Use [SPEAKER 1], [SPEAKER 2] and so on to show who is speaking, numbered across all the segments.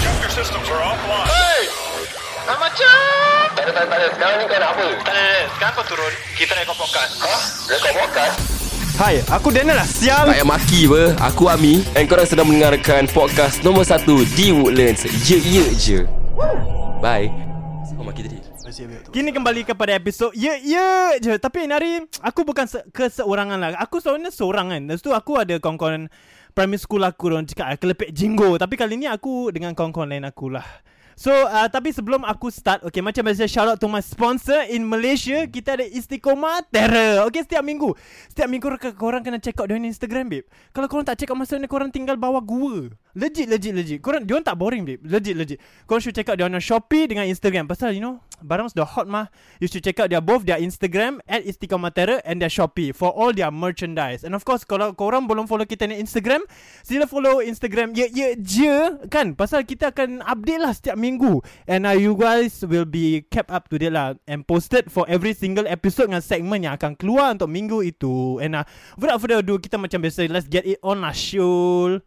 [SPEAKER 1] Your systems are offline.
[SPEAKER 2] Hey! Nak macam?
[SPEAKER 3] Tak ada, tak ada, tak ada. Sekarang ni kau nak
[SPEAKER 2] Tak
[SPEAKER 3] apa?
[SPEAKER 2] ada, tak ada. Sekarang kau turun, kita naik kopokkan.
[SPEAKER 3] Ha? Dia kau podcast?
[SPEAKER 4] Hai, aku Daniel lah
[SPEAKER 5] Tak
[SPEAKER 4] Sial
[SPEAKER 5] payah maki apa Aku Ami And korang sedang mendengarkan Podcast nombor 1 Di Woodlands Ye ye je Bye Kau maki tadi
[SPEAKER 4] Kini kembali kepada episod Ye ye je Tapi ni hari Aku bukan se- keseorangan lah Aku selalunya seorang kan Lepas tu aku ada kawan-kawan Primary school aku Orang cakap "Ah, Kelepek jinggo Tapi kali ni aku Dengan kawan-kawan lain aku lah So uh, tapi sebelum aku start Okay macam biasa shout out to my sponsor In Malaysia Kita ada Istiqomah Terror Okay setiap minggu Setiap minggu ke- korang kena check out Dia ni Instagram babe Kalau korang tak check out masa ni Korang tinggal bawah gua Legit legit legit Korang Diorang tak boring babe Legit legit Korang should check out Diorang Shopee dengan Instagram Pasal you know Barang sudah hot mah You should check out their both Their Instagram At Istiqomah Terror And their Shopee For all their merchandise And of course Kalau korang belum follow kita ni Instagram Sila follow Instagram Ye ye je Kan Pasal kita akan update lah Setiap minggu And uh, you guys Will be kept up to date lah And posted for every single episode Dengan segmen yang akan keluar Untuk minggu itu And uh, without further ado Kita macam biasa Let's get it on lah Syul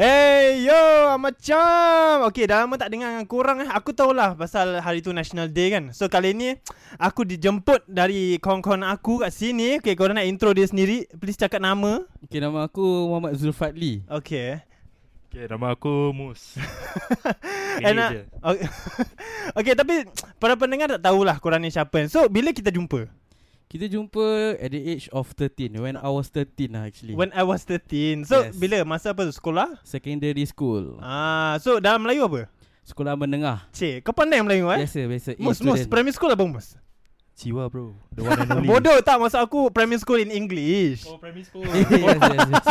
[SPEAKER 4] Hey yo macam Okay dah lama tak dengar dengan korang eh Aku tahulah pasal hari tu National Day kan So kali ni aku dijemput dari kawan-kawan aku kat sini Okay korang nak intro dia sendiri Please cakap nama eh.
[SPEAKER 6] Okay, nama aku Muhammad Zulfadli.
[SPEAKER 4] Okay
[SPEAKER 7] Okay, nama aku Mus.
[SPEAKER 4] And, uh,
[SPEAKER 7] je.
[SPEAKER 4] okay, okay tapi para pendengar tak tahulah korang ni siapa kan So bila kita jumpa?
[SPEAKER 6] Kita jumpa at the age of 13, when I was 13 lah actually.
[SPEAKER 4] When I was 13 So yes.
[SPEAKER 6] Yes.
[SPEAKER 4] bila? Masa apa tu? Sekolah?
[SPEAKER 6] secondary school,
[SPEAKER 4] Ah,
[SPEAKER 6] uh.
[SPEAKER 4] So dalam Melayu apa?
[SPEAKER 6] sekolah menengah.
[SPEAKER 4] Cik kau pandai Melayu eh?
[SPEAKER 6] Biasa biasa. A
[SPEAKER 4] Mus, Mus,
[SPEAKER 6] student.
[SPEAKER 4] primary school apa Mus?
[SPEAKER 7] Jiwa bro. The one and only.
[SPEAKER 4] Bodoh tak maksud aku primary school in English
[SPEAKER 7] Oh, primary school.
[SPEAKER 6] yes, yes, yes.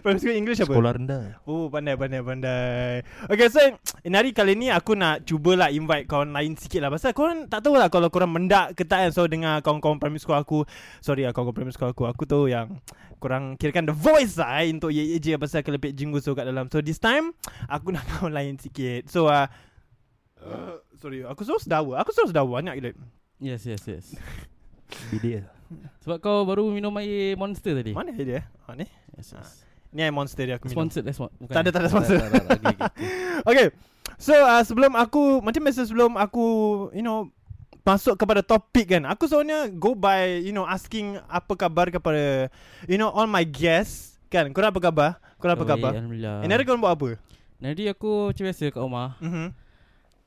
[SPEAKER 4] Primary school English apa?
[SPEAKER 7] Sekolah rendah.
[SPEAKER 4] Oh pandai pandai pandai Okay so in hari kali ni aku nak cubalah invite kawan lain sikit lah Pasal korang tak tahu lah kalau korang mendak ke tak kan So dengar kawan-kawan primary school aku Sorry lah kawan-kawan primary school aku Aku tahu yang korang kirakan the voice lah eh, Untuk ye je pasal kelepek jinggu so kat dalam So this time aku nak kawan lain sikit So uh, uh, sorry aku selalu sedawa Aku selalu sedawa banyak gila
[SPEAKER 6] yes, yes, yes.
[SPEAKER 7] Bidik.
[SPEAKER 6] Sebab kau baru minum air monster tadi.
[SPEAKER 4] Mana dia? Ha, ni?
[SPEAKER 6] Yes, yes.
[SPEAKER 4] Ni air monster dia aku minum
[SPEAKER 6] Sponsored lah that's what. Bukan.
[SPEAKER 4] Tak ada, tak ada sponsor.
[SPEAKER 6] Tak, tak, tak, okay, okay.
[SPEAKER 4] Okay So uh, sebelum aku Macam biasa sebelum aku You know Masuk kepada topik kan Aku sebenarnya Go by You know Asking apa kabar kepada You know all my guests Kan korang apa khabar Korang apa
[SPEAKER 6] Oh,
[SPEAKER 4] khabar
[SPEAKER 6] eh, Alhamdulillah.
[SPEAKER 4] Eh Nari korang buat apa
[SPEAKER 6] Nanti aku macam biasa kat rumah
[SPEAKER 4] mm-hmm.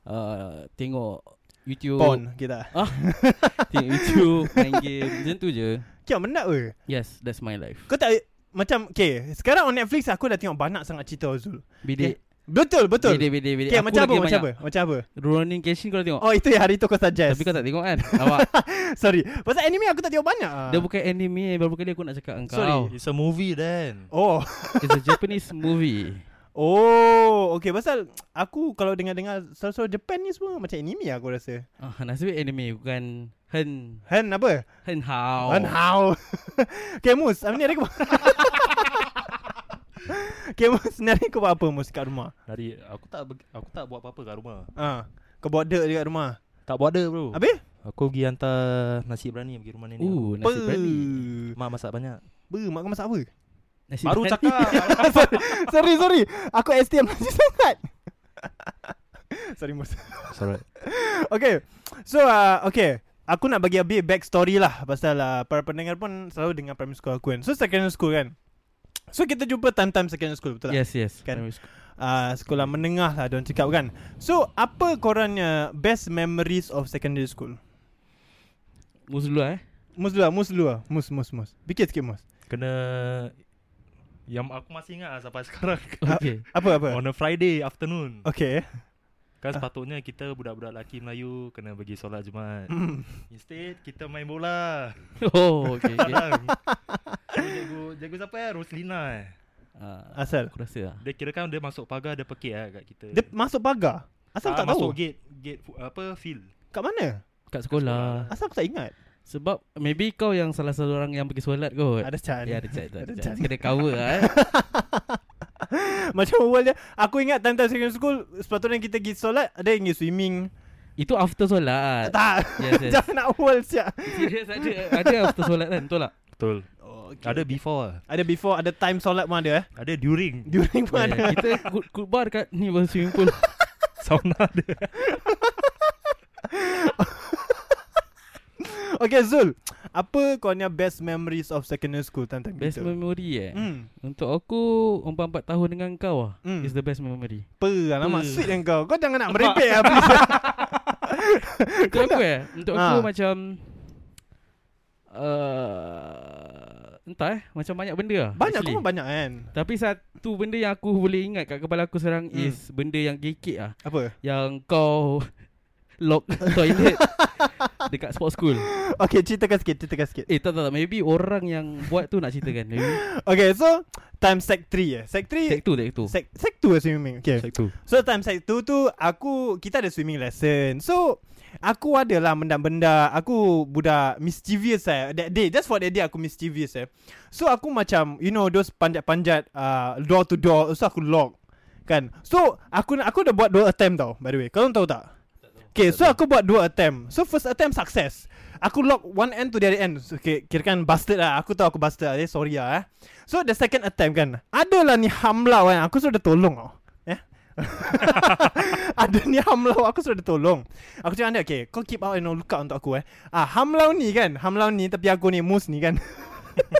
[SPEAKER 6] uh, tengok YouTube.
[SPEAKER 4] Pon kita
[SPEAKER 6] Ah, tengok YouTube, main game, macam tu je.
[SPEAKER 4] Kira benda ke
[SPEAKER 6] Yes, that's my life.
[SPEAKER 4] Kau tak Macam Okay Sekarang on Netflix Aku dah tengok banyak sangat cerita Azul
[SPEAKER 6] Bidik.
[SPEAKER 4] Betul betul
[SPEAKER 6] Bidik, bidik, bidik.
[SPEAKER 4] Okay
[SPEAKER 6] Aku
[SPEAKER 4] macam apa
[SPEAKER 6] lagi
[SPEAKER 4] Macam apa
[SPEAKER 6] banyak.
[SPEAKER 4] Macam apa
[SPEAKER 6] Ronin Kenshin kau dah tengok.
[SPEAKER 4] Oh itu yang hari tu kau suggest
[SPEAKER 6] Tapi kau tak tengok kan? Awak
[SPEAKER 4] Sorry Pasal anime aku tak tengok banyak ah.
[SPEAKER 6] Dia bukan anime Baru kali aku nak cakap dengan
[SPEAKER 4] Sorry.
[SPEAKER 6] kau
[SPEAKER 7] It's a movie then.
[SPEAKER 4] Oh
[SPEAKER 6] It's a Japanese movie
[SPEAKER 4] Oh, okay pasal aku kalau dengar-dengar selalu Japan ni semua macam anime aku rasa.
[SPEAKER 6] ah, Nasib baik anime Bukan Hen
[SPEAKER 4] Han apa?
[SPEAKER 6] Hen Hao
[SPEAKER 4] Han how? okay, Mus, apa ni ada kau? okay, Mus, ni ada kau buat apa Mus kat rumah?
[SPEAKER 7] Hari aku tak ber- aku tak buat apa-apa kat rumah.
[SPEAKER 4] Ha. Kau buat dek je kat rumah.
[SPEAKER 7] Tak buat ada bro.
[SPEAKER 4] Habis?
[SPEAKER 7] Aku pergi hantar nasi berani pergi rumah nenek.
[SPEAKER 4] Be.
[SPEAKER 6] Uh, nasib berani
[SPEAKER 7] Mak masak banyak.
[SPEAKER 4] Be, mak kau masak apa?
[SPEAKER 6] nasib
[SPEAKER 7] Baru
[SPEAKER 6] berani.
[SPEAKER 7] cakap.
[SPEAKER 4] sorry, sorry. Aku STM masih sangat. sorry, Mus.
[SPEAKER 7] Sorry.
[SPEAKER 4] Okay So uh, Okay Aku nak bagi a bit backstory lah Pasal uh, para pendengar pun Selalu dengar primary school aku kan So secondary school kan So kita jumpa time-time secondary school betul tak?
[SPEAKER 6] Yes yes
[SPEAKER 4] Kan?
[SPEAKER 6] Primary school.
[SPEAKER 4] Uh, sekolah menengah lah Diorang cakap kan So apa korangnya Best memories of secondary school
[SPEAKER 6] Muslulah eh
[SPEAKER 4] Mus dulu lah Mus dulu lah Mus mus mus Fikir sikit mus
[SPEAKER 7] Kena Yang aku masih ingat lah sampai sekarang
[SPEAKER 6] Okay
[SPEAKER 4] Apa apa
[SPEAKER 6] Oh,
[SPEAKER 7] On a Friday afternoon
[SPEAKER 4] Okay
[SPEAKER 7] Kan sepatutnya kita budak-budak lelaki Melayu Kena pergi solat Jumaat
[SPEAKER 4] Mm.
[SPEAKER 7] Instead kita main bola Kan?
[SPEAKER 6] Oh okay, okay.
[SPEAKER 7] Sekarang Jago, jago siapa eh? Roslina eh
[SPEAKER 6] Ah,
[SPEAKER 4] Asal
[SPEAKER 6] Aku rasa lah
[SPEAKER 7] Dia kira kan dia masuk pagar Dia pekik lah kat kita
[SPEAKER 4] Dia masuk pagar Asal aku
[SPEAKER 7] Ah,
[SPEAKER 4] tak
[SPEAKER 7] Masuk
[SPEAKER 4] tahu
[SPEAKER 7] gate Gate fu- apa field
[SPEAKER 4] Kat mana
[SPEAKER 6] Kat sekolah
[SPEAKER 4] Asal aku tak ingat
[SPEAKER 6] Sebab maybe kau yang salah satu orang yang pergi solat kot
[SPEAKER 4] Ada chance
[SPEAKER 6] Ya ada cat Ada
[SPEAKER 4] Ada
[SPEAKER 6] cat
[SPEAKER 4] chance.
[SPEAKER 6] Kena cover lah eh
[SPEAKER 4] Macam awal dia Aku ingat time-time secondary school Sepatutnya kita pergi solat Ada yang pergi swimming
[SPEAKER 6] Itu after solat
[SPEAKER 4] Tak
[SPEAKER 6] Yes, yes.
[SPEAKER 4] Jangan nak awal siap
[SPEAKER 6] Serius ada Ada after solat kan Betul tak
[SPEAKER 7] Betul Ada before lah
[SPEAKER 4] Oh, Ada before Ada time solat pun ada eh
[SPEAKER 7] Ada during
[SPEAKER 4] During pun ada
[SPEAKER 6] Ya, Kita good, good bar dekat ni Bawah swimming pool
[SPEAKER 7] Sauna ada
[SPEAKER 4] Okay Zul Apa kau punya best memories of secondary school time-time
[SPEAKER 6] Best
[SPEAKER 4] kita?
[SPEAKER 6] memory eh
[SPEAKER 4] Hmm
[SPEAKER 6] Untuk aku Empat-empat tahun dengan kau lah
[SPEAKER 4] Hmm.
[SPEAKER 6] Is the best memory
[SPEAKER 4] Apa Alamak
[SPEAKER 6] Apa?
[SPEAKER 4] sweet yang kau Kau jangan nak merepek lah please
[SPEAKER 6] Untuk aku eh Untuk aku
[SPEAKER 4] Ha.
[SPEAKER 6] macam uh, Entah eh Macam banyak benda lah
[SPEAKER 4] Banyak kau
[SPEAKER 6] actually.
[SPEAKER 4] pun banyak kan
[SPEAKER 6] Tapi satu benda yang aku boleh ingat Kat kepala aku sekarang
[SPEAKER 4] Hmm.
[SPEAKER 6] Is benda yang kekek lah
[SPEAKER 4] Apa
[SPEAKER 6] Yang kau Lock toilet Dekat sport school
[SPEAKER 4] Okay ceritakan sikit Ceritakan sikit
[SPEAKER 6] Eh tak tak tak Maybe orang yang buat tu nak ceritakan Maybe
[SPEAKER 4] Okay so Time sec 3 eh Sec 3
[SPEAKER 6] Take two take two
[SPEAKER 4] Sec, sec 2 swimming Okay
[SPEAKER 7] tu
[SPEAKER 4] So time sec 2 tu Aku Kita ada swimming lesson So Aku adalah benda-benda Aku budak mischievous eh That day Just for that day aku mischievous eh So aku macam You know those panjat-panjat uh, Door to door So aku lock Kan So aku aku dah buat dua attempt tau By the way Kau tahu tak? Okay so aku buat dua attempt So first attempt success Aku lock one end to the other end so, okay, Kira kan busted lah Aku tahu aku busted lah eh, Sorry lah eh So the second attempt kan Adalah ni hamlau kan Aku sudah tolong tau Eh ada ni hamlau Aku sudah tolong Aku cakap dengan dia Okay kau keep out and look out untuk aku eh ah, Hamlau ni kan Hamlau ni Tapi aku ni mus ni kan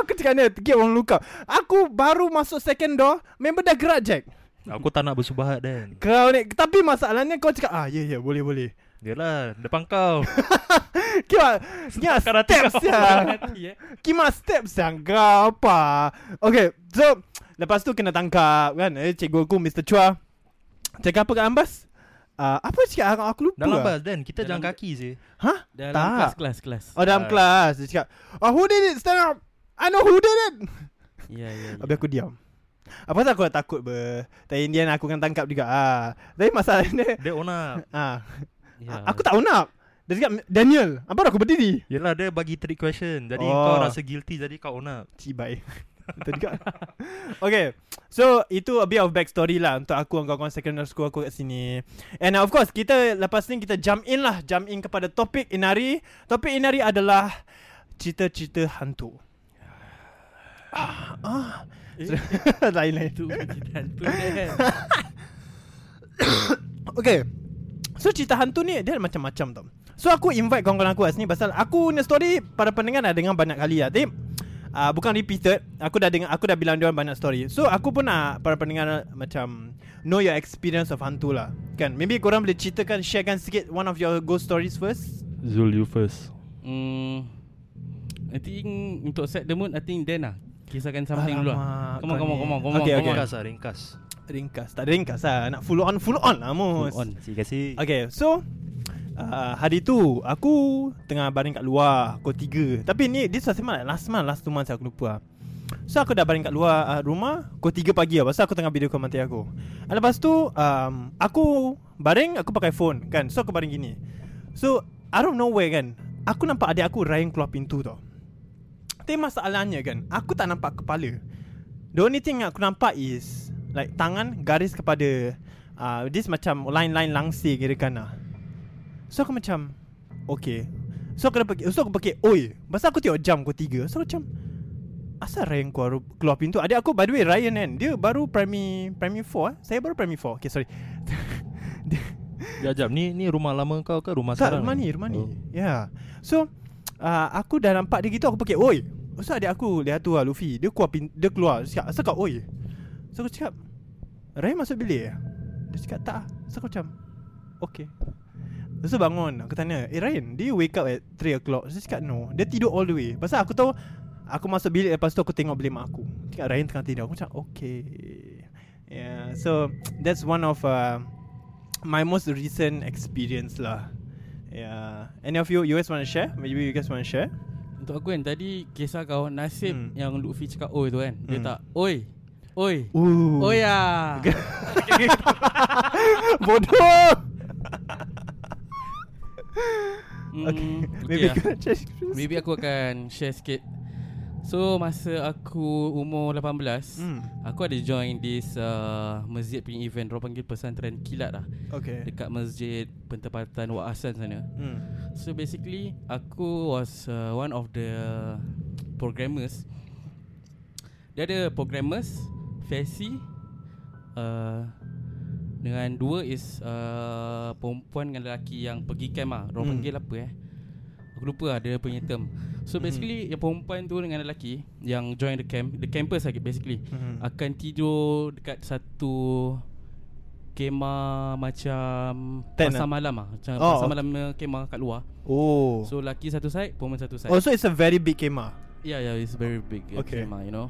[SPEAKER 4] Aku cakap dengan dia Keep on look out Aku baru masuk second door Member dah gerak Jack
[SPEAKER 7] Aku tak nak bersubahat Dan
[SPEAKER 4] Kau ni Tapi masalahnya kau cakap Ah ya yeah, ya yeah, boleh boleh
[SPEAKER 7] Yalah Depan kau
[SPEAKER 4] Kira Kira
[SPEAKER 7] Sekarang
[SPEAKER 4] steps
[SPEAKER 7] tengok.
[SPEAKER 4] ya
[SPEAKER 6] Hati, eh.
[SPEAKER 4] Kima steps yang kau apa Okay so Lepas tu kena tangkap kan eh, Cikgu aku Mr. Chua Cakap apa kat Ambas Ah, apa cakap aku, aku lupa
[SPEAKER 7] Dalam
[SPEAKER 4] lah.
[SPEAKER 7] bas Dan Kita
[SPEAKER 6] Dalam-
[SPEAKER 7] jalan kaki je
[SPEAKER 4] Hah?
[SPEAKER 6] Dalam
[SPEAKER 4] Tak.
[SPEAKER 6] kelas kelas kelas
[SPEAKER 4] Oh dalam
[SPEAKER 7] Ah.
[SPEAKER 4] kelas Dia cakap Oh who did it stand up I know who did it
[SPEAKER 6] Ya ya ya.
[SPEAKER 4] Habis aku diam Apa pasal aku dah takut ber Tapi Indian aku kena tangkap juga ah. Tapi masalahnya
[SPEAKER 7] Dia ona
[SPEAKER 4] ah,
[SPEAKER 6] Ya.
[SPEAKER 4] Aku tak unak Dia cakap Daniel Apa dah aku berdiri
[SPEAKER 7] Yelah dia bagi trick question Jadi
[SPEAKER 4] Oh.
[SPEAKER 7] kau rasa guilty Jadi kau ona
[SPEAKER 4] Cibai Tadi kat Okay So itu a bit of backstory lah Untuk aku dan kawan-kawan secondary school aku kat sini And of course kita Lepas ni kita jump in lah Jump in kepada topik Inari Topik Inari adalah Cerita-cerita hantu Ah, ah. Lain-lain
[SPEAKER 6] tu jidan tu kan.
[SPEAKER 4] Okay So cerita hantu ni Dia ada macam-macam tau So aku invite kawan-kawan aku kat sini Pasal aku punya story Para pendengar dah dengar banyak kali lah Tapi uh, Bukan repeated Aku dah dengar Aku dah bilang dia orang banyak story So aku pun nak Para pendengar Macam Know your experience of hantu lah Kan Maybe korang boleh ceritakan Sharekan sikit One of your ghost stories first
[SPEAKER 7] Zul you first
[SPEAKER 6] Hmm. I think untuk set the mood I think then lah. Kisahkan something dulu
[SPEAKER 4] Alamak,
[SPEAKER 6] lah. Come on
[SPEAKER 4] kau
[SPEAKER 6] come on
[SPEAKER 4] ni.
[SPEAKER 6] come on come on.
[SPEAKER 4] Okay, okay.
[SPEAKER 6] come on.
[SPEAKER 7] Ringkas lah ringkas
[SPEAKER 4] Ringkas Tak ada ringkas lah Nak full on Full on lah Mus
[SPEAKER 6] Full on.
[SPEAKER 7] Terima kasih
[SPEAKER 4] Okay so uh, Hari tu Aku Tengah baring kat luar Pukul tiga Tapi ni This was like last month Last two months aku lupa lah. So aku dah baring kat luar uh, rumah Pukul tiga pagi lah Pasal aku tengah video call mati aku Ah, Lepas tu um, Aku Baring aku pakai phone kan So aku baring gini So Out of nowhere kan Aku nampak adik aku Ryan keluar pintu tau Tapi masalahnya kan Aku tak nampak kepala The only thing yang aku nampak is Like tangan garis kepada uh, This macam line-line langsir kira kan lah So aku macam Okay So aku dah pergi So aku pergi Oi Pasal aku tengok jam pukul tiga So aku macam Asal Ryan keluar, keluar pintu Adik aku by the way Ryan kan Dia baru primary Primary 4 eh? Saya baru primary 4 Okay sorry Dia-
[SPEAKER 7] Sekejap sekejap. Ni, ni rumah lama kau ke rumah
[SPEAKER 4] tak,
[SPEAKER 7] sekarang
[SPEAKER 4] rumah ni, rumah ni.
[SPEAKER 7] Oh.
[SPEAKER 4] Ya. So, uh, aku dah nampak dia gitu aku fikir, "Oi, Ustaz adik aku, dia tu lah Luffy, dia keluar pin- dia keluar." Dia cakap, "Asal kau oi?" So aku cakap, ya?" "Rai masuk bilik." Dia cakap, "Tak." So aku macam, "Okey." Lepas tu bangun Aku tanya Eh Ryan Do you wake up at 3 o'clock Dia cakap no Dia tidur all the way Pasal aku tahu Aku masuk bilik Lepas tu aku tengok bilik mak aku Dia Cakap Ryan tengah tidur Aku cakap okay Yeah So That's one of uh, My most recent experience lah Yeah Any of you You guys want to share Maybe you guys want to share
[SPEAKER 6] Untuk aku kan Tadi kisah kawan Nasib
[SPEAKER 4] Hmm.
[SPEAKER 6] Yang Lutfi cakap Oi tu kan Dia
[SPEAKER 4] Hmm.
[SPEAKER 6] tak Oi Oi
[SPEAKER 4] Ooh.
[SPEAKER 6] Oi ya
[SPEAKER 4] Bodoh
[SPEAKER 6] Hmm,
[SPEAKER 4] Okay
[SPEAKER 6] okay
[SPEAKER 4] Maybe you
[SPEAKER 6] lah.
[SPEAKER 4] can change experience.
[SPEAKER 6] Maybe aku akan share sikit So masa aku umur 18
[SPEAKER 4] Hmm.
[SPEAKER 6] Aku ada join this uh, masjid punya event Orang panggil pesantren kilat lah
[SPEAKER 4] Okay
[SPEAKER 6] Dekat masjid pentempatan Wakasan sana
[SPEAKER 4] Hmm.
[SPEAKER 6] So basically Aku was uh, one of the programmers Dia ada programmers Fesi uh, Dengan dua is uh, Perempuan dengan lelaki yang pergi camp lah
[SPEAKER 4] Hmm.
[SPEAKER 6] Orang panggil apa eh Aku lupa lah dia punya term So basically yang perempuan tu dengan lelaki Yang join the camp The campers lah basically
[SPEAKER 4] Mhm.
[SPEAKER 6] Akan tidur dekat satu Kemah macam
[SPEAKER 4] Tent
[SPEAKER 6] Pasar
[SPEAKER 4] ah?
[SPEAKER 6] malam lah Macam
[SPEAKER 4] Oh,
[SPEAKER 6] pasar
[SPEAKER 4] okay.
[SPEAKER 6] malam punya kemah kat luar
[SPEAKER 4] Oh
[SPEAKER 6] So lelaki satu side Perempuan satu side
[SPEAKER 4] Oh so it's a very big kemah
[SPEAKER 6] Yeah yeah it's very big uh,
[SPEAKER 4] Okay.
[SPEAKER 6] kemah you know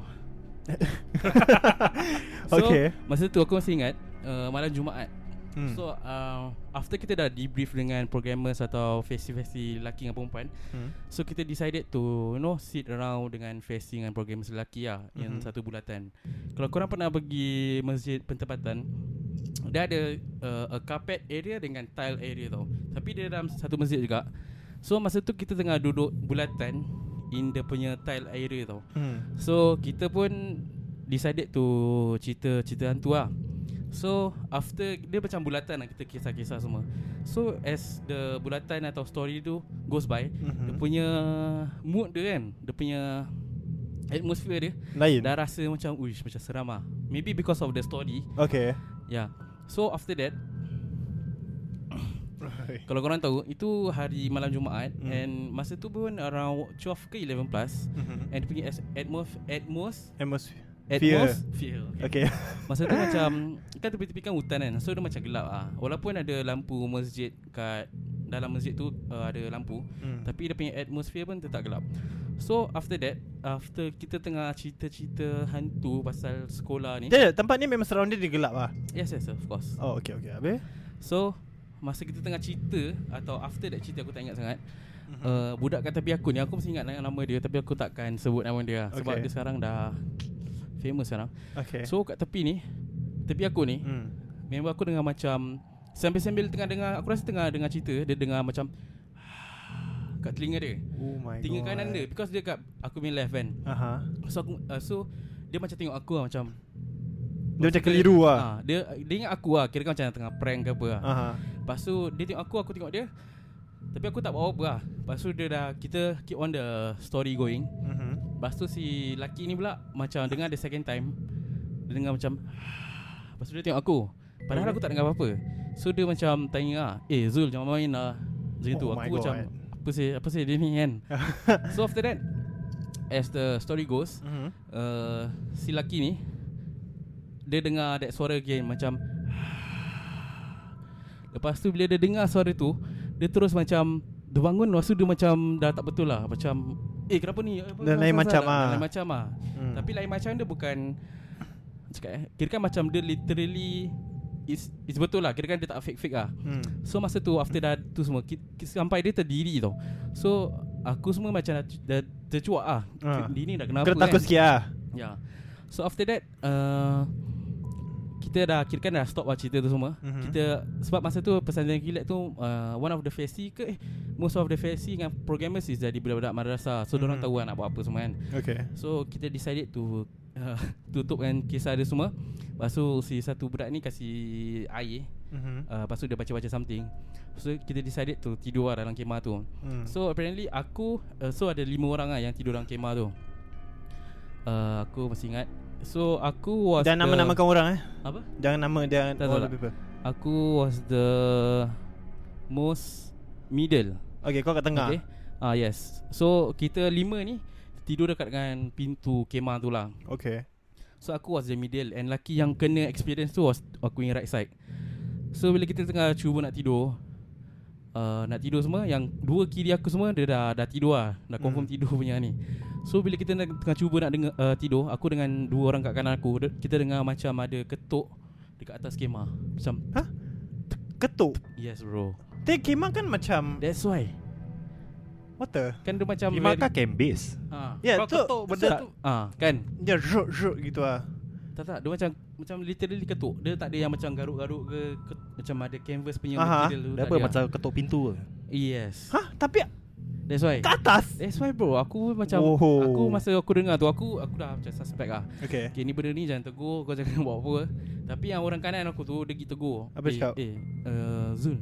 [SPEAKER 6] So
[SPEAKER 4] Okay
[SPEAKER 6] masa tu aku masih ingat uh, Malam Jumaat
[SPEAKER 4] Hmm.
[SPEAKER 6] So uh, After kita dah debrief dengan Programmers atau Fesi-fesi lelaki dengan perempuan
[SPEAKER 4] Hmm.
[SPEAKER 6] So kita decided to You know Sit around dengan Fesi dengan programmers lelaki lah Yang
[SPEAKER 4] Mhm.
[SPEAKER 6] satu bulatan Kalau korang pernah pergi Masjid Pentempatan Dia ada uh, A carpet area Dengan tile area tau Tapi dia dalam satu masjid juga So masa tu kita tengah duduk Bulatan In the punya tile area tau
[SPEAKER 4] Hmm.
[SPEAKER 6] So kita pun Decided to Cerita-cerita hantu lah So after Dia macam bulatan lah Kita kisah-kisah semua So as the bulatan atau story tu Goes by
[SPEAKER 4] Mhm.
[SPEAKER 6] Dia punya Mood dia kan Dia punya Atmosphere dia
[SPEAKER 4] Lain
[SPEAKER 6] Dah rasa macam Uish macam seram lah Maybe because of the story
[SPEAKER 4] Okay
[SPEAKER 6] Yeah So after that Kalau korang tahu Itu hari malam Jumaat
[SPEAKER 4] Hmm.
[SPEAKER 6] And masa tu pun Around 12 ke 11 plus
[SPEAKER 4] Mhm.
[SPEAKER 6] And dia punya as- atmos- Atmos
[SPEAKER 4] Atmosphere Fear.
[SPEAKER 6] Atmos Fear
[SPEAKER 4] Okay
[SPEAKER 6] Masa tu macam Kan tepi-tepi kan hutan kan So dia macam gelap ah. Walaupun ada lampu masjid Kat Dalam masjid tu uh, Ada lampu
[SPEAKER 4] Hmm.
[SPEAKER 6] Tapi dia punya atmosphere pun tetap gelap So after that After kita tengah cerita-cerita Hantu Pasal sekolah ni
[SPEAKER 4] Dia tempat ni memang surrounded dia gelap lah
[SPEAKER 6] Yes yes of course
[SPEAKER 4] Oh okay okay Habis
[SPEAKER 6] So Masa kita tengah cerita Atau after that cerita Aku tak ingat sangat
[SPEAKER 4] Mhm.
[SPEAKER 6] uh, Budak kat tepi aku ni Aku masih ingat nama dia Tapi aku takkan sebut nama dia Sebab
[SPEAKER 4] Okay.
[SPEAKER 6] dia sekarang dah Famous sekarang
[SPEAKER 4] Okay
[SPEAKER 6] So kat tepi ni Tepi aku ni
[SPEAKER 4] Hmm.
[SPEAKER 6] Member aku dengar macam Sambil-sambil tengah dengar Aku rasa tengah dengar cerita Dia dengar macam Kat telinga dia
[SPEAKER 4] Oh my
[SPEAKER 6] Telinga
[SPEAKER 4] god
[SPEAKER 6] kanan dia Because dia kat Aku punya left kan
[SPEAKER 4] Aha.
[SPEAKER 6] So aku uh, So Dia macam tengok aku lah Macam
[SPEAKER 4] Dia macam keliru lah Ah.
[SPEAKER 6] ah, Dia dia ingat aku lah Kira kan macam tengah prank ke apa lah
[SPEAKER 4] Aha.
[SPEAKER 6] Lepas tu Dia tengok aku Aku tengok dia Tapi aku tak buat apa lah Lepas tu dia dah Kita keep on the Story going
[SPEAKER 4] Mhm.
[SPEAKER 6] Lepas tu si laki ni pula Macam dengar the second time Dia dengar macam Lepas tu dia tengok aku Padahal aku tak dengar apa-apa So dia macam tanya lah Eh Zul jangan main lah Macam
[SPEAKER 4] Oh
[SPEAKER 6] tu
[SPEAKER 4] my
[SPEAKER 6] Aku
[SPEAKER 4] God.
[SPEAKER 6] macam Apa sih Apa sih dia ni kan So after that As the story goes
[SPEAKER 4] Mhm.
[SPEAKER 6] uh, Si laki ni Dia dengar that suara again Macam Lepas tu bila dia dengar suara tu Dia terus macam Dia bangun Lepas tu dia macam Dah tak betul lah Macam Eh kenapa ni Apa-
[SPEAKER 4] Dia
[SPEAKER 6] apa-
[SPEAKER 4] lain
[SPEAKER 6] apa-
[SPEAKER 4] macam
[SPEAKER 6] salah?
[SPEAKER 4] ah.
[SPEAKER 6] Lain macam ah.
[SPEAKER 4] Hmm.
[SPEAKER 6] Tapi lain macam dia bukan Cakap eh Kira kan macam dia literally It's, it's betul lah Kira kan dia tak fake-fake lah
[SPEAKER 4] Hmm.
[SPEAKER 6] So masa tu After dah tu semua ki- ki- Sampai dia terdiri tau So Aku semua macam dah, dah tercuak lah
[SPEAKER 4] Ah.
[SPEAKER 6] Dia ni dah kenapa
[SPEAKER 4] Kena takut
[SPEAKER 6] kan
[SPEAKER 4] sikit lah
[SPEAKER 6] Ya. So after that uh, kita dah kira kan dah stop lah cerita tu semua.
[SPEAKER 4] Mhm.
[SPEAKER 6] Mm-hmm. Kita sebab masa tu pesantren kilat tu uh, one of the fesi ke eh, most of the fesi dengan programmers is jadi budak-budak madrasah. So mm-hmm. orang
[SPEAKER 4] Mhm.
[SPEAKER 6] tahu lah nak buat apa semua kan.
[SPEAKER 4] Okay
[SPEAKER 6] So kita decided to uh, tutup kan kisah dia semua. Lepas tu si satu budak ni kasi air.
[SPEAKER 4] Mhm.
[SPEAKER 6] Uh, lepas tu dia baca-baca something. So kita decided to tidur lah dalam kemah tu.
[SPEAKER 4] Hmm.
[SPEAKER 6] So apparently aku uh, So ada lima orang lah yang tidur dalam kemah tu uh, Aku masih ingat So aku was
[SPEAKER 4] Jangan
[SPEAKER 6] the,
[SPEAKER 4] nama-namakan orang eh
[SPEAKER 6] Apa?
[SPEAKER 4] Jangan nama Jangan
[SPEAKER 6] Tak, lah. tak,
[SPEAKER 4] all the
[SPEAKER 6] tak.
[SPEAKER 4] people
[SPEAKER 6] Aku was the Most Middle
[SPEAKER 4] Okay kau kat tengah
[SPEAKER 6] Okay Ah yes So kita lima ni Tidur dekat dengan pintu kemah tu lah
[SPEAKER 4] Okay
[SPEAKER 6] So aku was the middle And lelaki yang kena experience tu was Aku yang right side So bila kita tengah cuba nak tidur uh, nak tidur semua yang dua kiri aku semua dia dah dah tidur lah dah
[SPEAKER 7] Hmm.
[SPEAKER 6] confirm tidur punya ni so bila kita nak, tengah cuba nak dengar uh, tidur aku dengan dua orang kat kanan aku de- kita dengar macam ada ketuk dekat atas kemah macam
[SPEAKER 4] Ketuk
[SPEAKER 6] yes bro
[SPEAKER 4] Tapi kemah kan macam
[SPEAKER 6] that's why
[SPEAKER 4] What the
[SPEAKER 6] kan dia macam
[SPEAKER 7] Imam kan campbase
[SPEAKER 6] ha,
[SPEAKER 4] Ya,
[SPEAKER 6] kau
[SPEAKER 4] tu-
[SPEAKER 6] ketuk benda
[SPEAKER 4] tak-
[SPEAKER 6] tu ah kan
[SPEAKER 4] Dia ruk ruk gitu lah
[SPEAKER 6] tak tak dia macam macam literally ketuk dia tak ada yang macam garuk-garuk ke, ke macam ada canvas punya
[SPEAKER 4] Aha.
[SPEAKER 6] material tu
[SPEAKER 7] Dah
[SPEAKER 6] tak
[SPEAKER 7] apa
[SPEAKER 6] ada.
[SPEAKER 7] macam ketuk pintu ke
[SPEAKER 6] yes
[SPEAKER 4] Hah tapi
[SPEAKER 6] that's why
[SPEAKER 4] ke atas
[SPEAKER 6] That's why bro Aku macam
[SPEAKER 4] Woah.
[SPEAKER 6] Aku masa aku dengar tu Aku aku dah macam suspect lah
[SPEAKER 4] Okay
[SPEAKER 6] Okay ni benda ni jangan tegur Kau jangan buat apa Tapi yang orang kanan aku tu Dia pergi tegur
[SPEAKER 4] Apa
[SPEAKER 6] eh,
[SPEAKER 4] cakap?
[SPEAKER 6] Eh uh, Zul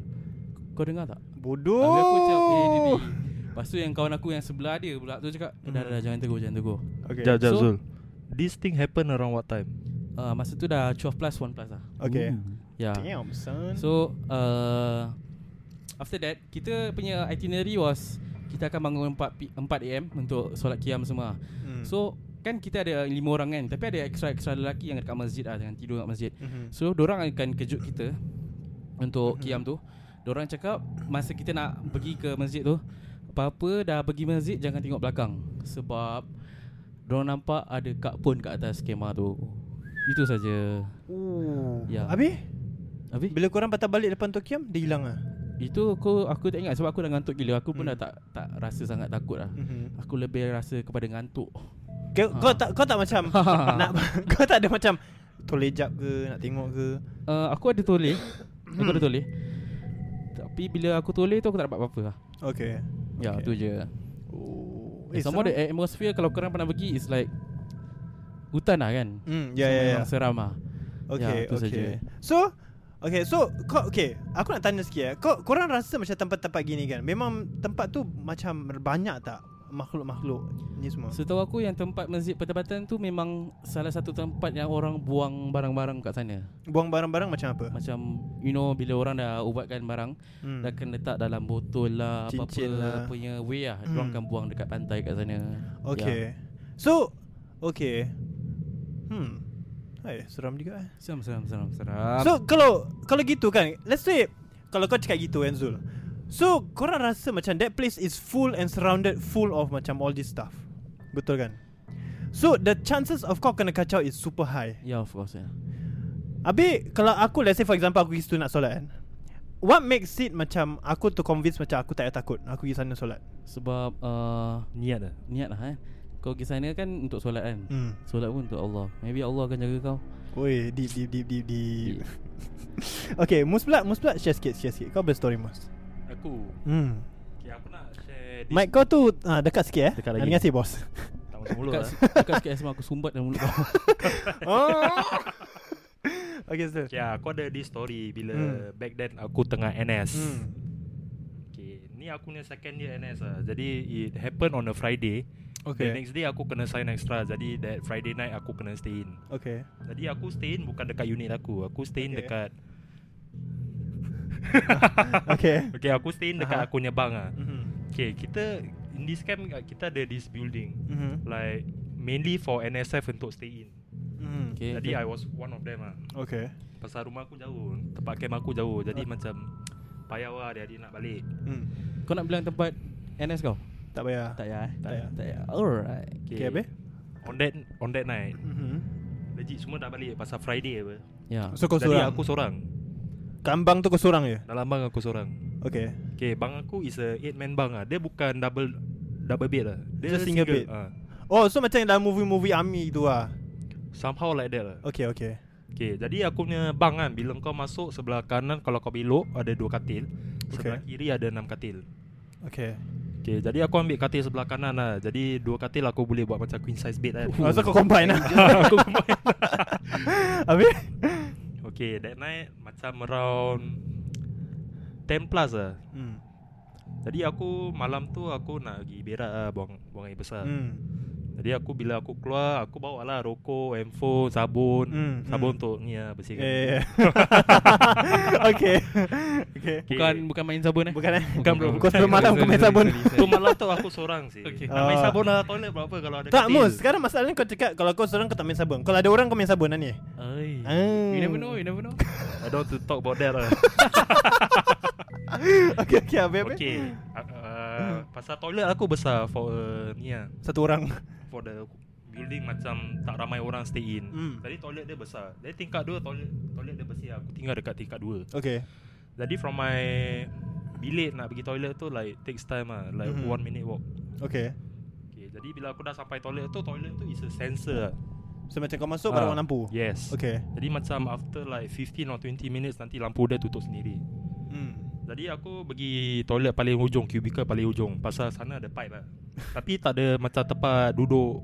[SPEAKER 6] Kau dengar tak?
[SPEAKER 4] Bodoh
[SPEAKER 6] Habis aku cakap Eh dia ni Lepas tu yang kawan aku yang sebelah dia pula tu cakap "Eh, Dah dah, dah jangan tegur Jangan tegur
[SPEAKER 4] Okay
[SPEAKER 7] Jap jap
[SPEAKER 6] So-
[SPEAKER 7] Zul This thing happen around what time
[SPEAKER 6] uh, Masa tu dah 12 plus 1 plus lah
[SPEAKER 4] Okay
[SPEAKER 6] Ya yeah.
[SPEAKER 4] Damn son
[SPEAKER 6] So uh, After that Kita punya itinerary was Kita akan bangun 4, P- 4 am Untuk solat qiyam semua
[SPEAKER 4] Hmm.
[SPEAKER 6] So Kan kita ada lima orang kan Tapi ada extra-extra lelaki Yang dekat masjid lah Yang tidur kat masjid
[SPEAKER 4] Mhm.
[SPEAKER 6] So dorang akan kejut kita
[SPEAKER 4] Hmm.
[SPEAKER 6] Untuk qiyam tu Dorang cakap Masa kita nak pergi ke masjid tu Apa-apa dah pergi masjid Jangan tengok belakang Sebab Dorang nampak ada kak pun kat atas skema tu Itu saja.
[SPEAKER 4] Ooh.
[SPEAKER 6] Ya.
[SPEAKER 4] Oh. Habis
[SPEAKER 6] Habis
[SPEAKER 4] Bila korang patah balik depan Tokiam Dia hilang lah
[SPEAKER 6] Itu aku aku tak ingat sebab aku dah ngantuk gila. Aku
[SPEAKER 4] Hmm.
[SPEAKER 6] pun dah tak tak rasa sangat takut lah.
[SPEAKER 4] Mhm.
[SPEAKER 6] Aku lebih rasa kepada ngantuk.
[SPEAKER 4] Kau, kau tak kau tak macam nak kau tak ada macam toleh jap ke nak tengok ke.
[SPEAKER 6] Uh, aku ada toleh. aku
[SPEAKER 4] Hmm.
[SPEAKER 6] ada toleh. Tapi bila aku toleh tu aku tak dapat apa-apa lah.
[SPEAKER 4] Okay.
[SPEAKER 6] Ya,
[SPEAKER 4] Okay. Eh,
[SPEAKER 6] tu je.
[SPEAKER 4] Oh.
[SPEAKER 6] Eh, Sama ada atmosphere kalau korang pernah pergi is like hutan lah kan.
[SPEAKER 4] Hmm, ya ya ya.
[SPEAKER 6] Memang seram lah.
[SPEAKER 4] Okay,
[SPEAKER 6] Ya, tu
[SPEAKER 4] okay.
[SPEAKER 6] saja.
[SPEAKER 4] So, okay, so kau okay, aku nak tanya sikit eh. Kau korang rasa macam tempat-tempat gini kan? Memang tempat tu macam banyak tak makhluk-makhluk ni semua?
[SPEAKER 6] Setahu aku yang tempat masjid pertempatan tu memang salah satu tempat yang orang buang barang-barang kat sana.
[SPEAKER 4] Buang barang-barang macam apa?
[SPEAKER 6] Macam you know bila orang dah ubatkan barang
[SPEAKER 4] Hmm.
[SPEAKER 6] Dah akan letak dalam botol lah
[SPEAKER 4] Cincin
[SPEAKER 6] Apa-apa
[SPEAKER 4] lah.
[SPEAKER 6] lah. punya way lah Diorang akan buang dekat pantai kat sana Ya.
[SPEAKER 4] Okay. So, okay. Hmm. Hai, seram juga eh.
[SPEAKER 6] Seram seram seram seram
[SPEAKER 4] So kalau kalau gitu kan Let's say Kalau kau cakap gitu kan Zul So korang rasa macam That place is full and surrounded Full of macam all this stuff Betul kan So the chances of kau kena kacau is super high
[SPEAKER 6] Ya of course ya.
[SPEAKER 4] Abi kalau aku let's say for example Aku pergi situ nak solat kan What makes it macam Aku tu convince macam aku tak payah takut Aku pergi sana solat
[SPEAKER 6] Sebab uh,
[SPEAKER 7] Niat lah
[SPEAKER 6] niat lah eh Kau pergi sana kan untuk solat kan
[SPEAKER 4] Hmm
[SPEAKER 6] Solat pun untuk Allah Maybe Allah akan jaga kau
[SPEAKER 4] Oi deep deep deep deep deep Okay Mus pula Mus pula share sikit share sikit Kau berstory Mus
[SPEAKER 7] Aku
[SPEAKER 4] Hmm
[SPEAKER 7] Okay aku nak share
[SPEAKER 4] Mic kau tu ah, Dekat sikit eh
[SPEAKER 7] Dekat lagi.
[SPEAKER 4] Terima kasih bos
[SPEAKER 7] Tak masuk mulut
[SPEAKER 6] Dekat,
[SPEAKER 7] lah
[SPEAKER 6] dekat sikit asma aku sumbat dalam mulut kau
[SPEAKER 4] Oh. Okay Zul
[SPEAKER 7] Okay aku ada this story Bila
[SPEAKER 4] Hmm.
[SPEAKER 7] back then aku tengah NS
[SPEAKER 4] Hmm.
[SPEAKER 7] Okay Ni aku ni second year NS lah Jadi it happen on a Friday
[SPEAKER 4] Okay.
[SPEAKER 7] The next day aku kena sign extra Jadi that Friday night aku kena stay in
[SPEAKER 4] Okay.
[SPEAKER 7] Jadi aku stay in bukan dekat unit aku Aku stay in
[SPEAKER 4] Okay.
[SPEAKER 7] dekat
[SPEAKER 4] Okay.
[SPEAKER 7] Okay aku stay in dekat
[SPEAKER 4] Aha.
[SPEAKER 7] aku punya bang lah
[SPEAKER 4] Mhm.
[SPEAKER 7] Okay kita In this camp uh, kita ada this building
[SPEAKER 4] Mhm.
[SPEAKER 7] Like Mainly for NSF untuk stay in
[SPEAKER 4] Mhm.
[SPEAKER 6] okay.
[SPEAKER 7] Jadi I was one of them lah
[SPEAKER 4] Okay.
[SPEAKER 7] Pasal rumah aku jauh Tempat camp aku jauh Jadi
[SPEAKER 4] Ah.
[SPEAKER 7] macam Payah lah hari-hari nak balik
[SPEAKER 4] Hmm.
[SPEAKER 6] Kau nak bilang tempat NS kau?
[SPEAKER 4] Tak payah.
[SPEAKER 6] Tak payah eh
[SPEAKER 4] Tak payah.
[SPEAKER 6] Tak payah Alright
[SPEAKER 4] Okay, habis?
[SPEAKER 7] On that on that night
[SPEAKER 4] Mhm.
[SPEAKER 7] Legit semua dah balik Pasal Friday apa
[SPEAKER 6] Ya
[SPEAKER 4] So kau
[SPEAKER 7] Jadi
[SPEAKER 4] seorang.
[SPEAKER 7] aku seorang
[SPEAKER 4] kambang tu kau seorang je.
[SPEAKER 7] Dalam bang aku seorang
[SPEAKER 4] Okay.
[SPEAKER 7] Okay bang aku is a 8 man bang lah Dia bukan double Double bed lah Dia
[SPEAKER 4] Just single bed.
[SPEAKER 7] ah.
[SPEAKER 4] Oh, so macam dalam movie-movie army tu ah.
[SPEAKER 7] Somehow like that lah
[SPEAKER 4] Okay, okay.
[SPEAKER 7] Okay jadi aku punya bang kan Bila kau masuk sebelah kanan Kalau kau belok Ada dua katil Sebelah kiri ada enam katil
[SPEAKER 4] Okay.
[SPEAKER 7] Okay jadi aku ambil katil sebelah kanan lah Jadi dua katil aku boleh buat macam queen size bed kan
[SPEAKER 4] Oh, so kau combine lah.
[SPEAKER 7] Aku combine.
[SPEAKER 4] Habis?
[SPEAKER 7] Okay that night Macam around 10 plus lah
[SPEAKER 4] Hmm.
[SPEAKER 7] Jadi aku malam tu aku nak pergi berak lah Buang, buang air besar
[SPEAKER 4] Hmm.
[SPEAKER 7] Jadi aku bila aku keluar Aku bawa lah rokok, handphone, sabun
[SPEAKER 4] Hmm,
[SPEAKER 7] Sabun
[SPEAKER 4] hmm.
[SPEAKER 7] untuk ni lah bersihkan
[SPEAKER 4] Eh. okay. Okay.
[SPEAKER 6] Bukan bukan main sabun eh
[SPEAKER 4] Bukan eh?
[SPEAKER 6] Bukan bro
[SPEAKER 4] Kau sebelum malam kau main sabun.
[SPEAKER 7] Tu malam tu aku seorang sih
[SPEAKER 6] Okay.
[SPEAKER 7] Nak main
[SPEAKER 4] Ah.
[SPEAKER 7] sabun lah toilet berapa kalau ada
[SPEAKER 4] Tak
[SPEAKER 7] katil.
[SPEAKER 4] Mus, kan? sekarang masalahnya kau cakap kalau kau seorang kau tak main sabun. Kalau ada orang kau main sabun lah ni.
[SPEAKER 7] Ay,
[SPEAKER 4] Ah.
[SPEAKER 6] You never know You never know
[SPEAKER 7] I don't want to talk about that lah
[SPEAKER 4] Okay okay habis habis
[SPEAKER 7] Okay uh, uh, Pasal toilet aku besar For uh, ni lah
[SPEAKER 4] Satu orang
[SPEAKER 7] For the building macam Tak ramai orang stay in
[SPEAKER 4] Hmm.
[SPEAKER 7] Jadi toilet dia besar Jadi tingkat dua toilet Toilet dia bersih lah. Aku tinggal dekat tingkat dua
[SPEAKER 4] Okay
[SPEAKER 7] Jadi from my Bilik nak pergi toilet tu Like takes time lah Like
[SPEAKER 4] Mhm.
[SPEAKER 7] one minute walk
[SPEAKER 4] Okay
[SPEAKER 7] okay, Jadi bila aku dah sampai toilet tu Toilet tu is a sensor lah
[SPEAKER 4] So macam kau masuk Baru
[SPEAKER 7] Ah,
[SPEAKER 4] orang lampu
[SPEAKER 7] Yes
[SPEAKER 4] Okay
[SPEAKER 7] Jadi macam after like 15 or 20 minutes Nanti lampu dia tutup sendiri
[SPEAKER 4] hmm.
[SPEAKER 7] Jadi aku pergi toilet paling hujung Cubicle paling hujung Pasal sana ada pipe lah Tapi tak ada macam tempat duduk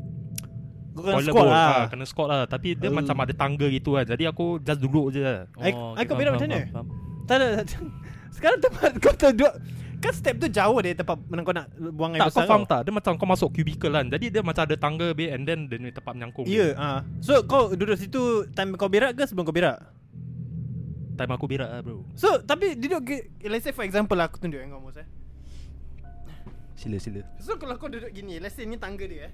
[SPEAKER 4] Kau kena
[SPEAKER 7] Toilet
[SPEAKER 4] squat
[SPEAKER 7] bowl.
[SPEAKER 4] lah
[SPEAKER 7] Ah, Kena squat lah Tapi dia
[SPEAKER 4] Eh.
[SPEAKER 7] macam ada tangga gitu kan Jadi aku just duduk je lah
[SPEAKER 4] I- I
[SPEAKER 6] Oh, okay,
[SPEAKER 4] kau berak
[SPEAKER 6] faham,
[SPEAKER 4] macam mana?
[SPEAKER 6] faham, faham.
[SPEAKER 4] Tak ada tak ada. Sekarang tempat kau terduduk Kan step tu jauh dari tempat Mana kau nak buang air
[SPEAKER 7] Tak kau
[SPEAKER 4] besar
[SPEAKER 7] faham tak Dia macam kau masuk cubicle kan Jadi dia macam ada tangga be And then dia ni tempat menyangkung
[SPEAKER 4] Ya ah. So kau duduk situ Time kau berak ke sebelum kau berak
[SPEAKER 7] Time aku berak lah bro
[SPEAKER 4] So tapi duduk ke- Let's say for example lah Aku tunjuk dengan kau Mus eh
[SPEAKER 7] Sila sila
[SPEAKER 4] So kalau kau duduk gini Let's say ni tangga dia eh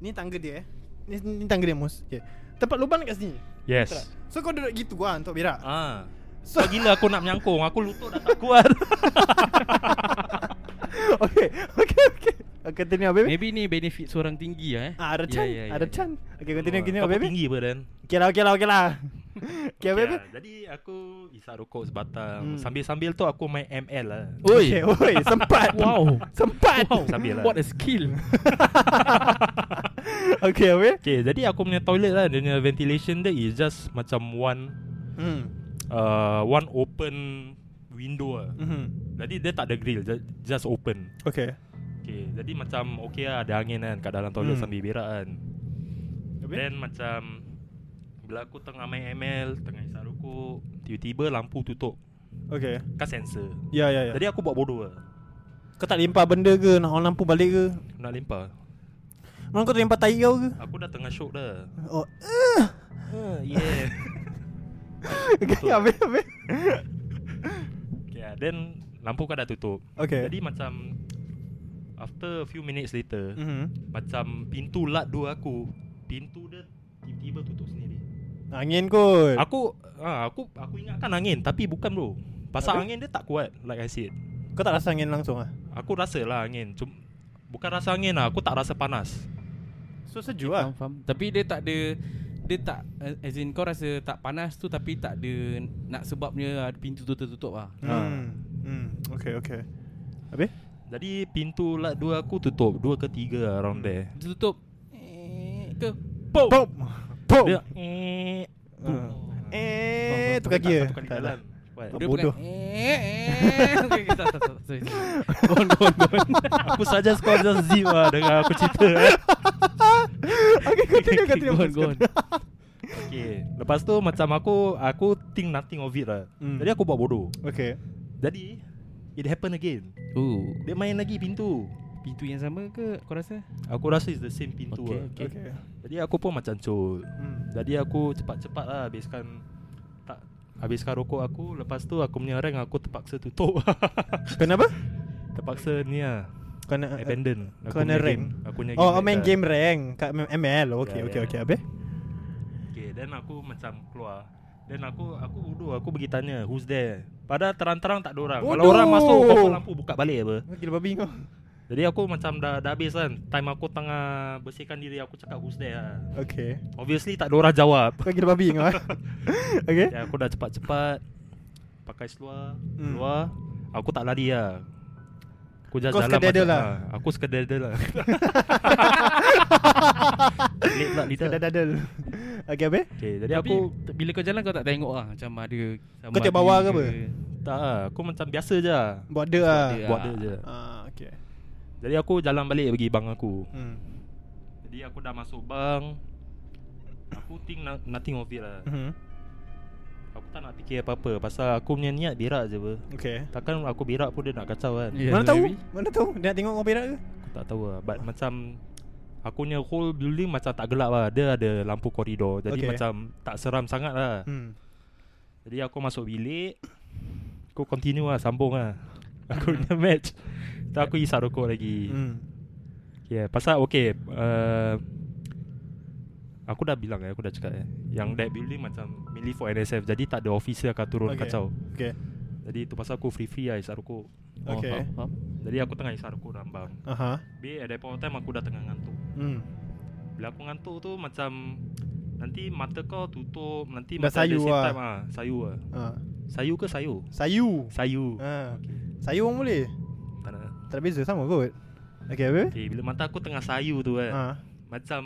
[SPEAKER 4] Ni tangga dia eh Ni, ni tangga dia Mus okay. Tempat lubang dekat sini
[SPEAKER 7] Yes
[SPEAKER 4] Betul tak? So kau duduk gitu lah untuk berak
[SPEAKER 7] Ah,
[SPEAKER 4] So
[SPEAKER 7] so, gila aku nak menyangkung Aku lutut dah tak kuat
[SPEAKER 4] Okay Okay okay Okay continue baby
[SPEAKER 6] Maybe ni benefit seorang tinggi lah eh
[SPEAKER 4] Ah, ada
[SPEAKER 6] Ya,
[SPEAKER 4] chan,
[SPEAKER 6] ya, ya,
[SPEAKER 4] ada
[SPEAKER 6] ya.
[SPEAKER 4] chan. Okay, continue, continue,
[SPEAKER 7] Kau
[SPEAKER 4] baby.
[SPEAKER 7] tinggi pun dan
[SPEAKER 4] Okay lah, okay lah, okay lah. Okay, baby.
[SPEAKER 7] lah. Jadi aku isap rokok sebatang
[SPEAKER 4] Hmm.
[SPEAKER 7] Sambil-sambil tu aku main ML lah
[SPEAKER 4] Okay,
[SPEAKER 6] Oi.
[SPEAKER 4] oi, sempat.
[SPEAKER 6] Wow.
[SPEAKER 4] Sempat.
[SPEAKER 6] Wow
[SPEAKER 7] Sambil lah.
[SPEAKER 6] What a skill
[SPEAKER 4] okay, baby.
[SPEAKER 7] Okay jadi aku punya toilet lah Dia punya ventilation dia is just macam one
[SPEAKER 4] Hmm.
[SPEAKER 7] uh, One open window lah
[SPEAKER 4] Mhm.
[SPEAKER 7] Jadi dia tak ada grill ju- Just open
[SPEAKER 4] Okay.
[SPEAKER 7] Okay jadi macam okay lah ada angin kan Kat dalam toilet
[SPEAKER 4] Hmm.
[SPEAKER 7] sambil berak kan
[SPEAKER 4] Habis?
[SPEAKER 7] Then macam Bila aku tengah main ML Tengah isap rokok Tiba-tiba lampu tutup
[SPEAKER 4] Okay.
[SPEAKER 7] Kan sensor
[SPEAKER 4] Ya, ya, ya.
[SPEAKER 7] Jadi aku buat bodoh lah
[SPEAKER 4] Kau tak lempar benda ke Nak on lampu balik ke
[SPEAKER 7] Nak lempar
[SPEAKER 4] Mana kau lempar tai kau ke
[SPEAKER 7] Aku dah tengah shock dah
[SPEAKER 4] Oh
[SPEAKER 7] Ha, Yeah
[SPEAKER 4] Okay habis habis
[SPEAKER 7] Okay ah, then Lampu kan dah tutup
[SPEAKER 4] Okay
[SPEAKER 7] Jadi macam After a few minutes later
[SPEAKER 4] mm-hmm.
[SPEAKER 7] Macam pintu lat dua aku Pintu dia tiba-tiba tutup sendiri
[SPEAKER 4] Angin kot
[SPEAKER 7] Aku ah, aku aku ingatkan angin Tapi bukan bro Pasal angin dia tak kuat Like I said
[SPEAKER 4] Kau tak rasa angin langsung ah?
[SPEAKER 7] Aku rasa lah angin Cuma, Bukan rasa angin lah Aku tak rasa panas
[SPEAKER 4] So sejuk ah.
[SPEAKER 6] faham, faham. Tapi dia tak ada Dia tak uh, As in kau rasa tak panas tu Tapi tak ada Nak sebabnya ada pintu tu tertutup lah
[SPEAKER 4] Hmm. hmm. Okay okay Habis?
[SPEAKER 7] Jadi pintu lat dua aku tutup Dua ke tiga lah around
[SPEAKER 4] Hmm.
[SPEAKER 7] there
[SPEAKER 6] Tertutup eh, Ke
[SPEAKER 4] Pop Pop Pop
[SPEAKER 7] Dia eh,
[SPEAKER 4] Ah. Eh tukar
[SPEAKER 7] tak
[SPEAKER 4] gear
[SPEAKER 7] satu kali
[SPEAKER 4] Tak lah
[SPEAKER 7] jalan. What?
[SPEAKER 4] Kau
[SPEAKER 6] Dia
[SPEAKER 4] bodoh.
[SPEAKER 6] bukan eh, eh. Okay, okay, stop, stop, stop. Sorry, sorry. Go on, go on, go on.
[SPEAKER 7] Aku suggest kau just zip lah Dengan aku cerita eh.
[SPEAKER 4] Okay continue continue
[SPEAKER 6] Go on, go on.
[SPEAKER 7] Okay Lepas tu macam aku Aku think nothing of it lah
[SPEAKER 4] Hmm.
[SPEAKER 7] Jadi aku buat bodoh
[SPEAKER 4] Okay
[SPEAKER 7] Jadi It happen again
[SPEAKER 6] Oh,
[SPEAKER 7] Dia main lagi pintu
[SPEAKER 6] pintu yang sama ke kau rasa?
[SPEAKER 7] Aku rasa it's the same pintu
[SPEAKER 6] Okay,
[SPEAKER 7] okay.
[SPEAKER 6] okay.
[SPEAKER 7] lah
[SPEAKER 4] Okay
[SPEAKER 7] Jadi aku pun macam cul
[SPEAKER 4] hmm.
[SPEAKER 7] Jadi aku cepat-cepat lah Habiskan Tak Habiskan rokok aku Lepas tu aku punya rank Aku terpaksa tutup
[SPEAKER 4] Kenapa?
[SPEAKER 7] Terpaksa ni lah
[SPEAKER 4] Kau nak
[SPEAKER 7] Abandon
[SPEAKER 4] kau nak
[SPEAKER 7] punya
[SPEAKER 4] Uh-huh. rank?
[SPEAKER 7] game- Aku punya
[SPEAKER 4] Oh, oh
[SPEAKER 7] rank
[SPEAKER 4] main
[SPEAKER 7] dah.
[SPEAKER 4] game rank Kat ML Oh, Okay
[SPEAKER 7] Ya,
[SPEAKER 4] okay
[SPEAKER 7] ya.
[SPEAKER 4] okay Habis?
[SPEAKER 7] Okay then aku macam keluar Then aku Aku bodoh Aku pergi tanya Who's there Padahal terang-terang tak ada orang Kalau
[SPEAKER 4] Bodoh.
[SPEAKER 7] orang masuk Kau lampu buka balik apa
[SPEAKER 4] Gila babi kau
[SPEAKER 7] Jadi aku macam dah, dah habis kan Time aku tengah Bersihkan diri Aku cakap who's there lah
[SPEAKER 4] Okay
[SPEAKER 7] Obviously tak ada orang jawab
[SPEAKER 4] Kau gila babi kau eh? Okay
[SPEAKER 7] Ya, aku dah cepat-cepat Pakai seluar
[SPEAKER 4] Hmm.
[SPEAKER 7] Keluar Aku tak lari lah Aku just
[SPEAKER 4] Kau
[SPEAKER 7] jalan
[SPEAKER 4] sekedar dia
[SPEAKER 7] macam-
[SPEAKER 4] lah.
[SPEAKER 7] ah, Aku sekedar dia lah Pelik pula lidah
[SPEAKER 4] Dah dadal Okay habis?
[SPEAKER 7] Okay jadi
[SPEAKER 6] Tapi
[SPEAKER 7] aku
[SPEAKER 6] aku bila kau jalan kau tak tengok lah macam ada
[SPEAKER 4] Kau tiap bawah ke apa?
[SPEAKER 7] Tak lah Aku macam biasa je lah
[SPEAKER 4] Buat dia lah
[SPEAKER 6] dia.
[SPEAKER 7] Buat dia je
[SPEAKER 4] Ah, okay.
[SPEAKER 7] Jadi aku jalan balik pergi bang aku
[SPEAKER 4] Hmm.
[SPEAKER 7] Jadi aku dah masuk bang Aku think no- nothing of it lah
[SPEAKER 4] Mhm.
[SPEAKER 7] Aku tak nak fikir apa-apa Pasal aku punya niat berak je apa
[SPEAKER 4] Okay.
[SPEAKER 7] Takkan aku berak pun dia nak kacau kan
[SPEAKER 6] Yeah,
[SPEAKER 4] Mana tahu? Mana tahu? Dia nak tengok kau berak ke?
[SPEAKER 7] Aku tak tahu lah But macam Aku punya whole building macam tak gelap lah Dia ada lampu koridor Jadi
[SPEAKER 4] Okay.
[SPEAKER 7] okay. macam tak seram sangat lah
[SPEAKER 4] Hmm.
[SPEAKER 7] Jadi aku masuk bilik Aku continue lah sambung lah Aku punya match Tu aku isap rokok lagi
[SPEAKER 4] Hmm.
[SPEAKER 7] Yeah pasal okay uh, Aku dah bilang eh Aku dah cakap eh Yang that building macam Mainly for NSF Jadi tak ada officer akan turun
[SPEAKER 4] Okay.
[SPEAKER 7] kacau
[SPEAKER 4] Okay.
[SPEAKER 7] Jadi tu pasal aku free-free lah isap rokok
[SPEAKER 4] Okay.
[SPEAKER 6] Oh,
[SPEAKER 7] Oh,
[SPEAKER 6] faham, faham.
[SPEAKER 7] Jadi aku tengah isap rokok dalam bang
[SPEAKER 4] Aha.
[SPEAKER 7] Habis at that point of time aku dah tengah ngantuk
[SPEAKER 4] Hmm.
[SPEAKER 7] Bila aku ngantuk tu macam Nanti mata kau tutup Nanti
[SPEAKER 4] Dah
[SPEAKER 7] mata at the
[SPEAKER 4] sayu
[SPEAKER 7] same
[SPEAKER 4] lah.
[SPEAKER 7] time, ah, Sayu lah
[SPEAKER 4] Ha.
[SPEAKER 7] Sayu ke sayu?
[SPEAKER 4] Sayu.
[SPEAKER 7] Sayu
[SPEAKER 4] Ha. Sayu pun boleh.
[SPEAKER 7] Tak nak
[SPEAKER 4] Tak ada beza sama kot. Okay, apa?
[SPEAKER 7] Okay, bila mata aku tengah sayu tu kan
[SPEAKER 4] Ha.
[SPEAKER 7] Macam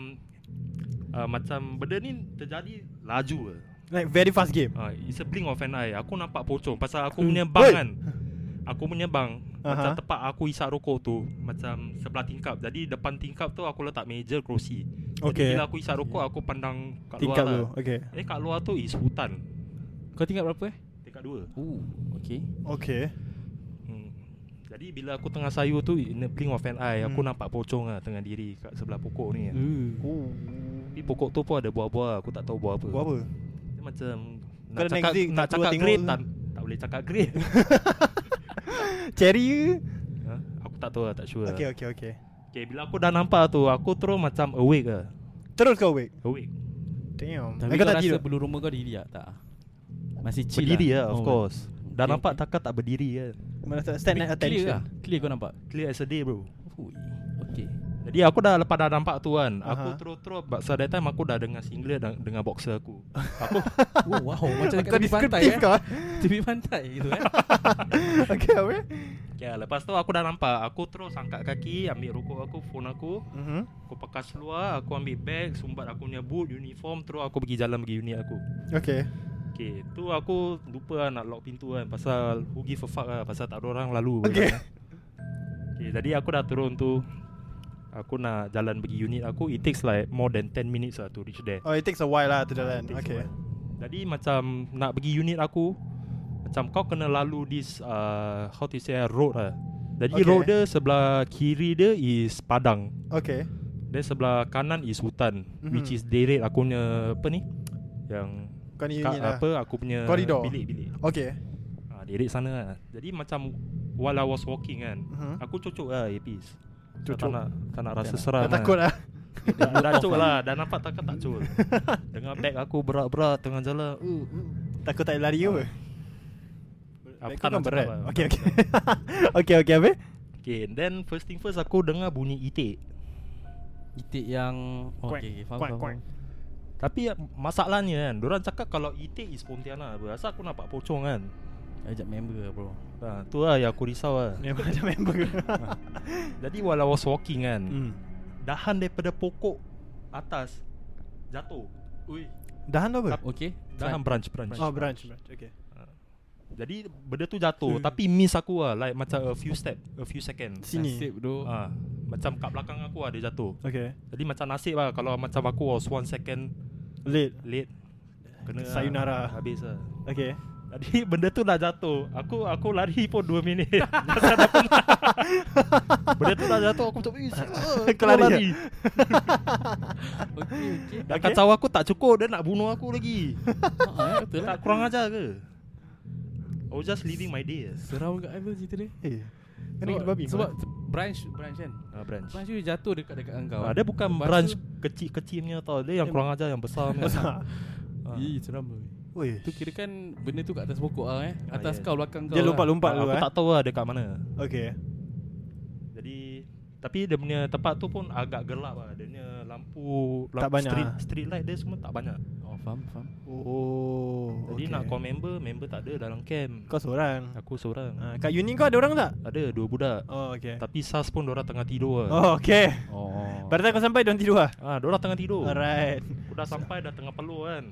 [SPEAKER 7] uh, Macam benda ni terjadi laju lah
[SPEAKER 4] Like very fast game.
[SPEAKER 7] uh, It's a blink of an eye Aku nampak pocong Pasal aku
[SPEAKER 4] Hmm.
[SPEAKER 7] punya bang
[SPEAKER 4] Oi.
[SPEAKER 7] kan Aku punya bang Macam
[SPEAKER 4] Aha.
[SPEAKER 7] tempat aku isap rokok tu Macam sebelah tingkap Jadi depan tingkap tu aku letak meja kerusi Jadi
[SPEAKER 4] Okay.
[SPEAKER 7] bila aku isap rokok aku pandang kat
[SPEAKER 4] Tingkap
[SPEAKER 7] luar
[SPEAKER 4] tu.
[SPEAKER 7] lah
[SPEAKER 4] Okay.
[SPEAKER 7] Eh kat luar tu is hutan
[SPEAKER 6] Kau tingkat berapa eh?
[SPEAKER 7] Tingkat dua
[SPEAKER 4] Eh,
[SPEAKER 6] Ooh, okay.
[SPEAKER 4] Okay.
[SPEAKER 7] hmm. Jadi bila aku tengah sayu tu In a blink of an eye Aku
[SPEAKER 4] Hmm.
[SPEAKER 7] nampak pocong lah tengah diri Kat sebelah pokok ni
[SPEAKER 6] Ooh.
[SPEAKER 4] Oh.
[SPEAKER 7] Tapi pokok tu pun ada buah-buah Aku tak tahu buah apa
[SPEAKER 4] Buat apa?
[SPEAKER 7] Dia macam
[SPEAKER 4] Kau
[SPEAKER 7] Nak
[SPEAKER 4] ada
[SPEAKER 7] cakap,
[SPEAKER 4] magazine,
[SPEAKER 7] nak
[SPEAKER 4] tak keluar
[SPEAKER 7] cakap
[SPEAKER 4] tengok
[SPEAKER 7] grade
[SPEAKER 4] ke?
[SPEAKER 7] tak, tak boleh cakap grade
[SPEAKER 4] Cherry ke?
[SPEAKER 7] Ha? Aku tak tahu lah, tak sure
[SPEAKER 4] Okay, okay,
[SPEAKER 7] okay.
[SPEAKER 4] okay.
[SPEAKER 7] okay, bila aku dah nampak tu Aku terus macam awake lah
[SPEAKER 4] Terus kau awake.
[SPEAKER 7] Awake
[SPEAKER 4] Damn.
[SPEAKER 6] Tapi
[SPEAKER 4] Eh,
[SPEAKER 6] kau, rasa bulu rumah kau diri tak? tak? Masih chill
[SPEAKER 7] Berdiri lah,
[SPEAKER 6] lah
[SPEAKER 7] of course Dah
[SPEAKER 6] Okay,
[SPEAKER 7] nampak
[SPEAKER 6] okay.
[SPEAKER 7] takkan tak berdiri kan
[SPEAKER 4] Mana tak stand at
[SPEAKER 6] Clear lah
[SPEAKER 4] attention.
[SPEAKER 6] Clear kau nampak
[SPEAKER 7] Clear as a day bro
[SPEAKER 6] Ui, Okay
[SPEAKER 7] Jadi aku dah lepas dah nampak tu kan Aku
[SPEAKER 4] Aha.
[SPEAKER 7] terus-terus Sebab that time aku dah dengan singlet dan Dengan boxer aku
[SPEAKER 6] oh, Wow Macam
[SPEAKER 4] Kau
[SPEAKER 6] dekat tepi pantai
[SPEAKER 4] deskriptif
[SPEAKER 6] eh.
[SPEAKER 4] kau.
[SPEAKER 6] Tepi pantai gitu eh
[SPEAKER 4] Okay, apa?
[SPEAKER 7] Ya lepas tu aku dah nampak Aku terus angkat kaki Ambil rokok aku Phone aku
[SPEAKER 4] Mhm.
[SPEAKER 7] Aku pakai seluar Aku ambil bag Sumbat aku punya boot Uniform Terus aku pergi jalan pergi unit aku
[SPEAKER 4] Okay.
[SPEAKER 7] Okay Tu aku lupa lah nak lock pintu kan Pasal Who give a fuck lah Pasal tak ada orang lalu
[SPEAKER 4] Okay.
[SPEAKER 7] okay Jadi aku dah turun tu Aku nak jalan pergi unit aku It takes like more than 10 minutes lah to reach there
[SPEAKER 4] Oh, it takes a while lah to jalan.
[SPEAKER 7] It takes
[SPEAKER 4] Okay.
[SPEAKER 7] a while. Jadi macam nak pergi unit aku Macam kau kena lalu this uh, How to say ah, road lah
[SPEAKER 4] Okay.
[SPEAKER 7] Jadi okay. road dia sebelah kiri dia is padang
[SPEAKER 4] Okay.
[SPEAKER 7] Then sebelah kanan is hutan
[SPEAKER 4] Mhm.
[SPEAKER 7] mm-hmm. Which is deret aku punya apa ni Yang
[SPEAKER 4] Kau ni
[SPEAKER 7] kat
[SPEAKER 4] unit lah.
[SPEAKER 7] apa aku punya
[SPEAKER 4] Koridor.
[SPEAKER 7] bilik-bilik
[SPEAKER 4] Okay.
[SPEAKER 7] ha, Deret sana lah Jadi macam while I was walking kan
[SPEAKER 4] Mhm.
[SPEAKER 7] Aku cucuk lah earpiece
[SPEAKER 4] Cucuk.
[SPEAKER 7] Tak nak, tak nak
[SPEAKER 6] Tak nak.
[SPEAKER 7] rasa
[SPEAKER 6] eh.
[SPEAKER 7] seram
[SPEAKER 4] Dah takut lah.
[SPEAKER 7] Dah, dah cuk lah Dah nampak takkan tak cuk Dengan beg aku berat-berat Tengah jalan uh, uh.
[SPEAKER 4] Takut tak boleh lari ke apa?
[SPEAKER 7] Aku
[SPEAKER 4] Back
[SPEAKER 7] tak
[SPEAKER 4] kau
[SPEAKER 7] nak
[SPEAKER 4] kan berat.
[SPEAKER 7] cakap lah.
[SPEAKER 4] Okay, okay. okay, okay, apa?
[SPEAKER 7] Okay then first thing first Aku dengar bunyi E itik
[SPEAKER 6] Itik yang oh, Okay, okay faham,
[SPEAKER 4] Kuak,
[SPEAKER 6] faham,
[SPEAKER 4] kuak.
[SPEAKER 6] faham.
[SPEAKER 7] Tapi masalahnya kan Diorang cakap kalau itik is Pontianak apa. Asal aku nampak pocong kan
[SPEAKER 6] Ajak member lah bro
[SPEAKER 7] ha, Tu lah yang aku risau lah
[SPEAKER 4] Memang macam member ke?
[SPEAKER 7] Jadi while I was walking kan
[SPEAKER 4] Hmm.
[SPEAKER 7] Dahan daripada pokok Atas Jatuh Ui
[SPEAKER 4] Dahan tu apa?
[SPEAKER 6] Okay
[SPEAKER 7] Dahan branch branch
[SPEAKER 4] Oh, branch. branch. Okay.
[SPEAKER 7] Jadi benda tu jatuh Tapi miss aku lah Like macam a few step A few second
[SPEAKER 4] Sini.
[SPEAKER 6] Nasib bro
[SPEAKER 7] ha, Macam kat belakang aku lah dia jatuh
[SPEAKER 4] Okay.
[SPEAKER 7] Jadi macam nasib lah Kalau macam aku was one second
[SPEAKER 4] Late.
[SPEAKER 7] late Kena lah.
[SPEAKER 4] Sayonara.
[SPEAKER 7] Habis lah
[SPEAKER 4] Okay.
[SPEAKER 7] Jadi benda tu dah jatuh Aku aku lari pun 2 minit Benda tu dah jatuh Aku macam "Ih, siapa?
[SPEAKER 4] Kau lari
[SPEAKER 6] Okay okay
[SPEAKER 7] Dah kacau aku tak cukup Dia nak bunuh aku lagi
[SPEAKER 6] Haa eh, betul lah
[SPEAKER 7] Tak kurang ajar ke I was just living my day
[SPEAKER 6] Seram kat aku cerita ni
[SPEAKER 4] Eh. Kena kita
[SPEAKER 6] Sebab-
[SPEAKER 4] babi.
[SPEAKER 6] Sebab branch Branch kan
[SPEAKER 7] ah, Branch
[SPEAKER 6] Branch tu dia jatuh dekat-dekat engkau
[SPEAKER 7] ah, Dia bukan
[SPEAKER 6] Lepas
[SPEAKER 7] branch
[SPEAKER 6] tu-
[SPEAKER 7] kecil-kecilnya tau Dia yang kurang ajar yang besar punya. Ah.
[SPEAKER 6] Ih seram bro
[SPEAKER 4] Woi.
[SPEAKER 6] Tu kira kan Benda tu kat atas pokok lah eh
[SPEAKER 7] Ah,
[SPEAKER 6] Atas
[SPEAKER 7] yes.
[SPEAKER 6] kau belakang kau
[SPEAKER 4] Dia
[SPEAKER 6] lah.
[SPEAKER 4] lompat-lompat
[SPEAKER 7] Ah,
[SPEAKER 4] dulu
[SPEAKER 7] Aku
[SPEAKER 4] eh.
[SPEAKER 7] tak tahu lah dia kat mana
[SPEAKER 4] Okay.
[SPEAKER 7] Jadi tapi dia punya tempat tu pun agak gelap lah Dia punya lampu, lampu
[SPEAKER 4] Tak banyak
[SPEAKER 7] street,
[SPEAKER 4] ah.
[SPEAKER 7] street light dia semua tak banyak
[SPEAKER 6] Oh faham faham
[SPEAKER 4] Oh.
[SPEAKER 7] Jadi nak call member Member tak ada dalam camp
[SPEAKER 4] Kau seorang.
[SPEAKER 7] Aku seorang
[SPEAKER 4] Ah, kat uni kau ada orang tak?
[SPEAKER 7] Ada dua budak
[SPEAKER 4] Oh, okay.
[SPEAKER 7] Tapi SAS pun dorang tengah tidur lah
[SPEAKER 4] Oh, okay.
[SPEAKER 6] Oh
[SPEAKER 4] Pada kau sampai dia tidur ah.
[SPEAKER 7] Ah, dorang tengah tidur
[SPEAKER 4] Alright. Hmm.
[SPEAKER 7] Aku dah sampai dah tengah peluh kan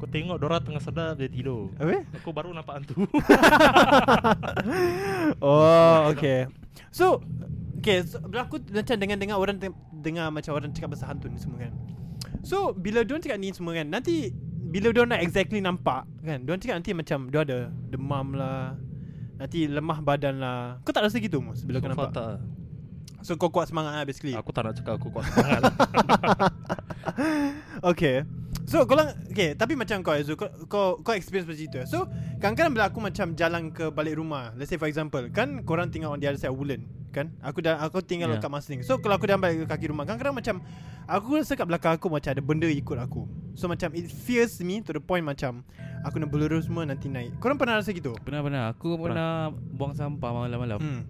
[SPEAKER 7] Aku tengok dorang tengah sedap dia tidur
[SPEAKER 4] Apa?
[SPEAKER 7] Aku baru nampak hantu
[SPEAKER 4] Oh, okay. So, okay, so, bila aku macam dengar-dengar orang teng- dengar macam orang cakap pasal hantu ni semua kan. So, bila dia cakap ni semua kan, nanti bila dia nak exactly nampak kan, dia cakap nanti macam dia ada demam lah. Nanti lemah badan lah. Kau tak rasa gitu Mus bila kau
[SPEAKER 7] So
[SPEAKER 4] nampak?
[SPEAKER 7] far tak Ah, lah.
[SPEAKER 4] So kau kuat semangat lah basically.
[SPEAKER 7] Aku tak nak cakap aku kuat semangat lah.
[SPEAKER 4] Okay So korang Okay Tapi macam kau Azul Kau, kau, kau experience macam itu So Kadang-kadang bila aku macam Jalan ke balik rumah Let's say for example Kan korang tinggal on the other side of Woodland Kan Aku dah aku tinggal yeah.
[SPEAKER 6] Ya.
[SPEAKER 4] kat Masling So kalau aku dah balik kaki rumah Kadang-kadang macam Aku rasa kat belakang aku Macam ada benda ikut aku So macam It fears me to the point macam Aku nak blur semua nanti naik Korang pernah rasa gitu?
[SPEAKER 6] Pernah-pernah Aku pernah buang sampah malam-malam
[SPEAKER 4] Hmm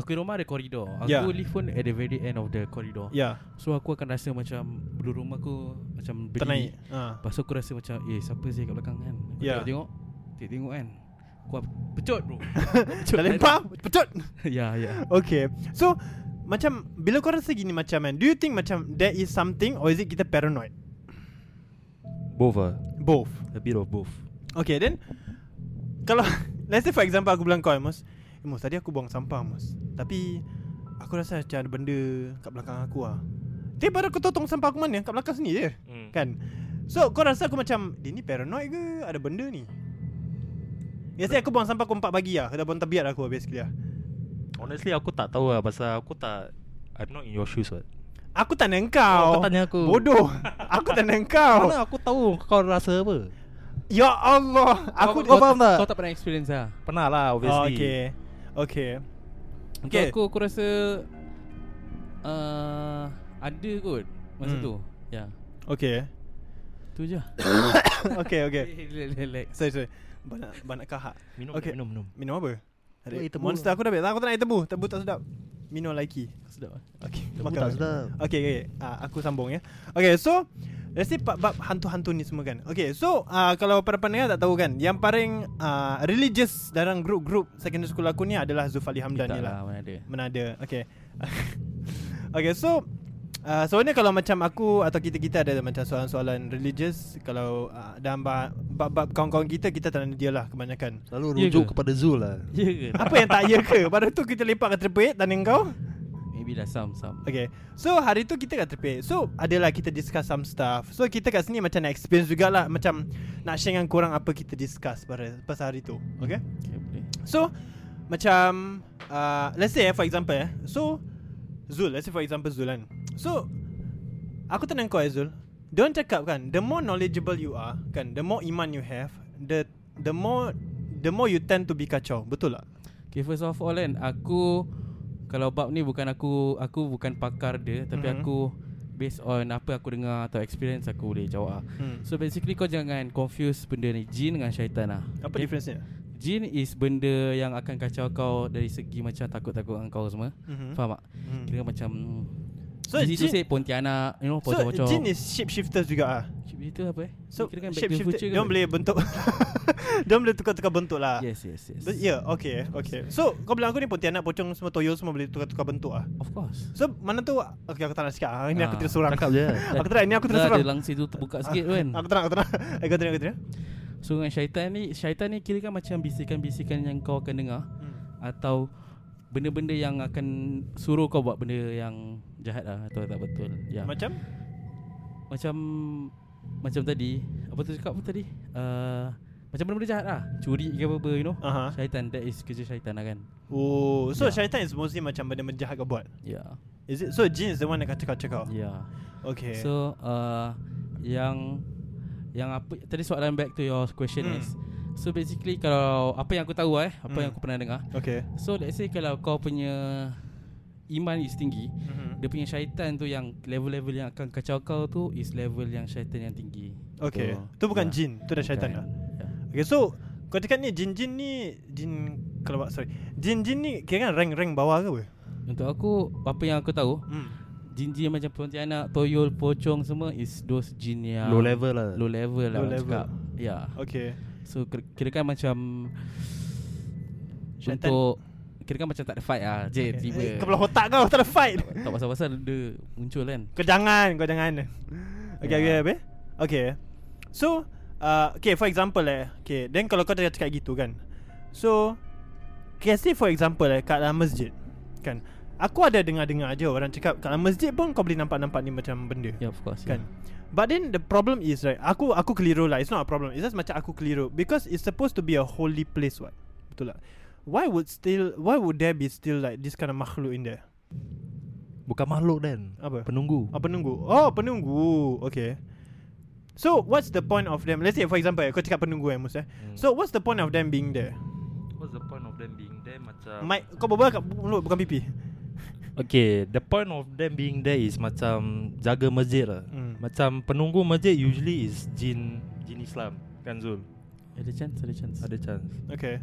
[SPEAKER 6] Aku di rumah ada koridor Aku
[SPEAKER 4] Ya.
[SPEAKER 6] live pun at the very end of the
[SPEAKER 4] Ya
[SPEAKER 6] corridor
[SPEAKER 4] yeah.
[SPEAKER 6] So aku akan rasa macam Bulu rumah aku Macam beli
[SPEAKER 4] Ternaik ha.
[SPEAKER 6] Lepas tu aku rasa macam Eh siapa sih kat belakang kan Aku
[SPEAKER 4] Ya.
[SPEAKER 6] yeah. tengok Tengok tengok kan Aku ap- pecut bro
[SPEAKER 4] Tak lempar Pecut
[SPEAKER 6] Ya ya
[SPEAKER 4] Okay So Macam Bila korang rasa gini macam kan Do you think macam There is something Or is it kita paranoid?
[SPEAKER 7] Both ah
[SPEAKER 4] Both
[SPEAKER 7] A bit of both
[SPEAKER 4] Okay then Kalau Let's say for example Aku bilang kau Amos eh, Amos tadi aku buang sampah Amos Tapi Aku rasa macam ada benda Kat belakang aku lah Tapi baru aku tahu tong sampah aku mana Kat belakang sini je
[SPEAKER 7] Hmm.
[SPEAKER 4] Kan So kau rasa aku macam Dia ni paranoid ke Ada benda ni Biasanya aku buang sampah aku 4 pagi lah Dah buang tabiat aku basically lah
[SPEAKER 7] Honestly aku tak tahu lah Pasal aku tak I'm not in your shoes what
[SPEAKER 4] Aku tanya engkau
[SPEAKER 7] Oh, kau tanya aku.
[SPEAKER 4] Bodoh Aku tanya engkau
[SPEAKER 7] Mana aku tahu kau rasa apa
[SPEAKER 4] Ya Allah Aku
[SPEAKER 7] Kau faham tak?
[SPEAKER 6] Kau tak pernah experience lah
[SPEAKER 7] Pernah lah
[SPEAKER 4] oh,
[SPEAKER 7] obviously
[SPEAKER 4] Okay Okay Okay.
[SPEAKER 6] Okay. Aku aku rasa uh, ada kot masa
[SPEAKER 4] Hmm.
[SPEAKER 6] hmm. tu. Ya.
[SPEAKER 4] Okay
[SPEAKER 6] Tu je.
[SPEAKER 4] Okay okay
[SPEAKER 6] Relax relax.
[SPEAKER 4] Sorry sorry Banyak, banyak kahak
[SPEAKER 7] Minum
[SPEAKER 4] Okay.
[SPEAKER 7] okay. minum minum
[SPEAKER 4] Minum apa? Ada
[SPEAKER 7] Eh, tebu.
[SPEAKER 4] Monster aku dah habis Aku tak nak air tebu Tebu tak sedap Minum lagi eh?
[SPEAKER 6] Sedap ah.
[SPEAKER 4] Okay
[SPEAKER 7] Tebu tak sedap
[SPEAKER 4] Okay, okay. Uh, aku sambung ya. Okay, so let's say bab, bab hantu-hantu ni semua kan. Okay, so uh, kalau para pendengar tak tahu kan, yang paling uh, religious dalam grup-grup secondary school aku ni adalah Zufali Hamdan
[SPEAKER 6] Tak
[SPEAKER 4] ni lah.
[SPEAKER 6] lah mana ada.
[SPEAKER 4] Menada. Okay. okay, so uh, soalnya kalau macam aku atau kita-kita ada macam soalan-soalan religious, kalau uh, dalam ba- bab-bab kawan-kawan kita, kita tanya dia lah kebanyakan.
[SPEAKER 8] Selalu
[SPEAKER 6] Ya
[SPEAKER 8] rujuk
[SPEAKER 6] ke?
[SPEAKER 8] kepada Zul lah
[SPEAKER 6] Ya ke?
[SPEAKER 4] Apa yang tak ya ke? Baru tu kita lepak ke terperit tanya kau.
[SPEAKER 6] Maybe lah some some.
[SPEAKER 4] Okay So hari tu kita kat tepi So adalah kita discuss some stuff So kita kat sini macam nak experience jugalah Macam nak share dengan korang apa kita discuss pada pasal hari tu Okay
[SPEAKER 6] Okay, boleh.
[SPEAKER 4] So macam uh, Let's say eh, for example eh So Zul Let's say for example Zul kan So Aku tanya kau eh Zul Diorang cakap kan The more knowledgeable you are Kan The more iman you have The the more The more you tend to be kacau Betul tak?
[SPEAKER 6] Okay, first of all kan aku kalau bab ni bukan aku aku bukan pakar dia tapi
[SPEAKER 4] Mhm.
[SPEAKER 6] mm-hmm. aku based on apa aku dengar atau experience aku boleh jawab ah.
[SPEAKER 4] Hmm.
[SPEAKER 6] So basically kau jangan confuse benda ni jin dengan syaitan lah.
[SPEAKER 4] Apa
[SPEAKER 6] Okay?
[SPEAKER 4] difference dia?
[SPEAKER 6] Jin is benda yang akan kacau kau dari segi macam takut-takut dengan kau semua.
[SPEAKER 4] Mhm.
[SPEAKER 6] Hmm. Faham tak?
[SPEAKER 4] Hmm.
[SPEAKER 6] Kira macam
[SPEAKER 4] So,
[SPEAKER 6] So Di situ
[SPEAKER 4] jin-
[SPEAKER 6] say Pontianak You know
[SPEAKER 4] So
[SPEAKER 6] pocong-pocong
[SPEAKER 4] jin is shapeshifters juga ah.
[SPEAKER 6] Itu apa eh
[SPEAKER 4] So
[SPEAKER 6] Kira kan back
[SPEAKER 4] shape
[SPEAKER 6] to the
[SPEAKER 4] shifter
[SPEAKER 6] future
[SPEAKER 4] Dia boleh bentuk Dia boleh tukar-tukar bentuk lah
[SPEAKER 6] Yes yes yes
[SPEAKER 4] But yeah, okay, okay. So kau bilang aku ni Pontianak, pocong semua toyo semua boleh tukar-tukar bentuk ah.
[SPEAKER 6] Of course
[SPEAKER 4] So mana tu Okay aku tak nak cakap ah, Ini aku
[SPEAKER 6] Ah,
[SPEAKER 4] terus orang
[SPEAKER 7] Cakap je
[SPEAKER 4] Aku terang ini aku terus
[SPEAKER 6] Dah
[SPEAKER 4] orang
[SPEAKER 6] ada langsir tu terbuka sikit tu kan
[SPEAKER 4] Aku terang aku terang Aku terang aku terang
[SPEAKER 6] So dengan syaitan ni Syaitan ni kira kan macam bisikan-bisikan yang kau akan dengar
[SPEAKER 4] Hmm.
[SPEAKER 6] Atau Benda-benda yang akan Suruh kau buat benda yang Jahat lah Atau tak betul Ya
[SPEAKER 4] Macam
[SPEAKER 6] Macam Macam tadi Apa tu cakap apa tadi uh, Macam benda-benda jahat lah Curi ke apa-apa you know
[SPEAKER 4] Aha.
[SPEAKER 6] Syaitan That is kerja syaitan lah kan
[SPEAKER 4] Oh, so
[SPEAKER 6] Yeah.
[SPEAKER 4] syaitan is mostly macam benda menjahat kau buat.
[SPEAKER 6] Ya yeah.
[SPEAKER 4] Is it? So jin is the one yang kacau-kacau kau.
[SPEAKER 6] Ya yeah.
[SPEAKER 4] Okay. So,
[SPEAKER 6] So uh, yang yang apa tadi soalan back to your question
[SPEAKER 4] Hmm.
[SPEAKER 6] mm. is so basically kalau apa yang aku tahu eh apa
[SPEAKER 4] Hmm.
[SPEAKER 6] yang aku pernah dengar.
[SPEAKER 4] okay.
[SPEAKER 6] So let's say kalau kau punya iman is tinggi,
[SPEAKER 4] Mhm.
[SPEAKER 6] dia punya syaitan tu yang level-level yang akan kacau kau tu is level yang syaitan yang tinggi.
[SPEAKER 4] Okay.
[SPEAKER 6] So,
[SPEAKER 4] Tu bukan
[SPEAKER 6] yeah.
[SPEAKER 4] jin, tu dah syaitan lah. dah.
[SPEAKER 6] Bukan. Ya. Yeah.
[SPEAKER 4] Okay so Kau cakap ni jin-jin ni Jin Kalau sorry Jin-jin ni Kira kan rank-rank bawah ke apa?
[SPEAKER 6] Untuk aku apa yang aku tahu,
[SPEAKER 4] Hmm.
[SPEAKER 6] jin-jin macam pontianak, toyol, pocong semua is those jin
[SPEAKER 7] Ya.
[SPEAKER 6] yang
[SPEAKER 8] Low level lah
[SPEAKER 6] low level
[SPEAKER 4] Low
[SPEAKER 6] lah orang
[SPEAKER 4] level.
[SPEAKER 6] cakap. Yeah.
[SPEAKER 4] Okay
[SPEAKER 6] So kira- kirakan macam
[SPEAKER 4] Syaitan.
[SPEAKER 6] Syaitan. Untuk Kirakan macam tak ada fight lah Je okay. tiba
[SPEAKER 4] eh, Kau belah otak kau Tak ada fight
[SPEAKER 6] Tak pasal-pasal dia muncul kan
[SPEAKER 4] Kau jangan Kau jangan Okay okay
[SPEAKER 6] Yeah.
[SPEAKER 4] habis Okay So uh, Okay for example eh Okay Then kalau kau cakap gitu kan So Okay say for example eh Kat dalam masjid Kan Aku ada dengar-dengar je Orang cakap Kat dalam masjid pun Kau boleh nampak-nampak ni macam benda
[SPEAKER 6] Yeah Ya, of course
[SPEAKER 4] Kan But then the problem is right Aku aku keliru lah It's not a problem It's just macam aku keliru Because it's supposed to be a holy place what Betul lah Why would still Why would there be still like This kind of makhluk in there
[SPEAKER 8] Bukan makhluk dan
[SPEAKER 4] Apa?
[SPEAKER 8] Penunggu
[SPEAKER 4] Oh penunggu Oh penunggu Okay So what's the point of them Let's say for example eh, Kau cakap penunggu eh Mus eh
[SPEAKER 7] Hmm.
[SPEAKER 4] So what's the point of them being there
[SPEAKER 7] What's the point of them being there Macam
[SPEAKER 4] Mike kau berbual kat mulut bukan pipi
[SPEAKER 7] Okay The point of them being there Is macam Jaga masjid lah
[SPEAKER 4] Hmm.
[SPEAKER 7] Macam penunggu masjid Usually is jin Jin Islam Kan Zul
[SPEAKER 6] Ada chance, ada chance.
[SPEAKER 7] Ada chance
[SPEAKER 4] Okay.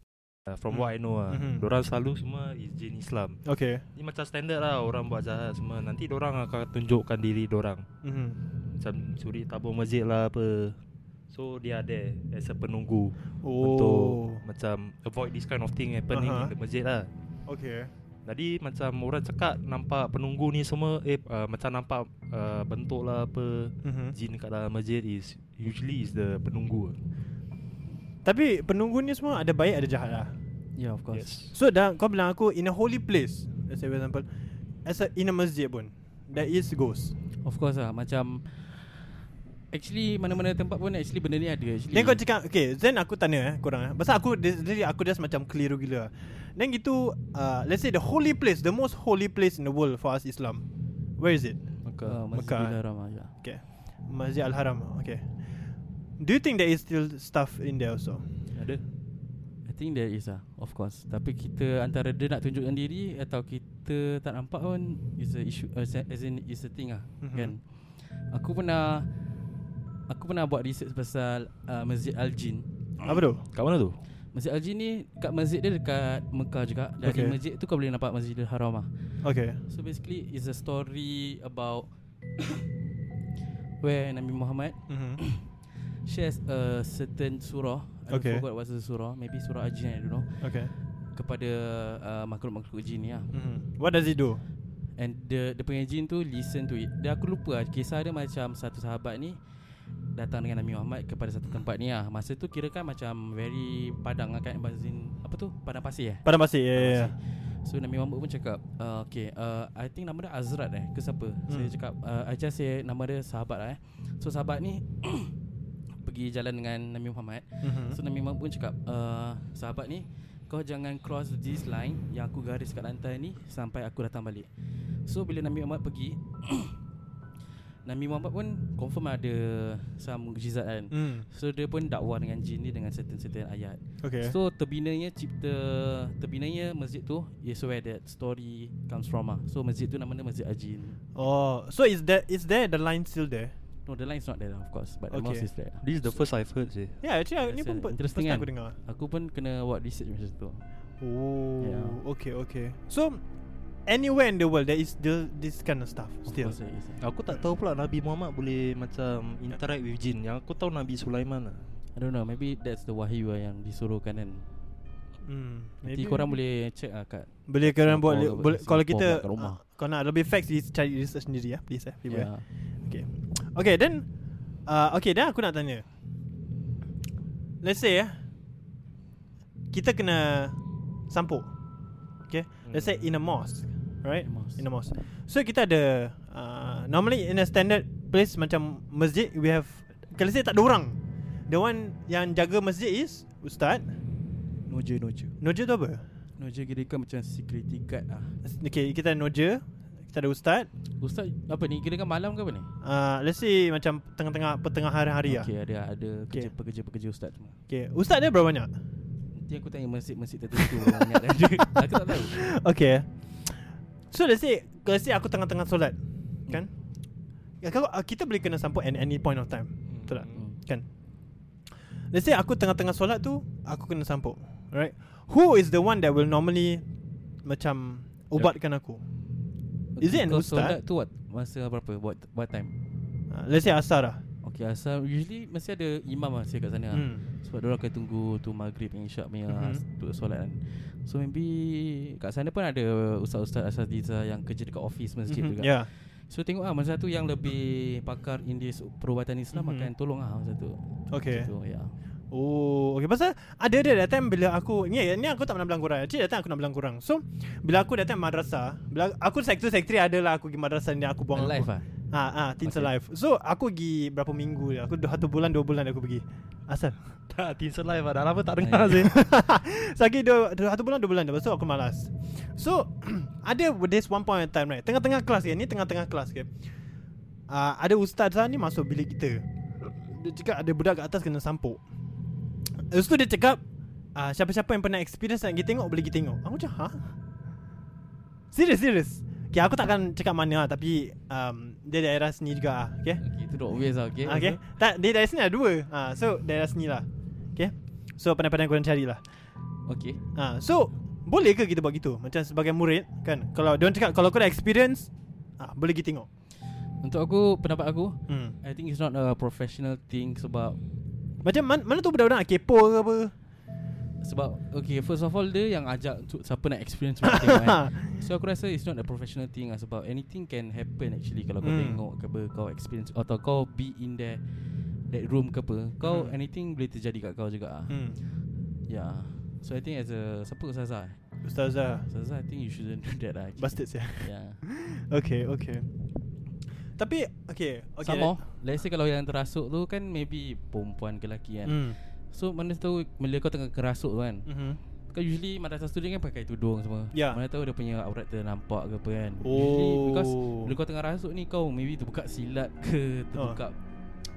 [SPEAKER 7] Uh, From what I know lah
[SPEAKER 4] Mhm.
[SPEAKER 7] mm-hmm. Diorang selalu semua is jin Islam
[SPEAKER 4] Okay.
[SPEAKER 7] Ni macam standard lah Orang buat jahat semua Nanti diorang akan tunjukkan diri diorang
[SPEAKER 4] Mm-hmm.
[SPEAKER 7] Macam suri tabung masjid lah apa So they are there As a penunggu
[SPEAKER 4] Oh.
[SPEAKER 7] Untuk Macam Avoid this kind of thing happening
[SPEAKER 4] Aha.
[SPEAKER 7] uh-huh. In the masjid lah
[SPEAKER 4] Okay.
[SPEAKER 7] Jadi macam orang cakap Nampak penunggu ni semua Eh uh, macam nampak uh, Bentuk lah apa
[SPEAKER 4] Mm-hmm.
[SPEAKER 7] Jin kat dalam masjid is Usually is the penunggu
[SPEAKER 4] Tapi penunggu ni semua ada baik ada jahat lah.
[SPEAKER 6] Yeah, Ya, of course.
[SPEAKER 4] So dah kau bilang aku in a holy place. Let's say for example as a, in a masjid pun there is ghost.
[SPEAKER 6] Of course lah Macam Actually mana-mana tempat pun Actually benda ni ada actually
[SPEAKER 4] Then kau cakap Okay Then aku tanya eh Korang eh Pasal aku Jadi aku just macam keliru gila Then gitu uh, Let's say the holy place The most holy place in the world For us Islam Where is it?
[SPEAKER 7] Maka
[SPEAKER 6] uh,
[SPEAKER 4] Mekah, eh?
[SPEAKER 6] Masjidil Haram lah, yeah.
[SPEAKER 4] Okay Masjid Al-Haram Okay Do you think there is still stuff in there also?
[SPEAKER 7] Ada
[SPEAKER 6] I think there is lah Of course Tapi kita Antara dia nak tunjukkan diri Atau kita tak nampak pun Is a issue uh, As in is a thing lah
[SPEAKER 4] Mhm.
[SPEAKER 6] mm-hmm. Kan Aku pernah Aku pernah buat research pasal uh, Masjid Al-Jin
[SPEAKER 4] Apa tu?
[SPEAKER 7] Kat mana tu?
[SPEAKER 6] Masjid Al-Jin ni Kat masjid dia dekat Mekah juga Dari
[SPEAKER 4] Okay.
[SPEAKER 6] okay. masjid tu kau boleh nampak Masjidil Haram lah
[SPEAKER 4] Okay
[SPEAKER 6] So basically It's a story about Where Nabi Muhammad
[SPEAKER 4] mm-hmm.
[SPEAKER 6] shares a certain surah.
[SPEAKER 4] Okay.
[SPEAKER 6] I okay. forgot what's the surah. Maybe surah Al-Jin, I don't know.
[SPEAKER 4] Okay
[SPEAKER 6] Kepada uh, makhluk-makhluk jin ni lah.
[SPEAKER 4] mm-hmm. What does it do?
[SPEAKER 6] And the, the punya jin tu listen to it. Dia aku lupa lah. Kisah dia macam satu sahabat ni datang dengan Nabi Muhammad kepada satu tempat ni lah. Masa tu kira kan macam very padang lah kan. Bazin, apa tu? Padang pasir eh?
[SPEAKER 4] Pada masih yeah, yeah, yeah.
[SPEAKER 6] So Nabi Muhammad pun cakap uh, Okay uh, I think nama dia Azrat eh Ke siapa hmm. Saya cakap uh, I just say Nama dia sahabat lah eh So sahabat ni Pergi jalan dengan Nabi Muhammad
[SPEAKER 4] Mhm.
[SPEAKER 6] hmm. So Nabi Muhammad pun cakap uh, Sahabat ni Kau jangan cross this line Yang aku garis kat lantai ni Sampai aku datang balik So bila Nabi Muhammad pergi Nabi Muhammad pun Confirm ada Some mukjizat kan hmm.
[SPEAKER 4] Mm.
[SPEAKER 6] So dia pun dakwah dengan jin ni Dengan certain-certain ayat
[SPEAKER 4] Okay
[SPEAKER 6] So terbinanya cipta terbinanya masjid tu is where that story comes from ah. So masjid tu nama dia Masjid Ajin.
[SPEAKER 4] Oh So is that is there the line still there?
[SPEAKER 6] No the line is not there lah, of course but the
[SPEAKER 4] Okay.
[SPEAKER 6] mouse is there.
[SPEAKER 7] This is the first I've heard sih
[SPEAKER 4] Yeah actually
[SPEAKER 6] That's
[SPEAKER 4] ni pun
[SPEAKER 6] a-
[SPEAKER 4] per- first
[SPEAKER 6] interesting
[SPEAKER 4] time
[SPEAKER 6] kan?
[SPEAKER 4] aku dengar
[SPEAKER 6] Aku pun kena buat research macam tu.
[SPEAKER 4] Oh,
[SPEAKER 6] Yeah.
[SPEAKER 4] okay, okay. So, anywhere in the world, there is still this kind of stuff.
[SPEAKER 6] Of
[SPEAKER 4] Still.
[SPEAKER 6] course there is. ah.
[SPEAKER 7] Aku tak tahu pula Nabi Muhammad boleh macam interact with jin. Yang aku tahu Nabi Sulaiman lah.
[SPEAKER 6] I don't know maybe that's the wahyu ah yang disuruhkan kan.
[SPEAKER 4] Hmm,
[SPEAKER 6] Nanti korang boleh check ah kat.
[SPEAKER 4] boleh korang buat boleh,
[SPEAKER 6] Singapore ke-
[SPEAKER 4] boleh, kalau
[SPEAKER 6] Singapore
[SPEAKER 4] kita
[SPEAKER 6] buat kat rumah.
[SPEAKER 4] uh, kau nak lebih facts is cari research sendiri ya, please eh, people. Yeah.
[SPEAKER 6] Yeah.
[SPEAKER 4] Okay. Okay, then uh, okay, then aku nak tanya. Let's say eh kita kena sampuk. Okay. Let's say in a mosque, right?
[SPEAKER 6] Hmm. In a mosque.
[SPEAKER 4] In a mosque. So kita ada uh, normally in a standard place macam masjid we have kalau saya tak ada orang. The one yang jaga masjid is ustaz.
[SPEAKER 6] Noja noja.
[SPEAKER 4] Noja tu apa?
[SPEAKER 6] Noja kira kan macam security guard ah.
[SPEAKER 4] Okay, kita ada noja, kita ada ustaz.
[SPEAKER 6] Ustaz apa ni kira kan malam ke apa ni?
[SPEAKER 4] Uh, let's say macam tengah-tengah pertengahan hari-hari okay.
[SPEAKER 6] Okay ada ada
[SPEAKER 4] Okay.
[SPEAKER 6] kerja pekerja-pekerja ustaz semua.
[SPEAKER 4] okay. Ustaz dia berapa banyak?
[SPEAKER 6] Nanti aku tanya masjid-masjid tertentu banyak ada. Aku tak tahu.
[SPEAKER 4] Okay. So let's say let's say aku tengah-tengah solat. Kan? Ya, Kau, uh, kita boleh kena sampuk at any point of time. Betul tak?
[SPEAKER 6] Hmm.
[SPEAKER 4] Kan? Let's say aku tengah-tengah solat tu, aku kena sampuk. Right? Who is the one that will normally macam ubatkan aku? Is it an
[SPEAKER 6] Kau
[SPEAKER 4] ustaz?
[SPEAKER 6] solat tu what? Masa berapa? What, what time?
[SPEAKER 4] Uh, let's say asar lah.
[SPEAKER 6] Okay asal Usually mesti ada imam lah Saya kat sana hmm.
[SPEAKER 4] Hmm.
[SPEAKER 6] Sebab diorang akan tunggu Tu maghrib yang isyak punya
[SPEAKER 4] Mhm.
[SPEAKER 6] mm-hmm. Solat kan So maybe Kat sana pun ada Ustaz-ustaz Asatiza Yang kerja dekat office masjid mm-hmm. juga
[SPEAKER 4] Yeah.
[SPEAKER 6] So tengok lah Masa tu yang lebih Pakar in this Perubatan
[SPEAKER 4] Mhm.
[SPEAKER 6] Islam mm-hmm. Akan tolong lah Masa tu ya.
[SPEAKER 4] Okay.
[SPEAKER 6] so, yeah.
[SPEAKER 4] Oh, okay pasal ada dia that time bila aku ni ni aku tak pernah bilang korang. Actually datang aku nak bilang korang. So, bila aku datang madrasah, bila aku sektor sektri adalah aku pergi madrasah ni aku buang
[SPEAKER 6] Alive
[SPEAKER 4] aku.
[SPEAKER 6] lah
[SPEAKER 4] Ha ah, teens
[SPEAKER 6] Okay.
[SPEAKER 4] alive. So, aku pergi berapa minggu dia. Aku dah satu bulan, dua bulan aku pergi. Asal?
[SPEAKER 7] Tak, Tinsel Live lah. Dah lama tak dengar sih.
[SPEAKER 4] Sagi Eh. dua, dua, satu bulan, dua bulan dah. Lepas tu aku malas. So, ada this one point in time right. Tengah-tengah kelas ke. Ni tengah-tengah kelas ke. Uh, ada ustaz sana ni masuk bilik kita. Dia cakap ada budak kat atas kena sampuk. Lepas tu dia cakap, uh, siapa-siapa yang pernah experience nak pergi tengok, boleh pergi tengok. Aku macam, ha? Serius, serius. Okay, aku takkan cakap mana lah. Tapi, um, dia daerah sini juga lah. Okay? Ah,
[SPEAKER 6] Okay, itu dah obvious lah okay.
[SPEAKER 4] Okay. Tak, dia daerah sini ada dua. Ha, so daerah sini lah. Okay. So pandai-pandai korang carilah.
[SPEAKER 6] Okay.
[SPEAKER 4] Ha, so boleh ke kita buat gitu? Macam sebagai murid kan. Kalau dia cakap kalau kau dah experience, ha, boleh pergi tengok.
[SPEAKER 6] Untuk aku pendapat aku,
[SPEAKER 4] Hmm.
[SPEAKER 6] I think it's not a professional thing sebab
[SPEAKER 4] Macam man, mana tu budak-budak nak kepo ke apa?
[SPEAKER 6] sebab okay first of all dia yang ajak untuk siapa nak experience macam tengok
[SPEAKER 4] Ha.
[SPEAKER 6] kan. So aku rasa it's not a professional thing lah sebab anything can happen actually kalau kau
[SPEAKER 4] Hmm.
[SPEAKER 6] tengok ke apa kau experience atau kau be in that that room ke apa. Kau
[SPEAKER 4] Hmm.
[SPEAKER 6] anything boleh terjadi kat kau juga ah.
[SPEAKER 4] Hmm.
[SPEAKER 6] Yeah. So I think as a siapa Ustazah? eh?
[SPEAKER 4] Ustazah.
[SPEAKER 6] Ustazah I think you shouldn't do that lah. actually. Ya.
[SPEAKER 4] Bastard saya.
[SPEAKER 6] Yeah.
[SPEAKER 4] Okay, okay. Tapi okay, okay.
[SPEAKER 6] Okay, Sama Let's say kalau yang terasuk tu kan Maybe perempuan ke lelaki kan mm.
[SPEAKER 4] Hmm.
[SPEAKER 6] So mana tahu Bila kau tengah kerasuk tu kan
[SPEAKER 4] Mhm.
[SPEAKER 6] Kau usually madrasah student kan pakai tudung semua
[SPEAKER 4] Ya.
[SPEAKER 6] Mana tahu dia punya aurat ternampak ke apa kan Usually
[SPEAKER 4] Oh.
[SPEAKER 6] because Bila kau tengah rasuk ni Kau maybe terbuka silat ke Terbuka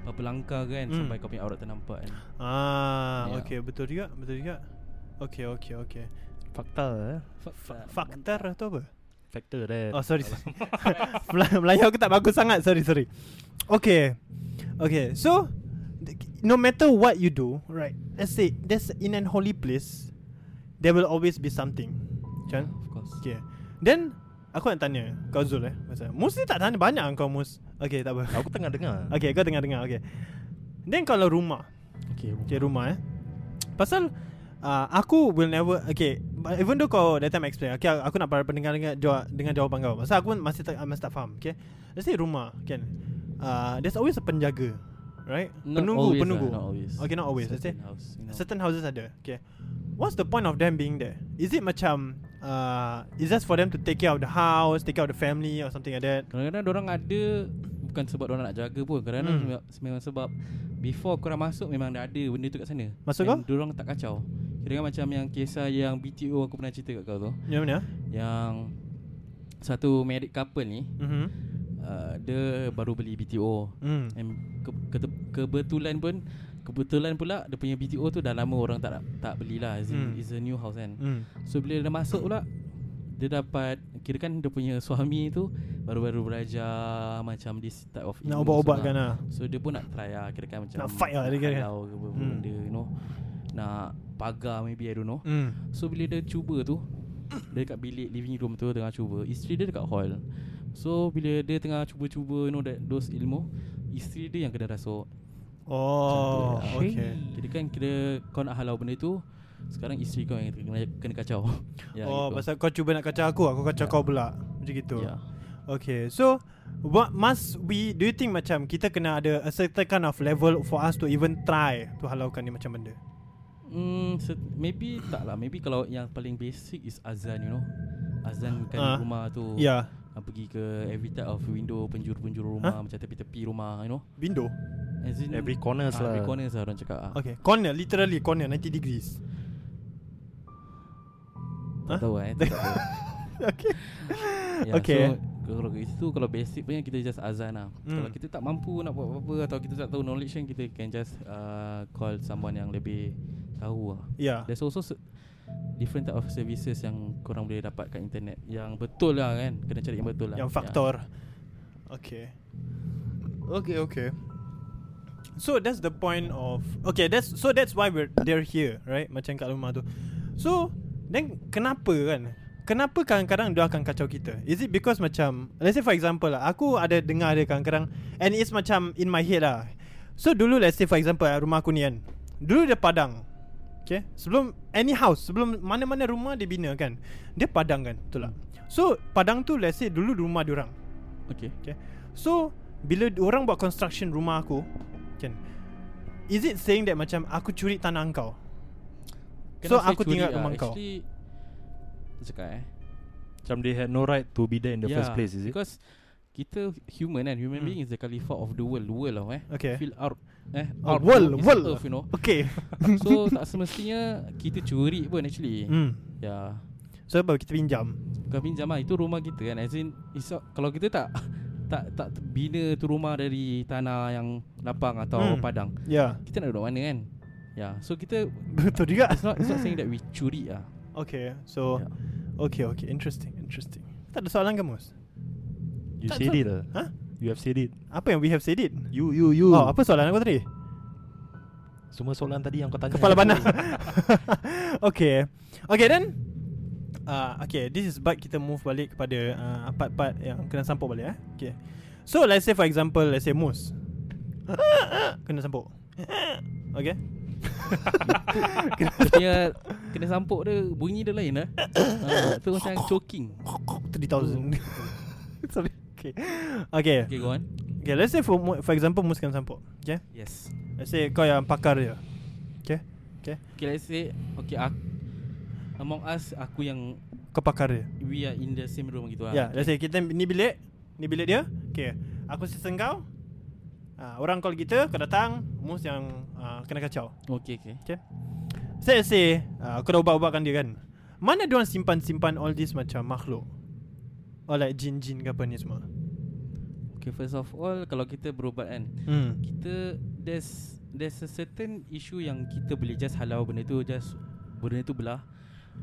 [SPEAKER 6] apa langkah ke kan
[SPEAKER 4] Hmm.
[SPEAKER 6] Sampai kau punya aurat ternampak kan
[SPEAKER 4] Ah,
[SPEAKER 6] Ya.
[SPEAKER 4] okay, betul juga, betul juga. Okay, okay, okay.
[SPEAKER 7] Fakta eh.
[SPEAKER 4] Faktor tu apa?
[SPEAKER 7] Fakta dia.
[SPEAKER 4] Oh sorry sorry. Melayu- Melayu aku tak bagus sangat Sorry sorry Okay Okay so th- No matter what you do Right Let's say That's in an holy place There will always be something Macam
[SPEAKER 6] Of course
[SPEAKER 4] Okay Then Aku nak tanya Kau Zul eh Masa Mus ni tak tanya banyak kau Mus Okay tak apa
[SPEAKER 8] Aku tengah dengar
[SPEAKER 4] Okay kau dengar-dengar Okay Then kalau rumah
[SPEAKER 7] Okay.
[SPEAKER 4] Okay rumah eh Pasal uh, Aku will never Okay but Even though kau That time explain Okay aku nak para pendengar Dengan, jawa- dengan jawapan kau Pasal aku pun masih tak, masih tak faham Okay Let's say rumah Kan uh, There's always a penjaga Right
[SPEAKER 6] Not
[SPEAKER 4] Penunggu
[SPEAKER 6] always
[SPEAKER 4] Penunggu
[SPEAKER 6] lah, Not always
[SPEAKER 4] Okay not always Let's say
[SPEAKER 6] Certain house, you know.
[SPEAKER 4] Certain houses ada Okay What's the point of them being there? Is it macam uh, Is just for them to take care of the house Take care of the family Or something like that
[SPEAKER 6] Kadang-kadang orang ada Bukan sebab orang nak jaga pun Kadang-kadang
[SPEAKER 4] Hmm.
[SPEAKER 6] hmm. memang sebab Before korang masuk Memang dah ada benda tu kat sana
[SPEAKER 4] Maksud
[SPEAKER 6] And Diorang tak kacau Kira macam yang kisah yang BTO aku pernah cerita kat kau tu
[SPEAKER 4] Yang mana?
[SPEAKER 6] Yang Satu married couple ni
[SPEAKER 4] Mm-hmm.
[SPEAKER 6] uh, Dia baru beli BTO
[SPEAKER 4] Mm.
[SPEAKER 6] And ke, ke, kebetulan pun Kebetulan pula dia punya BTO tu dah lama orang tak tak beli lah It's,
[SPEAKER 4] Hmm.
[SPEAKER 6] hmm. it's a new house kan
[SPEAKER 4] Mm.
[SPEAKER 6] So bila dia masuk pula Dia dapat Kira kan dia punya suami tu Baru-baru belajar Macam this type of
[SPEAKER 4] Nak
[SPEAKER 6] ilmu
[SPEAKER 4] ubat-ubat
[SPEAKER 6] semua.
[SPEAKER 4] kan lah
[SPEAKER 6] So dia pun nak try lah Kira kan
[SPEAKER 4] Nak
[SPEAKER 6] macam
[SPEAKER 4] fight lah dia kira.
[SPEAKER 6] halau ke apa
[SPEAKER 4] Hmm.
[SPEAKER 6] benda you know Nak pagar maybe I don't know
[SPEAKER 4] mm.
[SPEAKER 6] So bila dia cuba tu Dia dekat bilik living room tu tengah cuba Isteri dia dekat hall So bila dia tengah cuba-cuba You know that those ilmu Isteri dia yang kena rasuk
[SPEAKER 4] Oh
[SPEAKER 6] Macam tu lah.
[SPEAKER 4] Okay
[SPEAKER 6] Kira kan kira kau nak halau benda tu Sekarang isteri kau yang kena, kena kacau ya,
[SPEAKER 4] oh, pasal kau cuba nak kacau aku, aku kacau kau pula. Macam gitu.
[SPEAKER 6] Ya
[SPEAKER 4] Okay, so what must we do you think macam kita kena ada a certain kind of level for us to even try to halaukan ni macam benda?
[SPEAKER 6] Hmm, so maybe tak lah Maybe kalau yang paling basic is azan you know Azan kan
[SPEAKER 4] Ah.
[SPEAKER 6] rumah tu
[SPEAKER 4] Ya,
[SPEAKER 6] Ah, Pergi ke every type of window Penjuru-penjuru rumah Macam tepi-tepi rumah you know
[SPEAKER 4] window.
[SPEAKER 6] As in,
[SPEAKER 8] Every corners
[SPEAKER 6] ah,
[SPEAKER 8] lah
[SPEAKER 6] Every corners lah orang cakap ah.
[SPEAKER 4] Okay, corner literally corner 90 degrees.
[SPEAKER 6] Tak
[SPEAKER 4] Hah?
[SPEAKER 6] tahu eh tak tahu.
[SPEAKER 4] Okay.
[SPEAKER 6] Ya,
[SPEAKER 4] Okay.
[SPEAKER 6] so, Kalau itu kalau basic punya Kita just azan lah
[SPEAKER 4] Hmm.
[SPEAKER 6] Kalau kita tak mampu nak buat apa-apa Atau kita tak tahu knowledge kan Kita can just uh, Call someone yang lebih Tahu lah
[SPEAKER 4] Ya.
[SPEAKER 6] There's also se- Different type of services Yang korang boleh dapat kat internet Yang betul lah kan Kena cari yang betul lah
[SPEAKER 4] Yang faktor. Okay. Okay, okay. So that's the point of Okay, that's so that's why we're they're here, right? Macam kat rumah tu. So, then kenapa kan? Kenapa kadang-kadang dia akan kacau kita? Is it because macam Let's say for example lah Aku ada dengar dia kadang-kadang And it's macam in my head lah So dulu let's say for example lah, Rumah aku ni kan Dulu dia padang Okay Sebelum Any house Sebelum mana-mana rumah dia bina kan Dia padang kan Betul tak So padang tu let's say dulu rumah diorang
[SPEAKER 6] yeah. Okay
[SPEAKER 4] Okay. So bila orang buat construction rumah aku, kan. Is it saying that macam aku curi tanah kau? So,
[SPEAKER 6] saya
[SPEAKER 4] aku
[SPEAKER 6] curi
[SPEAKER 4] tinggal
[SPEAKER 6] lah.
[SPEAKER 4] rumah kau.
[SPEAKER 6] Actually Tak cakap eh
[SPEAKER 7] Macam they had no right to be there in the
[SPEAKER 6] Yeah,
[SPEAKER 7] first place is it?
[SPEAKER 6] Because Kita human kan Human being is the khalifa of the world World lah eh
[SPEAKER 4] Hmm. Okay.
[SPEAKER 6] Fil ar eh,
[SPEAKER 4] Oh,
[SPEAKER 6] ard
[SPEAKER 4] world,
[SPEAKER 6] is
[SPEAKER 4] world.
[SPEAKER 6] Earth you know
[SPEAKER 4] Okay
[SPEAKER 6] So tak semestinya Kita curi pun actually
[SPEAKER 4] hmm.
[SPEAKER 6] Ya
[SPEAKER 4] So apa kita pinjam
[SPEAKER 6] Bukan pinjam lah Itu rumah kita kan As in it's, not- Kalau kita tak tak tak bina tu rumah dari tanah yang lapang atau
[SPEAKER 4] Hmm.
[SPEAKER 6] padang
[SPEAKER 4] Ya
[SPEAKER 6] kita nak duduk mana kan ya so kita
[SPEAKER 4] Betul juga
[SPEAKER 6] it's not it's not saying that we curi ah
[SPEAKER 4] Okay So
[SPEAKER 6] Ya.
[SPEAKER 4] Okay okay Interesting Interesting Tak ada soalan kamu
[SPEAKER 9] You
[SPEAKER 4] Tak,
[SPEAKER 9] said
[SPEAKER 4] tak.
[SPEAKER 9] it lah
[SPEAKER 4] Huh?
[SPEAKER 9] You have said it
[SPEAKER 4] Apa yang we have said it
[SPEAKER 7] You you you
[SPEAKER 4] Oh apa soalan aku tadi
[SPEAKER 7] Semua soalan tadi yang kau tanya
[SPEAKER 4] Kepala panas Okay Okay then uh, Okay this is but kita move balik kepada uh, Part-part yang kena sampuk balik eh Okay So let's say for example Let's say Mus Kena sampuk Okay
[SPEAKER 6] dia punya Ya. kena sampuk dia bunyi dia lain lah ha, tu macam choking
[SPEAKER 4] 3000 Sorry Okay Okay
[SPEAKER 6] okay go on
[SPEAKER 4] Okay let's say for, for example Mus kena sampuk Okay
[SPEAKER 6] yes
[SPEAKER 4] Let's say kau yang pakar dia Okay
[SPEAKER 6] okay let's say okay aku, among us aku yang
[SPEAKER 4] Kau pakar dia
[SPEAKER 6] we are in the same room gitu lah
[SPEAKER 4] Ya, yeah, let's say kita ni bilik, ni bilik dia. Okay, aku assistant kau. Uh, orang call kita, kau datang, mus yang uh, kena kacau.
[SPEAKER 6] okay okay
[SPEAKER 4] Saya so, say, uh, aku dah ubat-ubatkan dia kan. Mana dia simpan-simpan all this macam makhluk? Or like jin-jin ke apa ni semua.
[SPEAKER 6] okay first of all kalau kita berubat kan
[SPEAKER 4] Hmm.
[SPEAKER 6] kita there's there's a certain issue yang kita boleh just halau benda tu just benda tu belah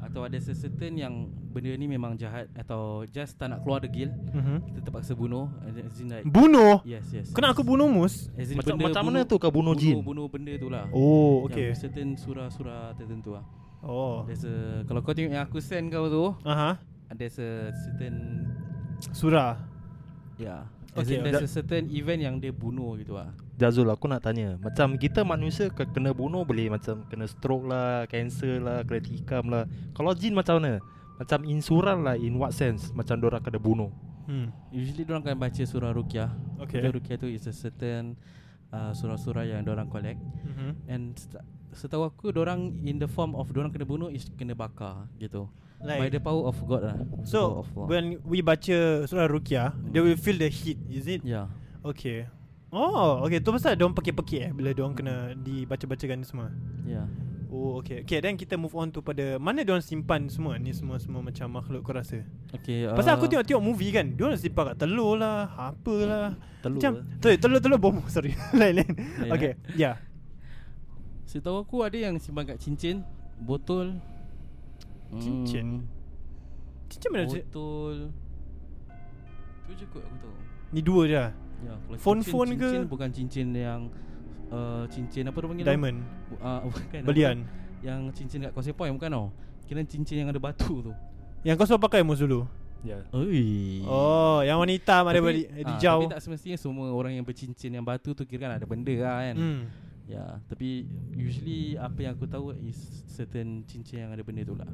[SPEAKER 6] atau ada a certain yang benda ni memang jahat atau just tak nak keluar degil
[SPEAKER 4] Mm-hmm.
[SPEAKER 6] kita terpaksa bunuh as in like
[SPEAKER 4] Bunuh.
[SPEAKER 6] yes yes
[SPEAKER 4] Kena aku bunuh mus?
[SPEAKER 6] as in
[SPEAKER 7] Macam,
[SPEAKER 6] benda
[SPEAKER 7] macam mana
[SPEAKER 6] bunuh-
[SPEAKER 7] tu kau bunuh jin?
[SPEAKER 6] bunuh benda tu lah
[SPEAKER 4] Oh, okay.
[SPEAKER 6] Yang certain surah-surah tertentu lah
[SPEAKER 4] Oh.
[SPEAKER 6] There's a Kalau kau tengok yang aku send kau tu
[SPEAKER 4] Aha.
[SPEAKER 6] There's a certain
[SPEAKER 4] Surah.
[SPEAKER 6] Yeah As
[SPEAKER 4] Okay,
[SPEAKER 6] in, There's a certain event yang dia bunuh gitu lah
[SPEAKER 7] Jazul aku nak tanya Macam kita manusia ke- kena bunuh boleh Macam kena stroke lah Cancer lah Kena tikam lah Kalau jin macam mana? Macam insuran lah In what sense? Macam diorang kena bunuh
[SPEAKER 4] Hmm.
[SPEAKER 6] Usually orang akan baca surah rukyah
[SPEAKER 4] Okay.
[SPEAKER 6] okay. Rukyah tu is a certain uh, Surah-surah yang orang collect
[SPEAKER 4] Mm-hmm.
[SPEAKER 6] And seta- setahu aku orang in the form of orang kena bunuh is kena bakar gitu By
[SPEAKER 4] Like,
[SPEAKER 6] the power of God lah The power
[SPEAKER 4] so
[SPEAKER 6] of God.
[SPEAKER 4] when we baca surah Ruqyah, they will feel the heat, is it?
[SPEAKER 6] Yeah
[SPEAKER 4] Okay Oh okay tu pasal diorang pekik-pekik eh Bila diorang kena dibaca-bacakan ni semua
[SPEAKER 6] Yeah
[SPEAKER 4] Oh okay Okay then kita move on tu pada Mana diorang simpan semua ni semua-semua macam makhluk kau rasa
[SPEAKER 6] Okay
[SPEAKER 4] uh. Pasal aku tengok-tengok movie kan Diorang simpan kat telur lah Apa lah
[SPEAKER 7] Telur
[SPEAKER 4] Macam
[SPEAKER 7] eh.
[SPEAKER 4] Sorry telur-telur bom Sorry Lain-lain
[SPEAKER 6] Lain, eh?
[SPEAKER 4] Okay ya. yeah
[SPEAKER 6] Setahu aku ada yang simpan kat cincin Botol
[SPEAKER 4] Cincin? Macam mana
[SPEAKER 6] hmm,
[SPEAKER 4] cik?
[SPEAKER 6] Botol Tu je kot aku tahu
[SPEAKER 4] Ni dua je lah
[SPEAKER 6] Ya, kalau
[SPEAKER 4] Phone-phone
[SPEAKER 6] cincin,
[SPEAKER 4] ke?
[SPEAKER 6] Cincin bukan cincin yang uh, Cincin apa tu panggil tu?
[SPEAKER 4] Diamond
[SPEAKER 6] Bu- ah, bukan,
[SPEAKER 4] Belian
[SPEAKER 6] Yang cincin kat Causeway Point bukan tau Kira cincin yang ada batu tu
[SPEAKER 4] Yang kau suruh pakai mus dulu
[SPEAKER 7] Ya
[SPEAKER 6] Oi.
[SPEAKER 4] Oh yang warna hitam ada balik
[SPEAKER 6] ah,
[SPEAKER 4] Hijau
[SPEAKER 6] Tapi tak semestinya semua orang yang bercincin yang batu tu Kira kan ada benda lah kan
[SPEAKER 4] Hmm
[SPEAKER 6] Ya Tapi usually apa yang aku tahu is Certain cincin yang ada benda tu lah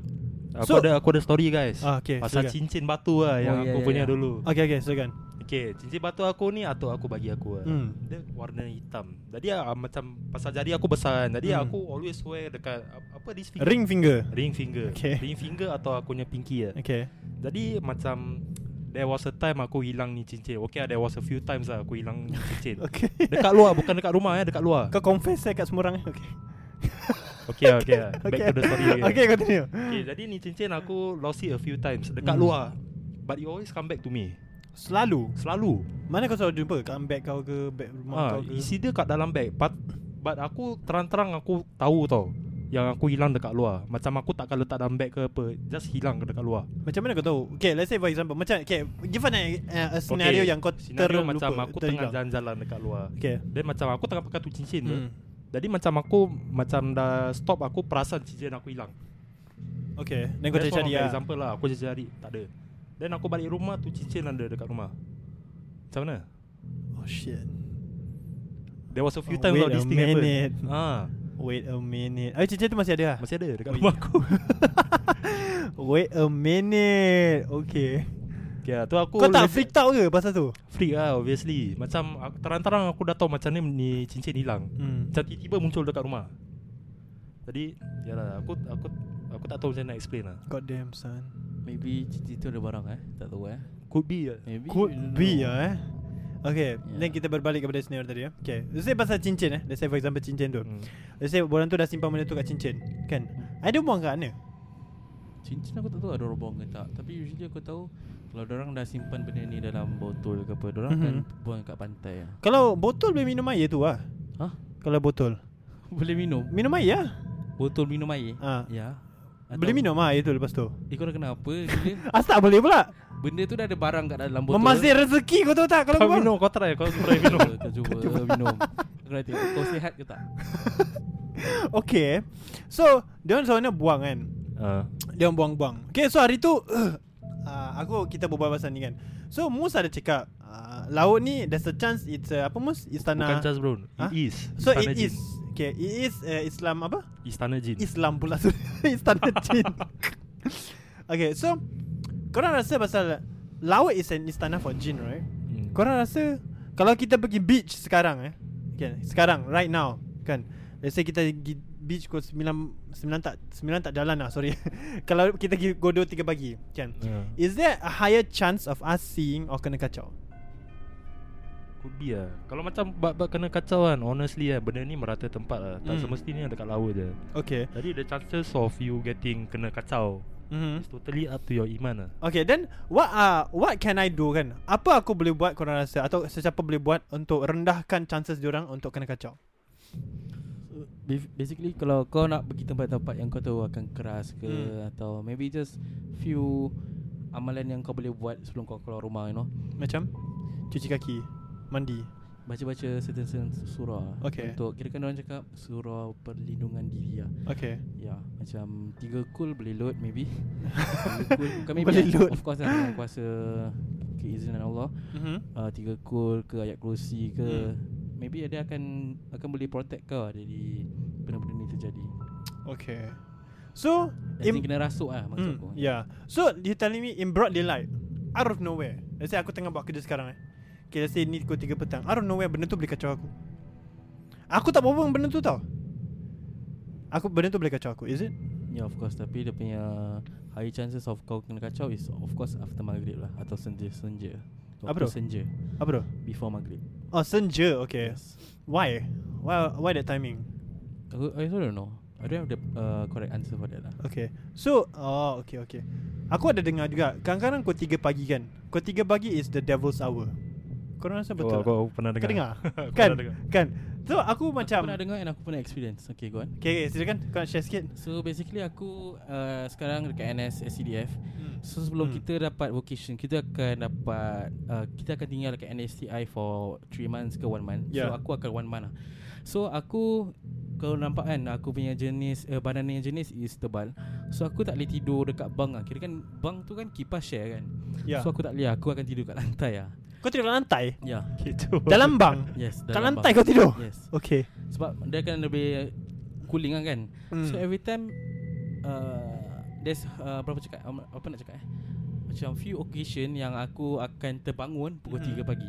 [SPEAKER 7] Aku
[SPEAKER 4] So-
[SPEAKER 7] ada aku ada story guys
[SPEAKER 4] Ah, okay,
[SPEAKER 7] Pasal
[SPEAKER 4] silakan.
[SPEAKER 7] cincin batu lah Yang
[SPEAKER 6] Oh, ya,
[SPEAKER 7] aku
[SPEAKER 6] ya,
[SPEAKER 7] punya
[SPEAKER 6] ya.
[SPEAKER 7] dulu
[SPEAKER 4] Okay okay silakan
[SPEAKER 7] Okay cincin batu aku ni Atau aku bagi aku lah
[SPEAKER 4] Hmm.
[SPEAKER 7] Dia warna hitam Jadi ah, macam Pasal jari aku besar kan Jadi
[SPEAKER 4] Hmm.
[SPEAKER 7] aku always wear dekat ap- Apa this finger?
[SPEAKER 4] Ring finger
[SPEAKER 7] Ring finger
[SPEAKER 4] Okay.
[SPEAKER 7] Ring finger atau aku punya pinky lah
[SPEAKER 4] Okay
[SPEAKER 7] Jadi macam There was a time aku hilang ni cincin Okay lah there was a few times lah aku hilang ni cincin
[SPEAKER 4] Okay
[SPEAKER 7] Dekat luar bukan dekat rumah ya Dekat luar
[SPEAKER 4] Kau confess eh kat semua orang eh? Okay
[SPEAKER 7] Okay lah, okay lah. Back to the story
[SPEAKER 4] Okay, okay continue
[SPEAKER 7] okay jadi ni cincin aku lost it a few times Dekat
[SPEAKER 4] Hmm.
[SPEAKER 7] luar But it always come back to me
[SPEAKER 4] Selalu
[SPEAKER 7] Selalu
[SPEAKER 4] Mana kau selalu jumpa Kat bag kau ke Bag rumah
[SPEAKER 7] ha,
[SPEAKER 4] kau ke
[SPEAKER 7] Isi dia kat dalam bag but, but aku terang-terang aku tahu tau Yang aku hilang dekat luar Macam aku takkan letak dalam bag ke apa Just hilang dekat luar
[SPEAKER 4] Macam mana kau tahu Okay let's say for example Macam okay, Give an uh, a scenario
[SPEAKER 7] Okay,
[SPEAKER 4] yang kau
[SPEAKER 7] Scenario
[SPEAKER 4] terlupa
[SPEAKER 7] macam aku tengah
[SPEAKER 4] terhilang.
[SPEAKER 7] jalan-jalan dekat luar
[SPEAKER 4] Okay
[SPEAKER 7] Then macam aku tengah pakai tu cincin tu
[SPEAKER 4] hmm.
[SPEAKER 7] Jadi macam aku Macam dah stop aku Perasan cincin aku hilang
[SPEAKER 4] Okay Dan kau
[SPEAKER 7] That's
[SPEAKER 4] cari cari
[SPEAKER 7] one of the
[SPEAKER 4] lah
[SPEAKER 7] Example lah Aku cari-cari Tak ada Then aku balik rumah Tu cincin ada dekat rumah Macam mana?
[SPEAKER 4] Oh shit
[SPEAKER 7] There was a
[SPEAKER 4] Oh,
[SPEAKER 7] few times
[SPEAKER 4] wait
[SPEAKER 7] lah this
[SPEAKER 4] a
[SPEAKER 7] thing happen
[SPEAKER 4] minute.
[SPEAKER 7] ah,
[SPEAKER 4] Wait a minute Ayo cincin tu masih ada lah
[SPEAKER 7] Masih ada dekat
[SPEAKER 4] Oh,
[SPEAKER 7] rumah
[SPEAKER 4] iya.
[SPEAKER 7] aku
[SPEAKER 4] Wait a minute Okay
[SPEAKER 7] okay, lah, tu aku
[SPEAKER 4] Kau tak
[SPEAKER 7] legit-
[SPEAKER 4] freaked out ke Pasal tu
[SPEAKER 7] Freak lah obviously Macam aku- terang-terang aku dah tahu Macam ni, ni cincin hilang
[SPEAKER 4] hmm.
[SPEAKER 7] Macam tiba-tiba muncul dekat rumah Jadi Yalah aku Aku aku tak tahu macam mana nak explain lah
[SPEAKER 4] God damn son
[SPEAKER 6] Maybe cincin tu ada barang eh Tak tahu eh
[SPEAKER 7] Could be lah
[SPEAKER 6] Maybe
[SPEAKER 4] Could be lah eh Okay
[SPEAKER 6] Yeah.
[SPEAKER 4] Then kita berbalik kepada senior tadi eh Okay Let's say pasal cincin eh Let's say for example cincin tu
[SPEAKER 7] Hmm.
[SPEAKER 4] Let's say orang tu dah simpan benda tu kat cincin Kan Ada buang kat mana
[SPEAKER 6] Cincin aku tak tahu ada orang buang ke tak Tapi usually aku tahu Kalau orang dah simpan benda ni dalam botol ke apa Diorang
[SPEAKER 4] Mhm.
[SPEAKER 6] akan buang kat pantai lah
[SPEAKER 4] Kalau botol boleh minum air tu lah
[SPEAKER 6] Hah?
[SPEAKER 4] Kalau botol
[SPEAKER 6] Boleh minum
[SPEAKER 4] Minum air lah
[SPEAKER 6] Botol minum air
[SPEAKER 4] Ah.
[SPEAKER 6] Ya Atau-
[SPEAKER 4] Boleh minum lah air tu lepas tu
[SPEAKER 6] Eh korang kenapa gila
[SPEAKER 4] Asal tak boleh pula
[SPEAKER 6] Benda tu dah ada barang kat dalam botol
[SPEAKER 4] Memazir rezeki kau tahu tak Kalau
[SPEAKER 7] Kau
[SPEAKER 4] kau
[SPEAKER 7] minum kau try Kau try minum
[SPEAKER 6] Kau cuba minum Kau nak tengok kau sihat ke tak
[SPEAKER 4] Okay So Dia orang sebenarnya buang kan
[SPEAKER 7] Ah,
[SPEAKER 4] Dia orang buang-buang Okay so hari tu uh, Aku kita berbual pasal ni kan So Mus ada cakap uh, Laut ni There's a chance It's a, apa Mus
[SPEAKER 7] Bukan
[SPEAKER 4] Istana
[SPEAKER 7] just bro
[SPEAKER 4] Hah?
[SPEAKER 7] It is
[SPEAKER 4] So
[SPEAKER 7] Istana
[SPEAKER 4] it
[SPEAKER 7] Jin.
[SPEAKER 4] is Okay it is uh, Islam apa
[SPEAKER 7] Istana Jin
[SPEAKER 4] Islam pula tu Istana Jin Okay so Korang rasa pasal Laut is an istana for jin right
[SPEAKER 7] Hmm.
[SPEAKER 4] Korang rasa Kalau kita pergi beach sekarang eh okay, Sekarang right now Kan Let's say kita pergi beach pukul 9 9 tak 9 tak jalan lah sorry Kalau kita pergi godo 3 pagi Kan
[SPEAKER 7] Ah,
[SPEAKER 4] Is there a higher chance of us seeing Or kena kacau
[SPEAKER 7] Could be lah Kalau macam bab-bab kena kacau kan Honestly lah Benda ni merata tempat lah Tak
[SPEAKER 4] Hmm.
[SPEAKER 7] semestinya dekat laut je
[SPEAKER 4] Okay
[SPEAKER 7] Jadi the chances of you getting kena kacau
[SPEAKER 4] mm-hmm.
[SPEAKER 7] It's totally up to your iman lah
[SPEAKER 4] Okay then What uh, what can I do kan Apa aku boleh buat korang rasa Atau sesiapa boleh buat Untuk rendahkan chances diorang Untuk kena kacau
[SPEAKER 6] Ba- Basically kalau kau nak pergi tempat-tempat yang kau tahu akan keras ke
[SPEAKER 4] Hmm.
[SPEAKER 6] Atau maybe just few amalan yang kau boleh buat sebelum kau keluar rumah you know
[SPEAKER 4] Macam Cuci kaki Mandi
[SPEAKER 6] Baca-baca certain, certain surah
[SPEAKER 4] Okay.
[SPEAKER 6] Untuk kira kan orang cakap surah perlindungan diri lah
[SPEAKER 4] Okay
[SPEAKER 6] Ya macam tiga kul boleh load maybe Tiga kul bukan maybe
[SPEAKER 4] Boleh
[SPEAKER 6] lah.
[SPEAKER 4] load.
[SPEAKER 6] Of course lah dengan kuasa keizinan Allah
[SPEAKER 4] mm-hmm.
[SPEAKER 6] uh, Tiga kul ke ayat kerusi ke
[SPEAKER 4] Hmm.
[SPEAKER 6] Maybe dia akan akan boleh protect kau lah dari benda-benda ni terjadi
[SPEAKER 4] Okay So
[SPEAKER 6] Yang
[SPEAKER 4] Im-
[SPEAKER 6] kena rasuk lah maksud aku
[SPEAKER 4] Mm, yeah. So you telling me in broad daylight, out of nowhere. Let's say aku tengah buat kerja sekarang eh. Okay, let's say ni pukul 3 petang. Out of nowhere benda tu boleh kacau aku. Aku tak berbual benda tu tau. Aku benda tu boleh kacau aku, is it?
[SPEAKER 6] Ya of course Tapi dia punya High chances of kau kena kacau Is of course after maghrib lah Atau senja-senja
[SPEAKER 4] Apa tu?
[SPEAKER 6] Senja
[SPEAKER 4] Apa tu?
[SPEAKER 6] Before maghrib
[SPEAKER 4] Oh, senja. Okay.
[SPEAKER 6] Yes
[SPEAKER 4] Why? Why why that timing?
[SPEAKER 6] Aku, I also don't know I don't have the uh, correct answer for that lah
[SPEAKER 4] Okay. So, oh, okay, okay. Aku ada dengar juga. Kadang-kadang kau 3 pagi kan. Kau 3 pagi is the devil's hour. Kau rasa
[SPEAKER 7] Kau,
[SPEAKER 4] betul? tak?
[SPEAKER 7] kau pernah
[SPEAKER 4] Kau
[SPEAKER 7] Oh, dengar
[SPEAKER 4] dengar?
[SPEAKER 7] Kau
[SPEAKER 4] kan?
[SPEAKER 7] pernah dengar?
[SPEAKER 4] Kan? So aku macam
[SPEAKER 6] Aku pernah dengar and aku pernah experience Okay go on
[SPEAKER 4] Okay, okay, silakan kau nak share sikit.
[SPEAKER 6] So basically aku uh, Sekarang dekat NS SCDF
[SPEAKER 4] Hmm.
[SPEAKER 6] So sebelum
[SPEAKER 4] Hmm.
[SPEAKER 6] kita dapat vocation Kita akan dapat uh, Kita akan tinggal dekat NSTI For 3 months ke 1 month
[SPEAKER 4] Yeah.
[SPEAKER 6] So aku akan 1 month lah So aku Kalau nampak kan Aku punya jenis uh, Badan yang jenis is tebal So aku tak boleh tidur dekat bank lah Kira kan bank tu kan kipas share kan
[SPEAKER 4] Yeah.
[SPEAKER 6] So aku tak boleh lah. Aku akan tidur kat lantai lah
[SPEAKER 4] Ya. Kau tidur dalam lantai?
[SPEAKER 6] Ya yeah.
[SPEAKER 7] Gitu
[SPEAKER 4] Dalam bang?
[SPEAKER 6] Yes
[SPEAKER 4] Kat lantai kau tidur?
[SPEAKER 6] Yes
[SPEAKER 4] Okay
[SPEAKER 6] Sebab dia akan lebih Cooling lah kan
[SPEAKER 4] Hmm.
[SPEAKER 6] So every time uh, There's uh, Berapa cakap um, Apa nak cakap eh Macam few occasion Yang aku akan terbangun Pukul
[SPEAKER 4] Mm-mm.
[SPEAKER 6] 3
[SPEAKER 7] Hmm.
[SPEAKER 6] pagi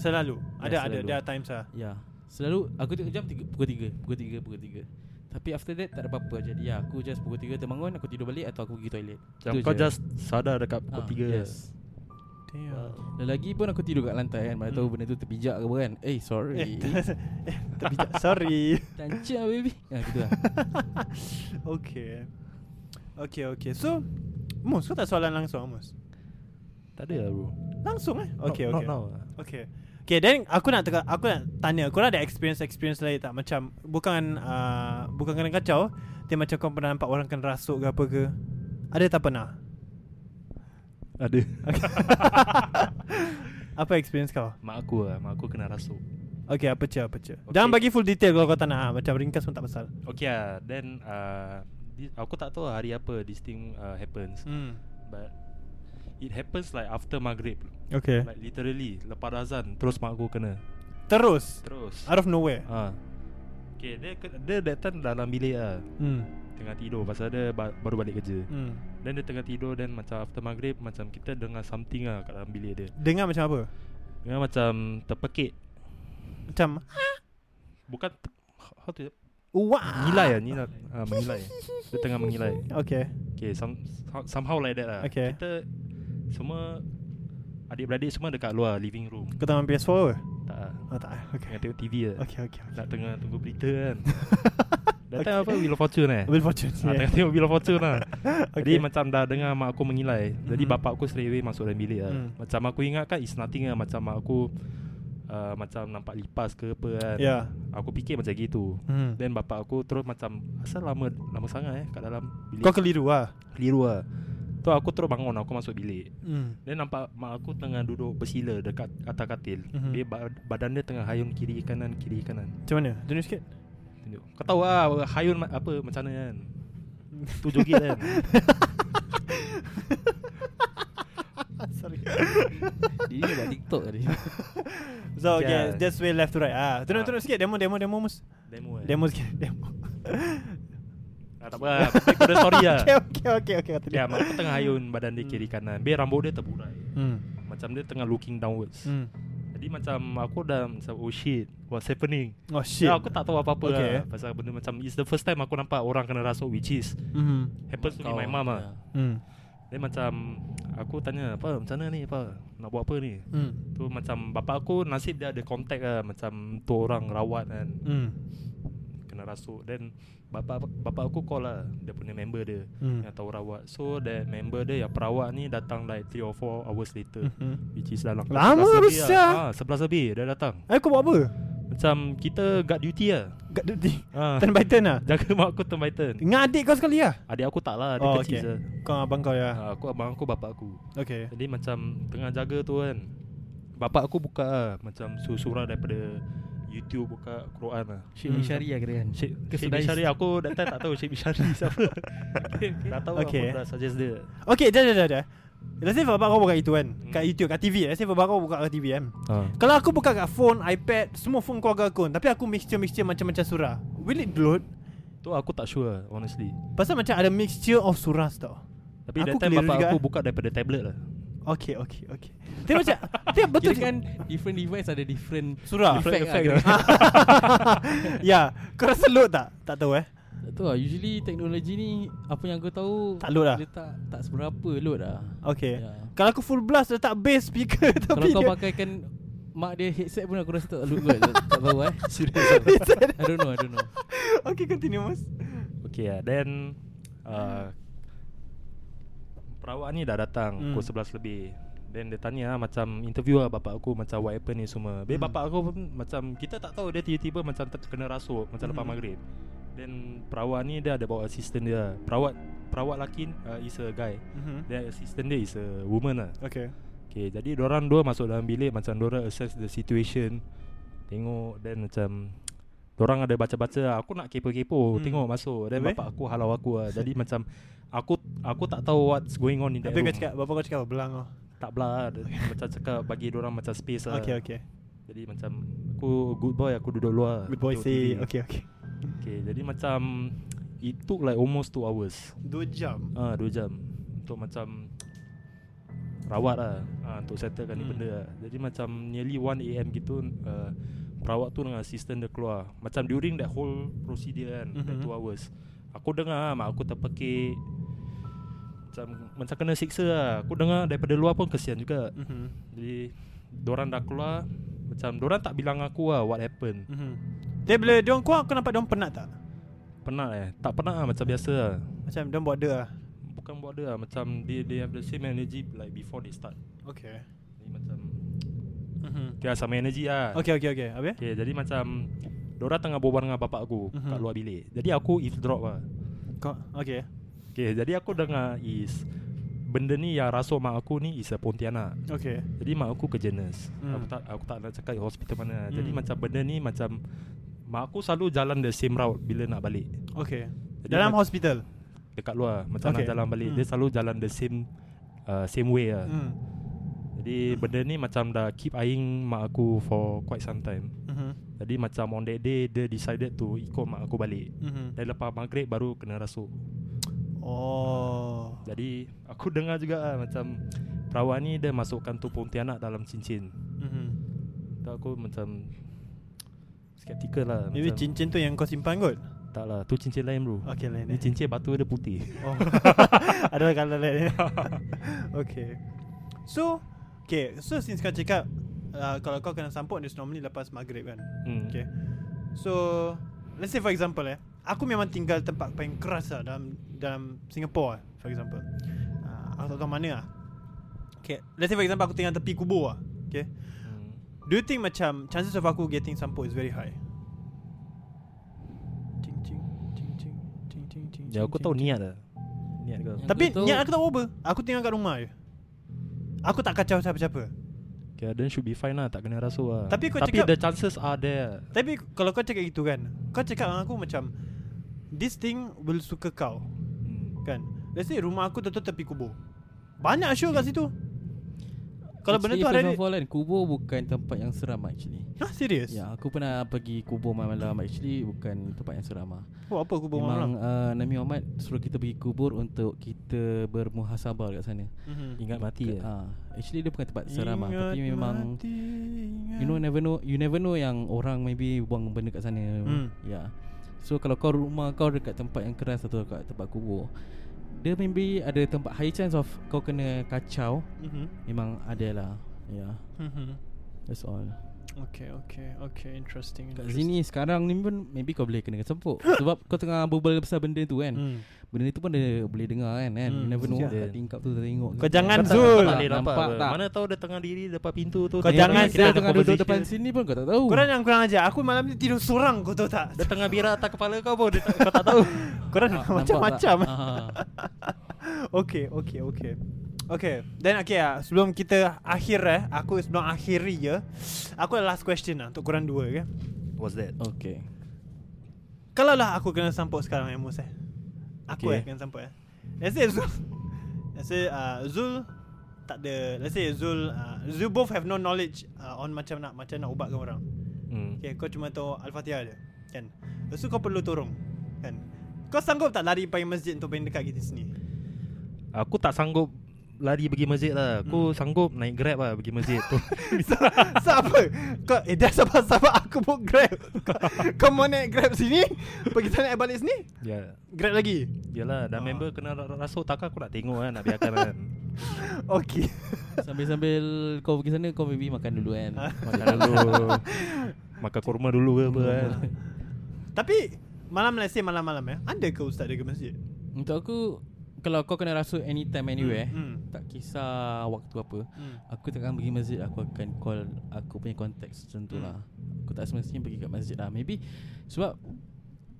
[SPEAKER 4] Selalu Ada
[SPEAKER 6] Ya,
[SPEAKER 4] ada
[SPEAKER 6] selalu.
[SPEAKER 4] There are times lah
[SPEAKER 6] Ya yeah. Selalu Aku tengok jam tiga, Pukul 3 Pukul 3 Pukul 3 Tapi after that Tak ada apa-apa Jadi ya, aku just pukul 3 terbangun Aku tidur balik Atau aku pergi toilet
[SPEAKER 7] Macam
[SPEAKER 6] Itu
[SPEAKER 7] kau
[SPEAKER 6] je.
[SPEAKER 7] just sadar dekat pukul
[SPEAKER 6] Ah,
[SPEAKER 7] 3
[SPEAKER 6] Yes Lagi pun aku tidur kat lantai kan Mana
[SPEAKER 7] Hmm.
[SPEAKER 6] tahu benda tu terbijak ke apa kan Eh
[SPEAKER 4] Eh,
[SPEAKER 6] sorry
[SPEAKER 4] ter- eh, terbijak Sorry
[SPEAKER 6] Tancap baby Ha gitu lah
[SPEAKER 4] Okay Okay okay So Mus kau tak soalan langsung ah, Mus
[SPEAKER 7] Tak ada lah bro
[SPEAKER 4] Langsung eh Okay
[SPEAKER 7] not,
[SPEAKER 4] okay
[SPEAKER 7] Not now lah.
[SPEAKER 4] Okay Okay then aku nak teka, aku nak tanya Kau ada experience-experience lain tak Macam Bukan uh, Bukan kena kacau Tapi macam kau pernah nampak orang kena rasuk ke apa ke Ada tak pernah
[SPEAKER 7] Ada
[SPEAKER 4] okay. Apa experience kau
[SPEAKER 7] Mak aku lah Mak aku kena rasuk
[SPEAKER 4] Okay apa cia apa cia
[SPEAKER 7] Okay.
[SPEAKER 4] Jangan bagi full detail kalau kau tak nak ah. Macam ringkas pun tak pasal
[SPEAKER 7] Okay lah Then uh, di- Aku tak tahu lah hari apa This thing uh, happens
[SPEAKER 4] Hmm
[SPEAKER 7] But It happens like after maghrib
[SPEAKER 4] Okay
[SPEAKER 7] Like literally Lepas azan Terus mak aku kena
[SPEAKER 4] Terus
[SPEAKER 7] Terus
[SPEAKER 4] Out of nowhere
[SPEAKER 7] Ah. Okay dia, ke- dia that time dalam bilik lah
[SPEAKER 4] Hmm
[SPEAKER 7] Tengah tidur Pasal dia ba- baru balik kerja
[SPEAKER 4] Hmm
[SPEAKER 7] Then dia tengah tidur Then macam after maghrib Macam kita dengar something lah Kat dalam bilik dia
[SPEAKER 4] Dengar macam apa
[SPEAKER 7] Dengar macam terpekik
[SPEAKER 4] Macam
[SPEAKER 7] Bukan te- How to
[SPEAKER 4] Wah
[SPEAKER 7] Ngilai lah Ngilai ah, Mengilai Dia tengah mengilai
[SPEAKER 4] Okay
[SPEAKER 7] Okay some, so- Somehow like that lah
[SPEAKER 4] Okay.
[SPEAKER 7] Kita Semua Adik-beradik semua dekat luar Living room
[SPEAKER 4] Kau tengok PS4 ke?
[SPEAKER 7] Tak lah
[SPEAKER 4] Oh tak eh. Okay
[SPEAKER 7] Tengah tengok TV lah okay.
[SPEAKER 4] Okay okay, okay.
[SPEAKER 7] Tak tengah tunggu berita kan Datang okay. apa Wheel of Fortune eh
[SPEAKER 4] Wheel Fortune
[SPEAKER 7] Ah,
[SPEAKER 4] yeah.
[SPEAKER 7] tengah tengok Wheel of Fortune lah Jadi
[SPEAKER 4] Okay.
[SPEAKER 7] macam dah dengar mak aku mengilai Jadi
[SPEAKER 4] Mhm.
[SPEAKER 7] bapak aku straight away masuk dalam bilik lah
[SPEAKER 4] Hmm.
[SPEAKER 7] Macam aku ingat kan it's nothing lah Macam mak aku uh, Macam nampak lipas ke apa kan
[SPEAKER 4] Yeah
[SPEAKER 7] Aku fikir macam gitu
[SPEAKER 4] hmm.
[SPEAKER 7] Then bapak aku terus macam Asal lama lama sangat eh kat dalam bilik
[SPEAKER 4] Kau keliru lah
[SPEAKER 7] keliru lah Tu aku terus bangun aku masuk bilik
[SPEAKER 4] hmm.
[SPEAKER 7] Then nampak mak aku tengah duduk bersila dekat atas katil
[SPEAKER 4] Mhm.
[SPEAKER 7] Dia ba- badan dia tengah hayun kiri kanan kiri kanan
[SPEAKER 4] Macam mana? Tunjuk sikit
[SPEAKER 7] Tunjuk. Kau tahu lah Hayun ma- apa macam mana kan Tu joget kan
[SPEAKER 4] Sorry
[SPEAKER 6] Dia ni buat TikTok tadi
[SPEAKER 4] So
[SPEAKER 7] Yeah.
[SPEAKER 4] okay Just way left to right ah, Hmm. Tunjuk
[SPEAKER 7] Ah.
[SPEAKER 4] tunjuk sikit Demo demo demo mus
[SPEAKER 7] Demo eh
[SPEAKER 4] Demo sikit Demo
[SPEAKER 7] ah, Tak apa lah Aku dah sorry lah
[SPEAKER 4] Okay okay okay okay kata dia.
[SPEAKER 7] Ya mak aku tengah hayun Badan dia kiri kanan Biar rambut dia terburai
[SPEAKER 4] Hmm
[SPEAKER 7] Macam dia tengah looking downwards
[SPEAKER 4] Hmm
[SPEAKER 7] Jadi macam aku dah macam Oh shit What's happening
[SPEAKER 4] Oh shit
[SPEAKER 7] Ya, aku tak tahu apa-apa
[SPEAKER 4] Okay.
[SPEAKER 7] lah Pasal benda macam It's the first time aku nampak orang kena rasuk Which is
[SPEAKER 4] hmm.
[SPEAKER 7] Happens to be my mum lah
[SPEAKER 6] Ya.
[SPEAKER 4] hmm
[SPEAKER 7] Dia macam Aku tanya Apa macam mana ni apa Nak buat apa ni
[SPEAKER 4] Hmm
[SPEAKER 7] Tu macam Bapak aku nasib dia ada contact lah Macam tu orang rawat kan
[SPEAKER 4] Hmm
[SPEAKER 7] Kena rasuk Then Bapak bapak aku call lah Dia punya member dia
[SPEAKER 4] Hmm
[SPEAKER 7] Yang tahu rawat So that member dia Yang perawat ni Datang like 3 or 4 hours later
[SPEAKER 4] Mhm.
[SPEAKER 7] Which is dalam
[SPEAKER 4] Lama
[SPEAKER 7] 11 lebih
[SPEAKER 4] besar.
[SPEAKER 7] lah. ha, 11 lebih dia datang
[SPEAKER 4] Eh kau buat apa?
[SPEAKER 7] Macam kita guard duty lah
[SPEAKER 4] Kat duty
[SPEAKER 7] ha.
[SPEAKER 4] Turn by turn lah
[SPEAKER 7] Jaga mak aku turn by turn
[SPEAKER 4] Dengan adik kau sekali lah
[SPEAKER 7] Adik aku tak lah Dia
[SPEAKER 4] Oh, okay.
[SPEAKER 7] kecil okay.
[SPEAKER 4] Kau dengan abang kau ya
[SPEAKER 7] ha, Aku abang aku bapak aku
[SPEAKER 4] Okay
[SPEAKER 7] Jadi macam tengah jaga tu kan Bapak aku buka lah Macam surah daripada YouTube buka Quran lah
[SPEAKER 6] Syed Mishari lah kira kan
[SPEAKER 7] Syekh
[SPEAKER 6] Ke
[SPEAKER 7] Syekh
[SPEAKER 6] Sudais.
[SPEAKER 7] Bishari Aku that time tak tahu Syekh Bishari siapa Tak tahu lah,
[SPEAKER 4] Okay.
[SPEAKER 7] aku dah suggest dia
[SPEAKER 4] Okay dah dah dah dah Let's say bapak kau buka itu kan
[SPEAKER 7] Hmm.
[SPEAKER 4] Kat YouTube, kat TV Let's say bapak kau buka kat TV kan
[SPEAKER 7] ha.
[SPEAKER 4] Kalau aku buka kat phone, iPad Semua phone keluarga aku Tapi aku mixture-mixture macam-macam surah Will it load?
[SPEAKER 7] Tu aku tak sure lah, honestly
[SPEAKER 4] Pasal macam ada mixture of surah tau
[SPEAKER 7] Tapi
[SPEAKER 4] Aku
[SPEAKER 7] that time
[SPEAKER 4] keliru
[SPEAKER 7] bapak
[SPEAKER 4] juga,
[SPEAKER 7] aku
[SPEAKER 4] eh.
[SPEAKER 7] buka daripada tablet lah
[SPEAKER 4] Okay, okay, okay Tapi macam Tapi betul
[SPEAKER 6] Kira kan different device ada different
[SPEAKER 4] Surah
[SPEAKER 6] effect lah
[SPEAKER 4] kan?
[SPEAKER 6] kira.
[SPEAKER 4] Ya Kau rasa load tak? Tak tahu eh
[SPEAKER 6] Tak tahu lah Usually teknologi ni Apa yang aku tahu
[SPEAKER 4] Tak load lah.
[SPEAKER 6] Dia tak, tak seberapa load lah
[SPEAKER 4] Okay
[SPEAKER 6] Ya.
[SPEAKER 4] Kalau aku full blast letak bass speaker
[SPEAKER 6] Kalau
[SPEAKER 4] Tapi
[SPEAKER 6] kau
[SPEAKER 4] dia
[SPEAKER 6] pakaikan Mak dia headset pun aku rasa tak load kot Tak, tak tahu eh Serius
[SPEAKER 4] lah.
[SPEAKER 6] I don't know I don't know
[SPEAKER 4] Okay continue mas
[SPEAKER 7] Okay lah Then uh, Perawat ni dah datang
[SPEAKER 4] Hmm.
[SPEAKER 7] hmm. Pukul 11 lebih Then dia tanya lah, Macam interview lah bapak aku Macam what happen ni semua Habis
[SPEAKER 4] Hmm.
[SPEAKER 7] bapak aku pun Macam kita tak tahu Dia tiba-tiba macam terkena rasuk Macam lepas
[SPEAKER 4] Hmm.
[SPEAKER 7] maghrib Then perawat ni Dia ada bawa assistant dia Perawat Perawat lelaki uh, Is a guy
[SPEAKER 4] Mhm.
[SPEAKER 7] Then assistant dia is a woman lah
[SPEAKER 4] Okay
[SPEAKER 7] Okay jadi orang dua masuk dalam bilik Macam orang assess the situation Tengok Then macam Orang ada baca-baca lah. Aku nak kepo-kepo
[SPEAKER 4] Hmm.
[SPEAKER 7] hmm. Tengok masuk Then
[SPEAKER 4] Habis?
[SPEAKER 7] bapak aku halau aku lah Jadi macam Aku aku tak tahu what's going on in that
[SPEAKER 4] Tapi kau
[SPEAKER 7] room
[SPEAKER 4] cakap Bapak kau cakap belang oh. kau
[SPEAKER 7] Tak belah lah. Dia Macam cakap bagi orang macam space lah
[SPEAKER 4] Okay okay
[SPEAKER 7] Jadi macam Aku good boy aku duduk luar
[SPEAKER 4] Good boy
[SPEAKER 7] tengok
[SPEAKER 4] say
[SPEAKER 7] TV.
[SPEAKER 4] Okay okay
[SPEAKER 7] okay Jadi macam It took like almost 2 hours
[SPEAKER 4] Dua jam
[SPEAKER 7] Ah, 2 jam Untuk macam Rawat lah ah, Untuk settlekan
[SPEAKER 4] Hmm.
[SPEAKER 7] ni benda lah Jadi macam Nearly 1am gitu uh, Perawat tu dengan assistant dia keluar Macam during that whole procedure kan That
[SPEAKER 4] Mhm.
[SPEAKER 7] 2 hours Aku dengar lah, Mak aku terpekik Macam Macam kena siksa lah Aku dengar daripada luar pun kesian juga
[SPEAKER 4] Mhm.
[SPEAKER 7] Jadi Diorang dah keluar Macam Diorang tak bilang aku lah What happened
[SPEAKER 4] Mhm. Tapi bila diorang keluar Aku nampak diorang penat tak?
[SPEAKER 7] Penat eh Tak penat lah Macam biasa lah
[SPEAKER 4] Macam diorang buat dia lah
[SPEAKER 7] Bukan buat dia lah Macam They, they have the same energy Like before they start
[SPEAKER 4] Okay
[SPEAKER 7] Jadi macam
[SPEAKER 4] Mhm.
[SPEAKER 7] Okay lah sama energy lah
[SPEAKER 4] Okay okay okay Habis?
[SPEAKER 7] okay jadi macam Diorang tengah berbual dengan bapak aku
[SPEAKER 4] Mhm.
[SPEAKER 7] Kat luar bilik Jadi aku eavesdrop lah
[SPEAKER 4] Kau Okay
[SPEAKER 7] Okay jadi aku dengar is Benda ni yang rasuk mak aku ni Is a Pontianak
[SPEAKER 4] Okay
[SPEAKER 7] Jadi mak aku kerja nurse
[SPEAKER 4] Hmm.
[SPEAKER 7] Aku tak aku tak nak cakap hospital mana Jadi
[SPEAKER 4] Hmm.
[SPEAKER 7] macam benda ni macam Mak aku selalu jalan the same route Bila nak balik
[SPEAKER 4] Okay
[SPEAKER 7] jadi
[SPEAKER 4] Dalam
[SPEAKER 7] ma-
[SPEAKER 4] hospital
[SPEAKER 7] Dekat luar Macam
[SPEAKER 4] Okay.
[SPEAKER 7] nak jalan balik
[SPEAKER 4] Hmm.
[SPEAKER 7] Dia selalu jalan the same uh, Same way lah
[SPEAKER 4] Hmm
[SPEAKER 7] Jadi benda ni macam dah Keep eyeing mak aku For quite some time
[SPEAKER 4] Mhm.
[SPEAKER 7] Jadi macam on that day Dia decided to ikut mak aku balik
[SPEAKER 4] Mhm.
[SPEAKER 7] Dan lepas maghrib baru kena rasuk
[SPEAKER 4] Oh
[SPEAKER 7] Jadi aku dengar juga lah Macam perawat ni dia masukkan tu Pontianak dalam cincin
[SPEAKER 4] Mhm.
[SPEAKER 7] Tu aku macam Skeptical lah
[SPEAKER 4] Maybe
[SPEAKER 7] macam,
[SPEAKER 4] cincin tu yang kau simpan kot
[SPEAKER 7] Tak lah tu cincin lain bro
[SPEAKER 4] Okay lain
[SPEAKER 7] Ni
[SPEAKER 4] eh.
[SPEAKER 7] cincin batu dia putih
[SPEAKER 4] Oh. Ada kalau lain. okay. So, Okay So since kau cakap uh, Kalau kau kena sampuk It's normally lepas maghrib kan
[SPEAKER 8] Hmm.
[SPEAKER 4] Okay So Let's say for example eh Aku memang tinggal tempat paling keras lah Dalam dalam Singapore lah For example uh, Aku tak tahu mana lah Okay Let's say for example Aku tinggal tepi kubur lah Okay
[SPEAKER 8] Hmm.
[SPEAKER 4] Do you think macam Chances of aku getting sampuk Is very high Ting ting Ting ting Ting ting ting
[SPEAKER 8] Ya aku
[SPEAKER 4] ting,
[SPEAKER 8] tahu
[SPEAKER 4] ting.
[SPEAKER 8] niat lah Niat kau
[SPEAKER 6] Yang
[SPEAKER 4] Tapi
[SPEAKER 6] aku tahu-
[SPEAKER 4] niat aku tak over Aku tinggal kat rumah je Aku tak kacau siapa-siapa
[SPEAKER 8] Okay then should be fine lah Tak kena rasuk lah
[SPEAKER 4] Tapi kau
[SPEAKER 8] Tapi
[SPEAKER 4] cakap-
[SPEAKER 8] the chances are there
[SPEAKER 4] Tapi kalau kau cakap gitu kan Kau cakap dengan aku macam This thing will suka kau
[SPEAKER 8] hmm.
[SPEAKER 4] Kan Let's say rumah aku betul-betul tepi kubur Banyak show kat situ Kalau benda tu
[SPEAKER 6] Ya. Actually,
[SPEAKER 4] ada
[SPEAKER 6] first of all kan Kubur bukan tempat yang seram actually
[SPEAKER 4] Hah serius?
[SPEAKER 6] Ya aku pernah pergi kubur malam-malam Actually bukan tempat yang seram lah
[SPEAKER 4] Oh apa kubur malam
[SPEAKER 6] Memang uh, Nabi Muhammad suruh kita pergi kubur Untuk kita bermuhasabah kat sana
[SPEAKER 4] Mhm.
[SPEAKER 8] Ingat mati
[SPEAKER 7] eh. lah.
[SPEAKER 8] ya
[SPEAKER 6] Ah, Actually dia bukan tempat seram lah
[SPEAKER 4] Ingat
[SPEAKER 6] Tapi memang
[SPEAKER 4] mati, ingat.
[SPEAKER 6] You know never know You never know yang orang maybe buang benda kat sana
[SPEAKER 4] Hmm.
[SPEAKER 6] Ya yeah. So kalau kau rumah kau dekat tempat yang keras Atau dekat tempat kubur Dia maybe ada tempat High chance of kau kena kacau
[SPEAKER 4] Mhm.
[SPEAKER 6] Memang ada lah Ya yeah.
[SPEAKER 4] Mhm.
[SPEAKER 6] That's all
[SPEAKER 4] Okay okay okay interesting
[SPEAKER 6] Kat
[SPEAKER 4] interesting.
[SPEAKER 6] sini sekarang ni pun Maybe kau boleh kena sempuk Sebab kau tengah berbual pasal benda tu kan
[SPEAKER 4] Hmm.
[SPEAKER 6] Benda tu pun dia boleh dengar kan, kan?
[SPEAKER 4] Hmm,
[SPEAKER 6] You never know
[SPEAKER 8] siap.
[SPEAKER 6] Kat tingkap tu dia tengok
[SPEAKER 4] Kau jangan
[SPEAKER 8] Kau tak-
[SPEAKER 4] Zul
[SPEAKER 8] kau tak boleh nampak
[SPEAKER 6] Nampak
[SPEAKER 8] apa.
[SPEAKER 6] tak?
[SPEAKER 8] Mana tahu dia tengah diri Depan pintu tu
[SPEAKER 4] Kau
[SPEAKER 8] tengok
[SPEAKER 4] jangan
[SPEAKER 8] kita
[SPEAKER 6] Dia
[SPEAKER 8] ada
[SPEAKER 6] tengah duduk
[SPEAKER 8] conversation.
[SPEAKER 6] depan sini pun kau tak tahu
[SPEAKER 4] Korang yang kurang aja Aku malam ni tidur seorang kau tahu tak
[SPEAKER 8] Dia tengah birak atas kepala kau pun dia tak, Kau tak ah. tahu
[SPEAKER 4] Korang
[SPEAKER 6] Ah, nampak
[SPEAKER 4] macam-macam
[SPEAKER 6] tak? Ah.
[SPEAKER 4] Okay, okay, okay. Okay, then okay lah. Sebelum kita akhir eh, aku sebelum akhiri ya. Aku ada last question lah untuk korang dua okay?
[SPEAKER 8] What's that
[SPEAKER 6] Okay
[SPEAKER 4] Kalau lah aku kena sampuk sekarang Amos eh. Aku
[SPEAKER 8] Okay.
[SPEAKER 4] eh kena sampuk eh. Let's say Zul. Let's say uh, Zul tak ada. Let's say Zul uh, Zul both have no knowledge uh, on macam nak macam nak ubatkan orang.
[SPEAKER 8] hmm.
[SPEAKER 4] Okay, kau cuma tahu Al-Fatihah je Kan Lepas tu kau perlu tolong Kan Kau sanggup tak lari pergi masjid Untuk paling dekat kita sini
[SPEAKER 8] Aku tak sanggup Lari pergi masjid lah Aku sanggup naik grab lah Pergi masjid tu
[SPEAKER 4] So, so apa Kau Eh dah sabar-sabar Aku book grab Kau, kau mau naik grab sini Pergi sana naik balik sini
[SPEAKER 8] Ya
[SPEAKER 4] Grab lagi
[SPEAKER 8] Yalah dah
[SPEAKER 4] Ah.
[SPEAKER 8] member kena ra- ra- rasuk Takkan aku nak tengok kan Nak biarkan kan
[SPEAKER 4] Okay
[SPEAKER 6] Sambil-sambil kau pergi sana Kau maybe makan dulu kan
[SPEAKER 8] Makan dulu Makan kurma dulu ke apa kan
[SPEAKER 4] Tapi Malam let's say malam-malam eh Ada ke ustaz dia ke masjid
[SPEAKER 6] Untuk aku Kalau kau kena rasuk anytime anywhere
[SPEAKER 4] hmm.
[SPEAKER 6] Tak kisah waktu apa
[SPEAKER 4] Hmm.
[SPEAKER 6] Aku takkan pergi masjid Aku akan call Aku punya konteks Macam tu lah
[SPEAKER 8] Hmm.
[SPEAKER 6] Aku tak semestinya pergi kat masjid lah Maybe Sebab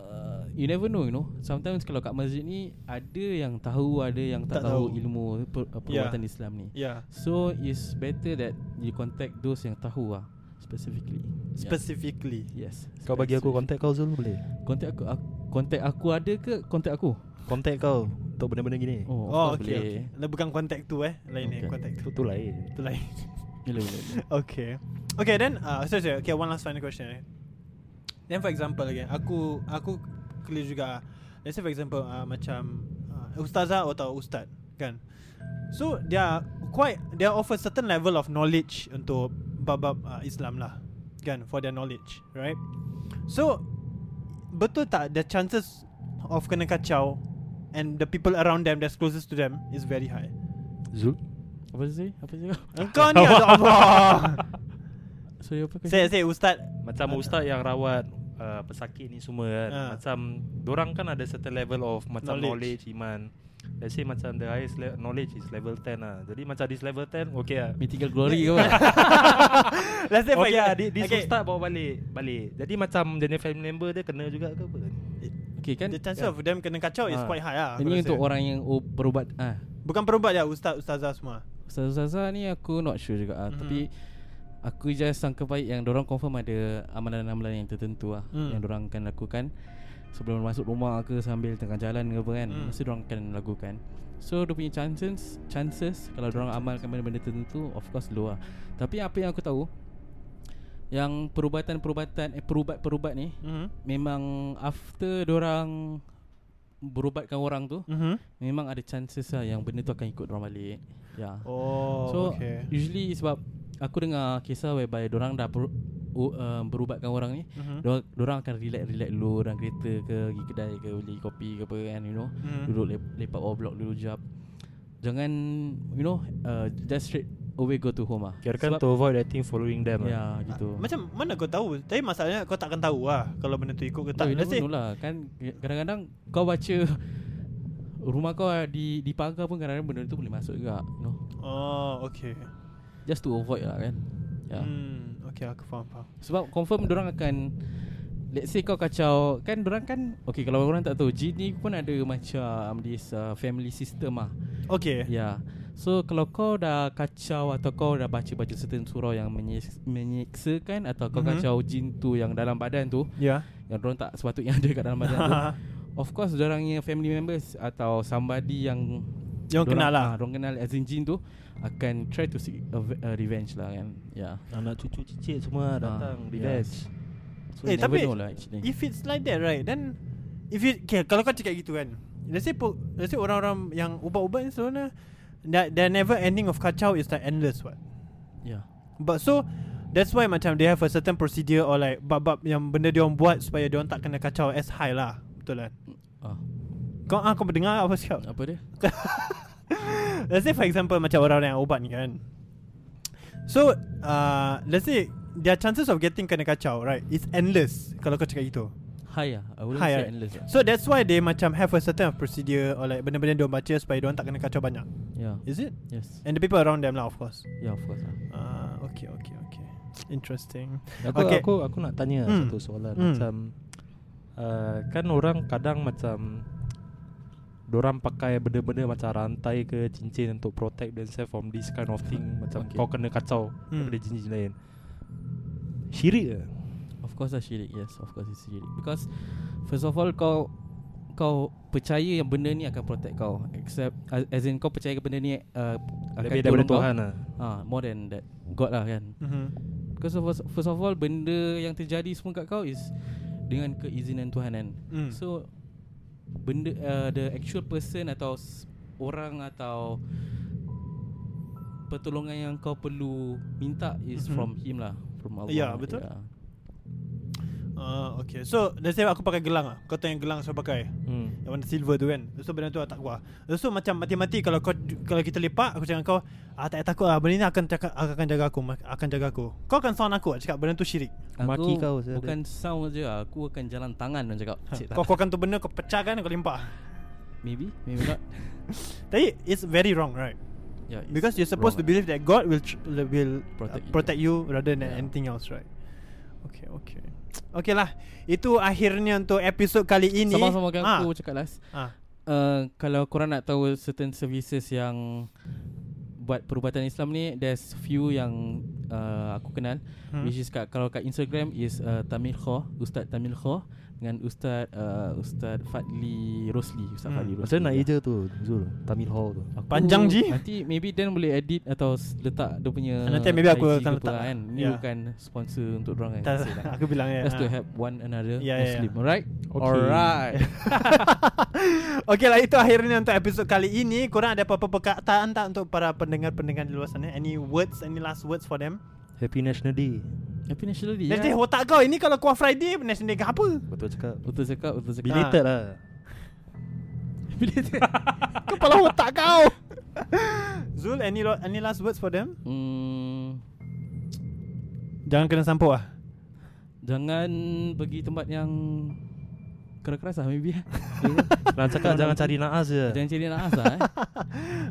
[SPEAKER 6] uh, You never know you know Sometimes kalau kat masjid ni Ada yang tahu Ada yang tak,
[SPEAKER 4] Tak
[SPEAKER 6] tahu,
[SPEAKER 4] tahu.
[SPEAKER 6] ilmu per,
[SPEAKER 8] Ya.
[SPEAKER 6] Perbuatan Islam ni
[SPEAKER 4] Yeah
[SPEAKER 6] So it's better that You contact those yang tahu lah Specifically
[SPEAKER 4] Specifically
[SPEAKER 6] yeah. Yes
[SPEAKER 8] Kau bagi aku
[SPEAKER 6] Specific.
[SPEAKER 8] kontak kau Zul boleh
[SPEAKER 6] Kontak aku, aku Kontak aku ada ke Kontak aku
[SPEAKER 8] Kontak kau Untuk benda-benda gini
[SPEAKER 6] Oh, of
[SPEAKER 4] Oh,
[SPEAKER 6] course
[SPEAKER 4] okay, okay. Lah, Bukan kontak tu eh Lain okay. eh
[SPEAKER 6] Okay.
[SPEAKER 4] kontak tu
[SPEAKER 8] Itu tu lain
[SPEAKER 4] Tu lain
[SPEAKER 6] Boleh, boleh, boleh.
[SPEAKER 4] Okay. Okay then uh, sorry, sorry. Okay one last final question. eh. Then for example again, aku aku clear juga. Let's say for example uh, macam uh, ustazah atau ustaz kan. So they are quite they are offer certain level of knowledge untuk bab-bab uh, Islam lah kan for their knowledge, right? So betul tak the chances of kena kacau and the people around them that's closest to them is very high.
[SPEAKER 8] Zul
[SPEAKER 6] Apa tu say? Apa tu say?
[SPEAKER 4] Engkau ni ada Allah.
[SPEAKER 6] Sorry apa
[SPEAKER 4] Saya saya ustaz
[SPEAKER 8] Macam ustaz yang rawat uh, pesakit ni semua kan
[SPEAKER 4] Ah.
[SPEAKER 8] Macam Diorang kan ada certain level of Macam knowledge,
[SPEAKER 4] Knowledge.
[SPEAKER 8] iman Let's say macam the highest le- knowledge is level 10 lah Jadi macam this level 10 okay lah
[SPEAKER 6] Mythical glory ke apa?
[SPEAKER 4] Let's say for
[SPEAKER 8] Okay
[SPEAKER 4] ya,
[SPEAKER 8] lah,
[SPEAKER 4] example-
[SPEAKER 8] this okay. ustaz bawa balik Balik Jadi macam dia punya family member dia kena juga ke apa
[SPEAKER 6] Okay kan?
[SPEAKER 4] The chances of them kena kacau is
[SPEAKER 8] Ah.
[SPEAKER 4] quite high lah aku
[SPEAKER 6] Ini
[SPEAKER 4] rasa.
[SPEAKER 6] untuk orang yang oh, berubat ah.
[SPEAKER 4] Bukan perubat ya ustaz ustazah semua.
[SPEAKER 6] Ustazah ni aku not sure juga ah.
[SPEAKER 4] Mhm.
[SPEAKER 6] Tapi Aku just sangka baik yang dorang confirm ada amalan-amalan yang tertentu lah
[SPEAKER 4] Hmm.
[SPEAKER 6] Yang dorang akan lakukan Sebelum masuk rumah ke sambil tengah jalan ke apa kan
[SPEAKER 4] Hmm.
[SPEAKER 6] Mesti dorang akan lakukan So dia punya chances chances Kalau dorang amalkan benda-benda tertentu Of course low lah Tapi apa yang aku tahu Yang perubatan-perubatan eh, Perubat-perubat ni
[SPEAKER 4] Mhm.
[SPEAKER 6] Memang after dorang Berubatkan orang tu
[SPEAKER 4] Mhm.
[SPEAKER 6] Memang ada chances lah Yang benda tu akan ikut orang balik Ya yeah.
[SPEAKER 4] Oh,
[SPEAKER 6] So
[SPEAKER 4] okay.
[SPEAKER 6] usually sebab Aku dengar kisah whereby Diorang dah ber, u, um, berubatkan orang ni
[SPEAKER 4] Mhm.
[SPEAKER 6] Diorang, diorang akan relax-relax dulu Dalam kereta ke Pergi kedai ke Beli kopi ke apa kan You know
[SPEAKER 4] Mhm.
[SPEAKER 6] Duduk lep, lepak bawah blok dulu jap Jangan You know uh, Just straight always go to home ah.
[SPEAKER 8] Kira kan
[SPEAKER 6] Sebab-
[SPEAKER 8] to avoid that thing following them
[SPEAKER 6] Ya
[SPEAKER 8] lah.
[SPEAKER 4] Ah,
[SPEAKER 6] gitu
[SPEAKER 4] Macam mana kau tahu Tapi masalahnya kau takkan tahu lah Kalau benda tu ikut ke tak
[SPEAKER 6] Oh, you
[SPEAKER 4] Let's say
[SPEAKER 6] never know lah Kan kadang-kadang Kau baca Rumah kau di di pagar pun kadang-kadang benda tu boleh masuk juga you know.
[SPEAKER 4] Oh okay
[SPEAKER 6] Just to avoid lah kan yeah. hmm.
[SPEAKER 4] Hmm Okay aku faham faham
[SPEAKER 6] Sebab confirm orang akan Let's say kau kacau Kan orang kan Okay kalau orang tak tahu Jin ni pun ada macam This uh, family system ah
[SPEAKER 4] Okay
[SPEAKER 6] Ya. So kalau kau dah kacau atau kau dah baca-baca certain surau yang menyik- menyiksakan atau kau
[SPEAKER 4] Mhm.
[SPEAKER 6] mm-hmm. kacau jin tu yang dalam badan tu
[SPEAKER 4] Ya
[SPEAKER 6] yang orang tak sepatutnya ada kat dalam badan tu. Of course orangnya family members atau somebody yang
[SPEAKER 4] Jangan kenal lah
[SPEAKER 6] Orang kenal as in jin tu akan try to seek a, a revenge lah kan. Ya.
[SPEAKER 8] Anak cucu cicit semua datang
[SPEAKER 6] Ah,
[SPEAKER 8] revenge.
[SPEAKER 6] So
[SPEAKER 4] Eh,
[SPEAKER 6] you never
[SPEAKER 4] tapi-
[SPEAKER 6] know lah actually.
[SPEAKER 4] If it's like that right Then If it okay, Kalau kau cakap gitu kan Let's say, po- let's say orang-orang Yang ubat-ubat ni sebenarnya that, Their never ending of kacau Is like endless what
[SPEAKER 6] yeah.
[SPEAKER 4] But so That's why macam They have a certain procedure Or like Bab-bab yang benda dia orang buat Supaya dia orang tak kena kacau As high lah Betul kan
[SPEAKER 6] Ah,
[SPEAKER 4] Kau ah, kau mendengar apa cakap
[SPEAKER 6] apa dia?
[SPEAKER 4] Let's say for example Macam orang yang ubat ni kan So uh, Let's say Their chances of getting kena kacau Right It's endless Kalau kau cakap gitu
[SPEAKER 6] High ah. I wouldn't
[SPEAKER 4] High,
[SPEAKER 6] say
[SPEAKER 4] right?
[SPEAKER 6] endless lah.
[SPEAKER 4] So that's why they macam Have a certain of procedure Or like benda-benda dia orang baca Supaya dia orang tak kena kacau banyak
[SPEAKER 6] Yeah.
[SPEAKER 4] Is it?
[SPEAKER 6] Yes.
[SPEAKER 4] And the people around them lah of course
[SPEAKER 6] Yeah, of course. Lah.
[SPEAKER 4] Ah, Okay okay okay Interesting
[SPEAKER 8] Aku
[SPEAKER 4] Okay.
[SPEAKER 8] okay. aku aku nak tanya
[SPEAKER 4] Hmm.
[SPEAKER 8] mm. satu soalan
[SPEAKER 4] Hmm.
[SPEAKER 8] mm. macam uh, kan orang kadang macam Diorang pakai benda-benda macam rantai ke cincin untuk protect themselves from this kind of thing macam
[SPEAKER 6] Okay.
[SPEAKER 8] okay. kau kena kacau
[SPEAKER 4] Hmm.
[SPEAKER 8] daripada jin-jin lain. Syirik ke?
[SPEAKER 6] Of course lah syirik Yes of course it's syirik Because First of all kau Kau percaya yang benda ni akan protect kau Except uh, As in kau percaya benda ni uh, akan
[SPEAKER 8] Lebih daripada
[SPEAKER 6] tolong kau.
[SPEAKER 8] Tuhan lah.
[SPEAKER 6] Ah, More than that God lah kan
[SPEAKER 4] mm-hmm.
[SPEAKER 6] Because of, first of all Benda yang terjadi semua kat kau is Dengan keizinan Tuhan kan
[SPEAKER 4] mm.
[SPEAKER 6] So Benda uh, The actual person atau s- Orang atau Pertolongan yang kau perlu Minta is
[SPEAKER 4] Mhm.
[SPEAKER 6] from him lah From Allah
[SPEAKER 4] Ya, betul.
[SPEAKER 6] yeah.
[SPEAKER 4] Ah, Okay So let's say aku pakai gelang lah Kau tanya gelang saya pakai
[SPEAKER 8] Hmm.
[SPEAKER 4] Yang warna silver tu kan Lepas tu benda tu tak keluar Lepas tu macam mati-mati Kalau kau kalau kita lepak Aku cakap kau ah, Tak payah takut lah Benda ni akan, cakap, akan jaga aku ma- Akan jaga aku Kau akan sound aku Cakap benda tu syirik
[SPEAKER 8] Maki kau saja.
[SPEAKER 6] Bukan sound je Aku akan jalan tangan Dia cakap
[SPEAKER 4] ha,
[SPEAKER 6] Cik
[SPEAKER 4] Kau kokkan tu benda Kau pecahkan Kau lempar
[SPEAKER 6] Maybe Maybe not
[SPEAKER 4] Tapi it's very wrong right
[SPEAKER 6] yeah, it's
[SPEAKER 4] Because you're supposed to
[SPEAKER 6] wrong,
[SPEAKER 4] believe That God will tr- will
[SPEAKER 6] Protect
[SPEAKER 4] protect, uh,
[SPEAKER 6] you.
[SPEAKER 4] protect you. Rather than
[SPEAKER 6] Yeah.
[SPEAKER 4] anything else right Okay okay Okay lah Itu akhirnya untuk episod kali
[SPEAKER 6] eh.
[SPEAKER 4] ini
[SPEAKER 6] Sama-sama kan
[SPEAKER 4] Ah,
[SPEAKER 6] aku cakap last
[SPEAKER 4] ah.
[SPEAKER 6] uh, Kalau korang nak tahu Certain services yang Buat perubatan Islam ni There's few yang uh, Aku kenal
[SPEAKER 4] Hmm.
[SPEAKER 6] hmm. Which is kat, Kalau kat Instagram Is uh, Tamil Kho Ustaz Tamil Kho Dengan Ustaz uh, Ustaz Fadli Rosli Ustaz
[SPEAKER 4] Hmm.
[SPEAKER 6] Fadli Rosli
[SPEAKER 8] Macam mana nak eja tu Zul Tamil Hall tu
[SPEAKER 6] Aku-
[SPEAKER 4] Panjang, Ji.
[SPEAKER 6] Nanti maybe Dan boleh edit Atau s- letak dia punya
[SPEAKER 4] Ah, Nanti maybe aku
[SPEAKER 6] IG
[SPEAKER 4] akan
[SPEAKER 6] ke apa
[SPEAKER 4] letak.
[SPEAKER 6] kan. Ni
[SPEAKER 4] Ya.
[SPEAKER 6] bukan sponsor Untuk dorang kan
[SPEAKER 4] Tak,
[SPEAKER 6] Saya nak-
[SPEAKER 4] Aku bilang ya
[SPEAKER 6] Just to
[SPEAKER 4] ah.
[SPEAKER 6] help one another
[SPEAKER 4] Ya, ya, ya.
[SPEAKER 6] Muslim Alright
[SPEAKER 8] Okay.
[SPEAKER 6] Alright
[SPEAKER 4] Okey lah itu akhirnya untuk episod kali ini Korang ada apa-apa perkataan tak Untuk para pendengar-pendengar di luar sana Any words Any last words for them
[SPEAKER 8] Happy National Day
[SPEAKER 6] Happy National Day
[SPEAKER 4] yeah. Nanti
[SPEAKER 6] ya.
[SPEAKER 4] otak kau Ini kalau kuah Friday National Day ke apa
[SPEAKER 8] Betul cakap
[SPEAKER 6] Betul cakap Betul cakap
[SPEAKER 8] Belated lah
[SPEAKER 4] Kepala otak kau Zul any, lo- any last words for them
[SPEAKER 6] hmm,
[SPEAKER 4] Jangan kena sampuk lah
[SPEAKER 6] Jangan pergi tempat yang Keras-keras lah maybe eh.
[SPEAKER 8] Nak cakap jangan cari naas je
[SPEAKER 6] Jangan cari naas lah eh.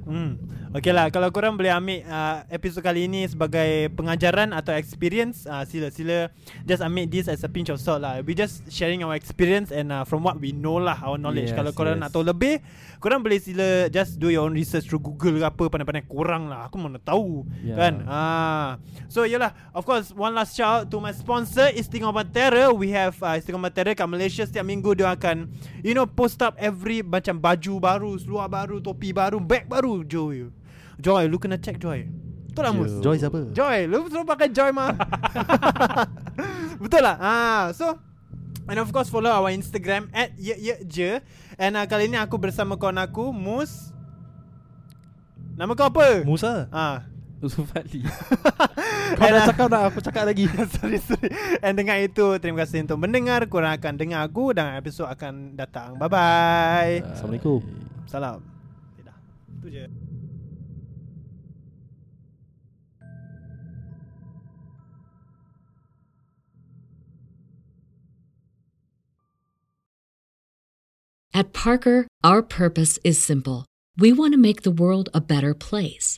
[SPEAKER 4] hmm. Okey lah Kalau korang boleh ambil uh, Episod kali ini Sebagai pengajaran Atau experience uh, Sila-sila Just ambil this as a pinch of salt lah We just sharing our experience And uh, from what we know lah Our knowledge yes,
[SPEAKER 6] Yes,
[SPEAKER 4] Kalau korang
[SPEAKER 6] yes.
[SPEAKER 4] nak tahu lebih Korang boleh sila Just do your own research Through Google ke apa Pandai-pandai korang lah Aku mana tahu
[SPEAKER 6] Ya.
[SPEAKER 4] Kan ah. So yelah Of course One last shout out To my sponsor Istiqomah Terra We have uh, Istiqomah Terra Kat Malaysia Setiap minggu dia akan You know post up every Macam baju baru Seluar baru Topi baru Bag baru Joy Joy Lu kena check Joy Betul lah Mus
[SPEAKER 8] Ya. Joy siapa
[SPEAKER 4] Joy Lu selalu pakai Joy mah Betul lah ah, So And of course follow our Instagram At ye ye je And uh, kali ni aku bersama kawan aku Mus Nama kau apa?
[SPEAKER 8] Musa
[SPEAKER 4] Ah.
[SPEAKER 6] Usul Fadli
[SPEAKER 8] Kau
[SPEAKER 4] And,
[SPEAKER 8] dah
[SPEAKER 4] uh,
[SPEAKER 8] cakap dah Aku cakap lagi
[SPEAKER 4] sorry, sorry. And dengan itu, terima kasih untuk mendengar. Korang akan dengar aku dan episod akan datang. Bye-bye.
[SPEAKER 8] Assalamualaikum
[SPEAKER 4] Salam. Itu je.
[SPEAKER 10] At Parker, our purpose is simple. We want to make the world a better place